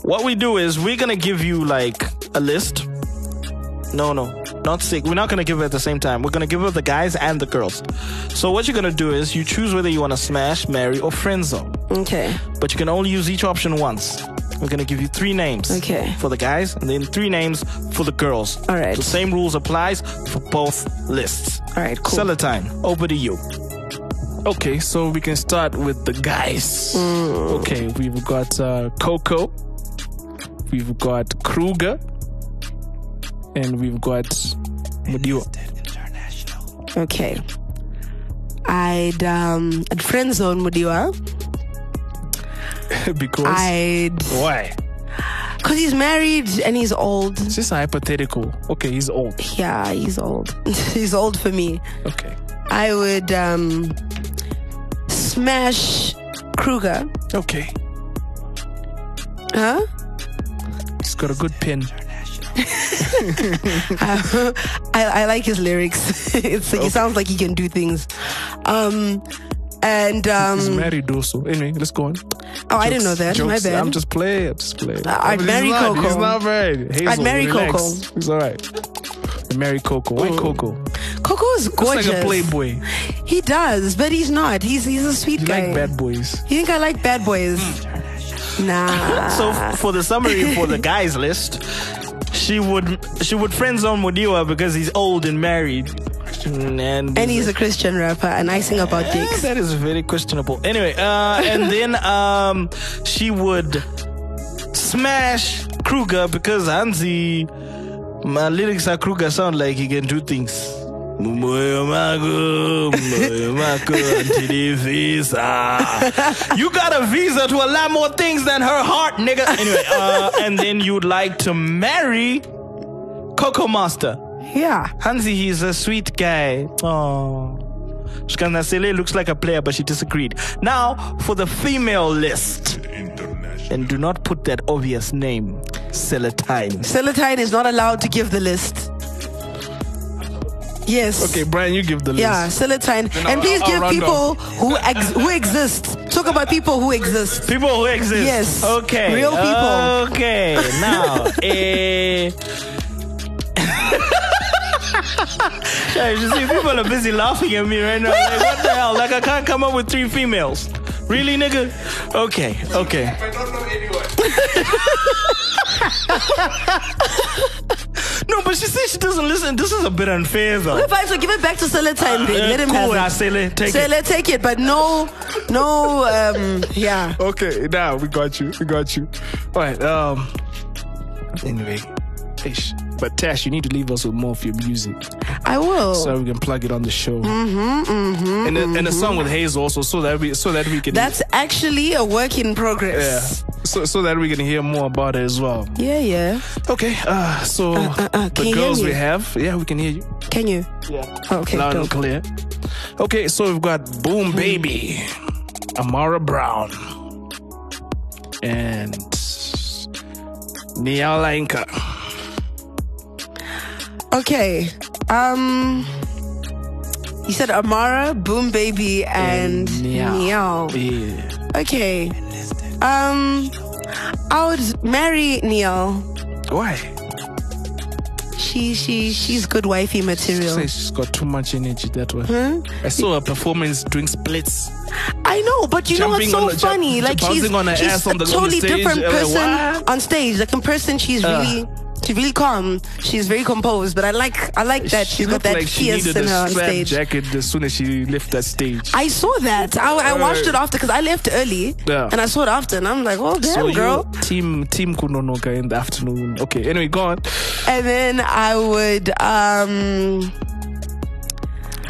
[SPEAKER 3] what we do is we're gonna give you like a list. No, no, not sick. We're not gonna give it at the same time. We're gonna give it the guys and the girls. So what you're gonna do is you choose whether you wanna smash, marry, or friend zone.
[SPEAKER 6] Okay.
[SPEAKER 3] But you can only use each option once. We're gonna give you three names.
[SPEAKER 6] Okay.
[SPEAKER 3] For the guys, and then three names for the girls.
[SPEAKER 6] All right.
[SPEAKER 3] The same rules applies for both lists.
[SPEAKER 6] All right, cool.
[SPEAKER 3] Celatine, over to you.
[SPEAKER 2] Okay, so we can start with the guys. Okay, we've got uh, Coco, we've got Kruger, and we've got Mudiwa.
[SPEAKER 6] Okay. I'd um I'd friend zone Mudiwa.
[SPEAKER 2] because
[SPEAKER 6] I'd
[SPEAKER 2] why?
[SPEAKER 6] because he's married and he's old.
[SPEAKER 2] It's just a hypothetical. Okay, he's old.
[SPEAKER 6] Yeah, he's old. he's old for me.
[SPEAKER 2] Okay,
[SPEAKER 6] I would um smash Kruger.
[SPEAKER 2] okay,
[SPEAKER 6] Huh?
[SPEAKER 2] he's got a good pin.
[SPEAKER 6] I, I like his lyrics. it's like, He sounds like he can do things. Um, and um,
[SPEAKER 2] He's married also. Anyway, let's go on.
[SPEAKER 6] oh, I didn't know that. My
[SPEAKER 2] Jokes.
[SPEAKER 6] bad.
[SPEAKER 2] I'm just playing. I'm just playing.
[SPEAKER 6] Uh, I'd
[SPEAKER 2] He's
[SPEAKER 6] marry
[SPEAKER 2] not-
[SPEAKER 6] Coco.
[SPEAKER 2] He's not married. Hazel,
[SPEAKER 6] marry
[SPEAKER 2] relax.
[SPEAKER 6] Coco.
[SPEAKER 2] He's all right. I'd marry Coco. Why Coco?
[SPEAKER 6] Coco is
[SPEAKER 2] Looks
[SPEAKER 6] gorgeous.
[SPEAKER 2] like a playboy.
[SPEAKER 6] He does, but he's not. He's he's a sweet
[SPEAKER 2] You
[SPEAKER 6] guy.
[SPEAKER 2] like bad boys. Hmm.
[SPEAKER 6] You think I like bad boys? Nah.
[SPEAKER 3] So f- for the summary for the guys list, she would she would friend zone Mudiwa because he's old and married, and
[SPEAKER 6] and he's a Christian rapper, and I sing about
[SPEAKER 3] Eh,
[SPEAKER 6] dicks.
[SPEAKER 3] that is very questionable. Anyway, uh, and then um, she would smash Kruger because Hansi, my lyrics are Kruger sound like he can do things. Moyo mako, moyo mako, ntili visa. You got a visa to a lot more things than her heart, nigga. Anyway, uh, and then you'd like to marry Coco Master.
[SPEAKER 6] Yeah.
[SPEAKER 3] Hansi, he's a sweet guy. Oh. Shkanasele looks like a player, but she disagreed. Now, for the female list. And do not put that obvious name, Celatine.
[SPEAKER 6] Celatine is not allowed to give the list. Yes.
[SPEAKER 2] Okay, Brian, you give the list.
[SPEAKER 6] Yeah, Celatine. And please
[SPEAKER 2] I'll- I'll
[SPEAKER 6] give
[SPEAKER 2] round
[SPEAKER 6] people who ex- who exist. Talk about people who exist.
[SPEAKER 3] People who exist.
[SPEAKER 6] Yes.
[SPEAKER 3] Okay.
[SPEAKER 6] Real people.
[SPEAKER 3] Okay. Now, eh. Yeah, you see, people are busy laughing at me right now. Like, what the hell? Like, I can't come up with three females. Really, nigga? Okay. Okay.
[SPEAKER 14] I don't know anyone.
[SPEAKER 3] No, but she says she doesn't listen. This is a bit unfair, though.
[SPEAKER 6] Fine, so give it back to Celatine, babe.
[SPEAKER 3] Uh,
[SPEAKER 6] Let him
[SPEAKER 3] cool,
[SPEAKER 6] have it.
[SPEAKER 3] Asele, take it.
[SPEAKER 6] Celatine, take it, but no, no, um, yeah.
[SPEAKER 2] Okay, now we got you. We got you. All right. Um. Anyway, ish. But Tash, you need to leave us with more of your music
[SPEAKER 6] I will.
[SPEAKER 2] so we can plug it on the show. Mm-hmm. mm-hmm and a, and a song with Hayes also, so that we so that we can
[SPEAKER 6] That's actually a work in
[SPEAKER 2] yeah.
[SPEAKER 6] progress.
[SPEAKER 2] So so that we can hear more about it as well.
[SPEAKER 6] Yeah, yeah.
[SPEAKER 2] Okay. Uh. So
[SPEAKER 6] uh, can
[SPEAKER 2] the
[SPEAKER 6] you hear
[SPEAKER 2] girls we
[SPEAKER 6] me?
[SPEAKER 2] have. Yeah, we can hear you
[SPEAKER 6] Can you? Yeah. Okay.
[SPEAKER 2] loud
[SPEAKER 6] dope. Hmm.
[SPEAKER 2] and clear. Okay. So we've got Boom Baby, Amara Brown, and Niala Inca.
[SPEAKER 6] Okay. Um you said Amara, Boom Baby, and Niall.
[SPEAKER 2] Yeah.
[SPEAKER 6] Okay. Um I would marry Niall.
[SPEAKER 2] Why?
[SPEAKER 6] She she she's good wifey
[SPEAKER 2] She
[SPEAKER 6] material.
[SPEAKER 2] says she's got too much energy that way. I saw her performance doing splits.
[SPEAKER 6] Hmm? I know, but you know what's
[SPEAKER 2] Jumping
[SPEAKER 6] so
[SPEAKER 2] on the- ju-
[SPEAKER 6] funny?
[SPEAKER 2] ju-
[SPEAKER 6] like she's,
[SPEAKER 2] bouncing on her
[SPEAKER 6] she's
[SPEAKER 2] ass on the-
[SPEAKER 6] a
[SPEAKER 2] on the
[SPEAKER 6] totally
[SPEAKER 2] stage,
[SPEAKER 6] different
[SPEAKER 2] and like,
[SPEAKER 6] person
[SPEAKER 2] what? Uh.
[SPEAKER 6] on stage. Like in person, she's really she's really calm. She's very composed. But I like I like that
[SPEAKER 2] she
[SPEAKER 6] she's got
[SPEAKER 2] looked
[SPEAKER 6] that
[SPEAKER 2] like she
[SPEAKER 6] fierce
[SPEAKER 2] needed
[SPEAKER 6] in
[SPEAKER 2] a
[SPEAKER 6] her on
[SPEAKER 2] strap
[SPEAKER 6] stage.
[SPEAKER 2] jacket as soon as she left that stage.
[SPEAKER 6] I saw that. I, I watched it after because I left early
[SPEAKER 2] Yeah.
[SPEAKER 6] and I saw it after and I'm like, oh damn,
[SPEAKER 2] so you-
[SPEAKER 6] girl.
[SPEAKER 2] team team Kunonoka in the afternoon. Okay, anyway, go on.
[SPEAKER 6] And then I would um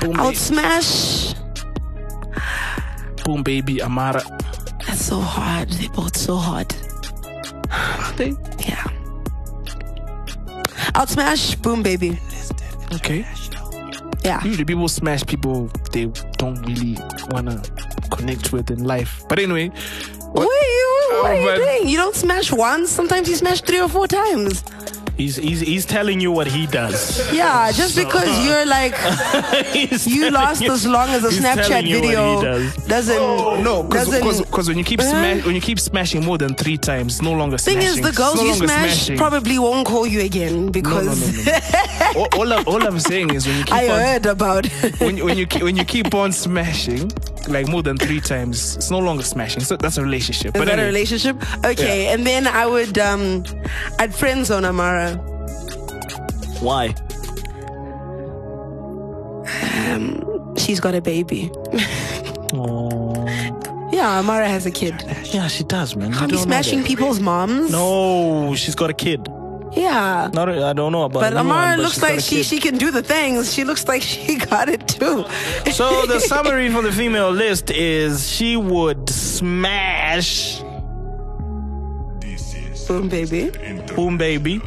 [SPEAKER 2] Boom,
[SPEAKER 6] I would
[SPEAKER 2] ba-
[SPEAKER 6] smash.
[SPEAKER 2] boom baby, Amara.
[SPEAKER 6] That's so hard. They both so hard.
[SPEAKER 2] They-
[SPEAKER 6] Yeah. I'll smash Boom Baby.
[SPEAKER 2] Okay.
[SPEAKER 6] Yeah.
[SPEAKER 2] Usually people smash people they don't really wanna connect with in life. But anyway,
[SPEAKER 6] What, you, what
[SPEAKER 2] Oh,
[SPEAKER 6] are you
[SPEAKER 2] but-
[SPEAKER 6] doing? You don't smash once. Sometimes you smash three or four times.
[SPEAKER 3] He's, he's, he's telling you what he does.
[SPEAKER 6] Yeah, just because you're like
[SPEAKER 3] He's
[SPEAKER 6] you
[SPEAKER 3] telling
[SPEAKER 6] last as long as a
[SPEAKER 3] he's
[SPEAKER 6] Snapchat
[SPEAKER 3] telling you what
[SPEAKER 6] video
[SPEAKER 3] he does.
[SPEAKER 6] doesn't
[SPEAKER 2] Oh, no,
[SPEAKER 6] doesn't
[SPEAKER 2] because when you keep sma-
[SPEAKER 6] Huh?
[SPEAKER 2] when you keep smashing more than three times, it's no longer
[SPEAKER 6] Thing
[SPEAKER 2] smashing.
[SPEAKER 6] is, the
[SPEAKER 2] It's
[SPEAKER 6] girls
[SPEAKER 2] no
[SPEAKER 6] you
[SPEAKER 2] longer
[SPEAKER 6] smash
[SPEAKER 2] smashing.
[SPEAKER 6] probably won't call you again
[SPEAKER 2] no, no,
[SPEAKER 6] because
[SPEAKER 2] no, no. all, all, I'm, all I'm saying is when you keep
[SPEAKER 6] I
[SPEAKER 2] on
[SPEAKER 6] heard about.
[SPEAKER 2] when, you- when you keep, when you keep on smashing, like more than three times, it's no longer smashing. So that's a relationship.
[SPEAKER 6] Is that a
[SPEAKER 2] anyway.
[SPEAKER 6] relationship? Okay, and then I would um, I'd friend zone Amara.
[SPEAKER 3] Why?
[SPEAKER 6] Um, she's got a baby. Yeah, Amara has a kid.
[SPEAKER 3] Yeah, she does, man. You
[SPEAKER 6] Can't be
[SPEAKER 3] don't know that.
[SPEAKER 6] smashing people's moms.
[SPEAKER 3] No, she's got a kid.
[SPEAKER 6] Yeah.
[SPEAKER 3] Not, a- I don't know about.
[SPEAKER 6] But
[SPEAKER 3] a new
[SPEAKER 6] Amara
[SPEAKER 3] one, but
[SPEAKER 6] looks
[SPEAKER 3] she's got
[SPEAKER 6] like
[SPEAKER 3] a
[SPEAKER 6] she
[SPEAKER 3] kid.
[SPEAKER 6] she can do the things. She looks like she got it too.
[SPEAKER 3] So the summary for the female list is she would smash
[SPEAKER 6] Boom, baby. Mm-hmm.
[SPEAKER 3] Boom Baby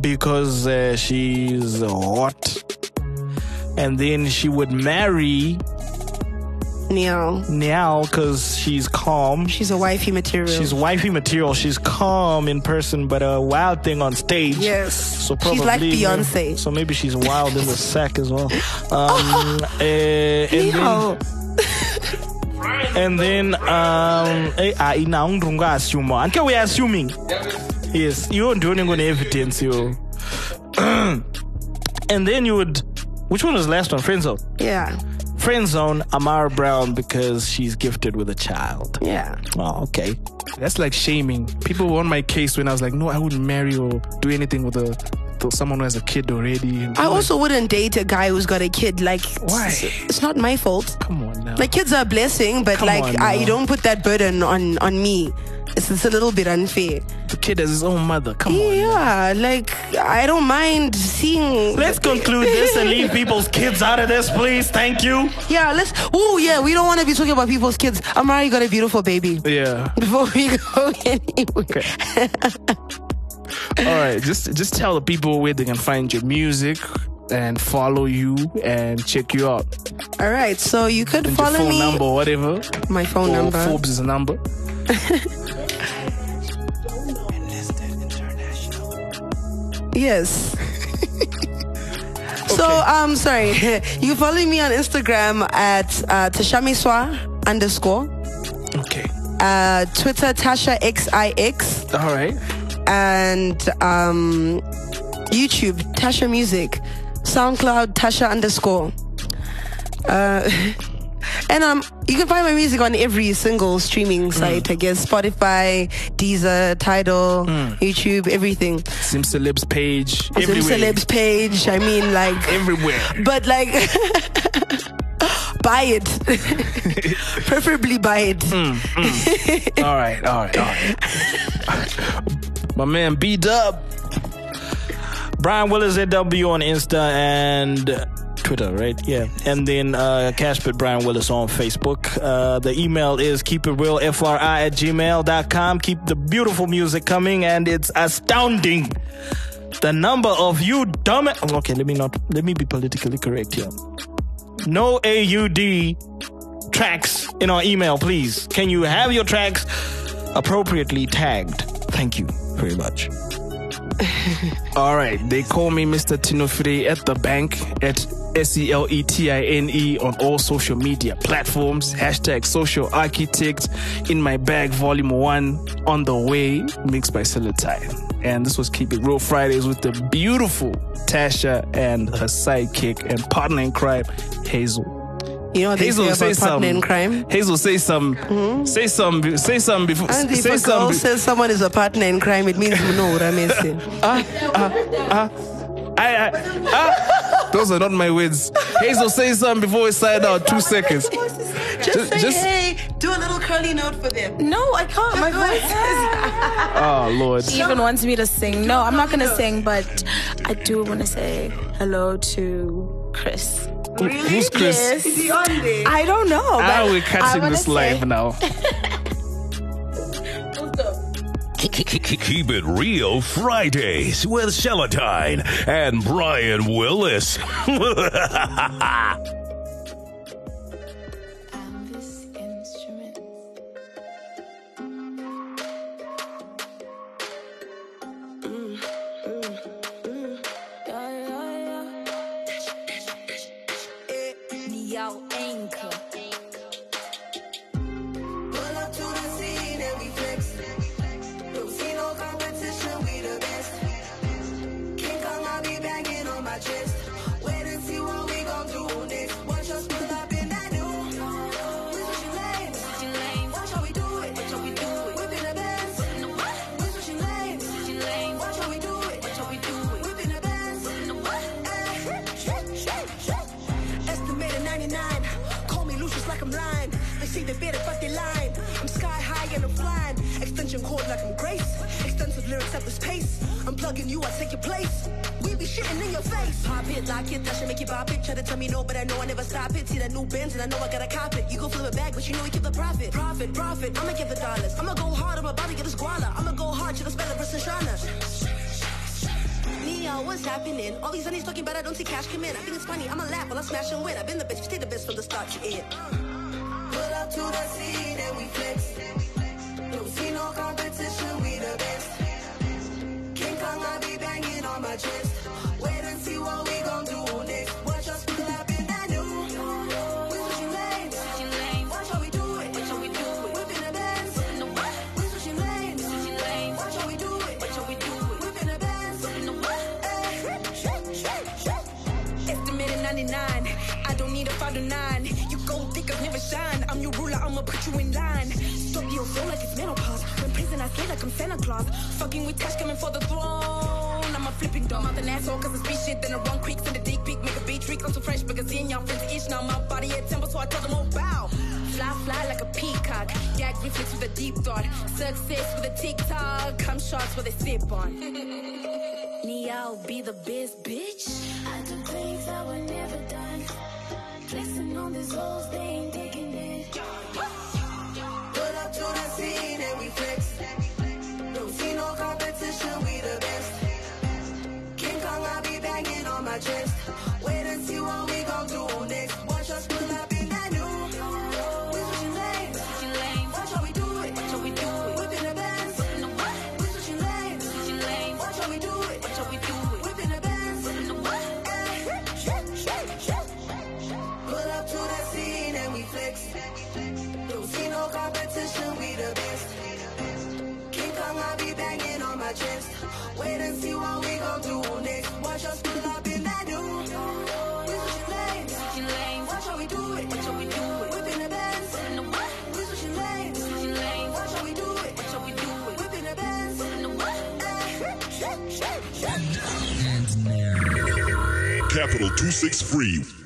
[SPEAKER 3] because uh, she's hot. And then she would marry
[SPEAKER 6] Meow.
[SPEAKER 3] Niall because she's calm.
[SPEAKER 6] She's a wifey material.
[SPEAKER 3] She's wifey material. She's calm in person, but a wild thing on stage.
[SPEAKER 6] Yes.
[SPEAKER 3] So probably
[SPEAKER 6] She's like Beyonce.
[SPEAKER 3] So maybe she's wild in the sack as well. Um, uh, and
[SPEAKER 6] Meow.
[SPEAKER 3] then, and then um, eh, ah, ina ungrunga assume. ah. Until we're assuming. Yes, you don't do anything on evidence, you. and then you would. Which one was the last one? Friend zone.
[SPEAKER 6] Yeah.
[SPEAKER 3] Friend zone Amara Brown because she's gifted with a child.
[SPEAKER 6] Yeah.
[SPEAKER 3] Oh, okay.
[SPEAKER 2] That's like shaming. People were on my case when I was like, no, I wouldn't marry or do anything with a to someone who has a kid already. And
[SPEAKER 6] I also wouldn't date a guy who's got a kid. Like,
[SPEAKER 2] Why?
[SPEAKER 6] It's, it's not my fault.
[SPEAKER 2] come on now.
[SPEAKER 6] Like, kids are a blessing, but
[SPEAKER 2] Come on
[SPEAKER 6] like, I,
[SPEAKER 2] now.
[SPEAKER 6] you don't put that burden on on me. It's, it's a little bit unfair.
[SPEAKER 2] the kid has his
[SPEAKER 3] oh,
[SPEAKER 2] own mother. Come on.
[SPEAKER 6] yeah, like I don't mind seeing.
[SPEAKER 3] Let's conclude this and leave people's kids out of this, please. Thank you.
[SPEAKER 6] Yeah, let's. Oh yeah, we don't want to be talking about people's kids. Amari got a beautiful baby.
[SPEAKER 2] Yeah.
[SPEAKER 6] Before we go anywhere,
[SPEAKER 2] All right. Just just tell the people where they can find your music and follow you and check you out.
[SPEAKER 6] all right. So you could
[SPEAKER 2] And
[SPEAKER 6] follow
[SPEAKER 2] your phone
[SPEAKER 6] me.
[SPEAKER 2] number or whatever.
[SPEAKER 6] My phone
[SPEAKER 2] or
[SPEAKER 6] number.
[SPEAKER 2] Forbes' number.
[SPEAKER 6] Yes. so um sorry. You can follow me on Instagram at uh, Tashamiswa underscore.
[SPEAKER 2] Okay.
[SPEAKER 6] Uh, Twitter Tasha XIX
[SPEAKER 2] All right.
[SPEAKER 6] and um, YouTube Tasha Music, SoundCloud Tasha underscore. Uh, and um, you can find my music on every single streaming
[SPEAKER 2] Mm.
[SPEAKER 6] site, I guess Spotify, Deezer, Tidal,
[SPEAKER 2] Mm.
[SPEAKER 6] YouTube, everything.
[SPEAKER 2] Sim Celeb's page.
[SPEAKER 6] Zim
[SPEAKER 2] everywhere.
[SPEAKER 6] Celeb's page. I mean, like
[SPEAKER 2] Everywhere.
[SPEAKER 6] but like buy it preferably buy it
[SPEAKER 2] Mm, All right, all right, all right. My man B Dub.
[SPEAKER 3] Brian Willis AW on Insta and Twitter, right? Yeah. And then uh, Cash Pit Brian Willis on Facebook. Uh, the email is keep it real, FRI at gmail.com. Keep the beautiful music coming, and it's astounding. The number of you dumb. oh, Okay, let me not. Let me be politically correct here. No AUD tracks in our email, please. Can you have your tracks appropriately tagged? Thank you very much.
[SPEAKER 2] All right, they call me Mr. Tinofide at the bank at S E L E T I N E on all social media platforms. Hashtag social architect in my bag, volume one, on the way, mixed by Celatine. And this was Keep It Real Fridays with the beautiful Tasha and her sidekick and partner in crime, Hazel.
[SPEAKER 6] you know what they
[SPEAKER 2] Hazel,
[SPEAKER 6] say
[SPEAKER 2] say
[SPEAKER 6] about partner
[SPEAKER 2] something.
[SPEAKER 6] in crime Mm-hmm.
[SPEAKER 2] Hazel, say some. Say some. be- Say some before.
[SPEAKER 6] and if
[SPEAKER 2] say
[SPEAKER 6] a girl
[SPEAKER 2] some. be-
[SPEAKER 6] says someone is a partner in crime it means you know what i'm saying
[SPEAKER 2] Ah, I, I, ah, those are not my words. Hazel, say some before we sign out. Two seconds.
[SPEAKER 6] just,
[SPEAKER 2] Just-
[SPEAKER 6] say
[SPEAKER 2] just-
[SPEAKER 6] hey do a little curly note for them
[SPEAKER 15] No, I can't. My voice
[SPEAKER 2] Oh Lord.
[SPEAKER 15] is. She even wants me to sing. No, I'm not going to sing, but I do want to say hello to Chris.
[SPEAKER 2] Who's Chris?
[SPEAKER 15] Yes.
[SPEAKER 6] Be on there.
[SPEAKER 15] I don't know. But
[SPEAKER 2] Ah, we're
[SPEAKER 15] I
[SPEAKER 2] catching
[SPEAKER 15] wanna
[SPEAKER 2] this
[SPEAKER 15] say-
[SPEAKER 2] live now.
[SPEAKER 1] Keep it real Fridays with Celatine and Brian Willis.
[SPEAKER 12] Elvis Instruments. Yeah, yeah, yeah. Neo Anchor. Pull up to the scene and we flex. Don't see no competition, we the best. King Kong, I'll be banging on my chest. Wait and see what we gon' do next.
[SPEAKER 6] they better fucking line. I'm sky high and I'm flying. Extension cord like I'm Grace. Extensive lyrics at the space. I'm plugging you, I take your place. We be shitting in your face. Pop it, lock it, that should make you bop it. Try to tell me no, but I know I never stop it. See that new Benz and I know I gotta cop it. You go flip it back, but you know we give the profit. Profit, profit, I'ma give the dollars. I'ma go hard, I'm about to get a squalor. I'ma go hard, should I spell it for Shoshana? Neo, what's happening? All these honeys talking, but I don't see cash come in. I think it's funny, I'ma laugh while I smash and win. I've been the bitch, you stay the best from the start, you in.
[SPEAKER 16] Pull up to the scene and we flex. Don't see no competition, we the best. King Kong, I be banging on my chest. Wait and see what we gon' do next. Watch us pull up in that new. We switching lanes. Watch how we do it. Watch how we do it. Whip in the Benz. We switching lanes. Watch how we do it. Watch how we do it. Whip in the Benz. Ay.
[SPEAKER 6] Estimate at 99. I don't need a 509. You go think I've never shine. I'm your ruler, I'ma put you in line. Stop your soul like it's menopause. When prison, I slay like I'm Santa Claus. Fucking with cash coming for the throne. I'm a flipping dumb mouth an asshole, cause I speak shit. Then I run quick, send a dick pic, make a beat trick. I'm so fresh, magazine, y'all friends itch. Now my body at temple, so I tell them, oh wow. Fly, fly like a peacock. Gag reflex with a deep thought. Success with a tick tock. Come shots where they sip on. Neo be the best bitch.
[SPEAKER 16] I do things I were never done. Flexing on these hoes, they ain't digging it.
[SPEAKER 17] Pull up to the scene and we flex.
[SPEAKER 16] Don't see no competition, we the best. King Kong, I be banging on my chest. Wait and see what we gon' do next. Watch us pull up in that new. We switching lanes. Watch how we do it. Watch how we do it. Whip in the Benz. We switching lanes. Watch how we do it. Watch how we do it. Whip in the Benz.
[SPEAKER 17] Pull up to the scene and we flex.
[SPEAKER 16] Don't see no competition, we the best. King Kong, I be banging on my chest. Wait and see what we gon' do next. Watch us pull up in that new. We switching lanes. Watch how we do it. Watch how we do it. Whip in the Benz. We switching lanes. Watch how we do it. Watch how we do it. Whip in the Benz. Ay.
[SPEAKER 3] Capital 263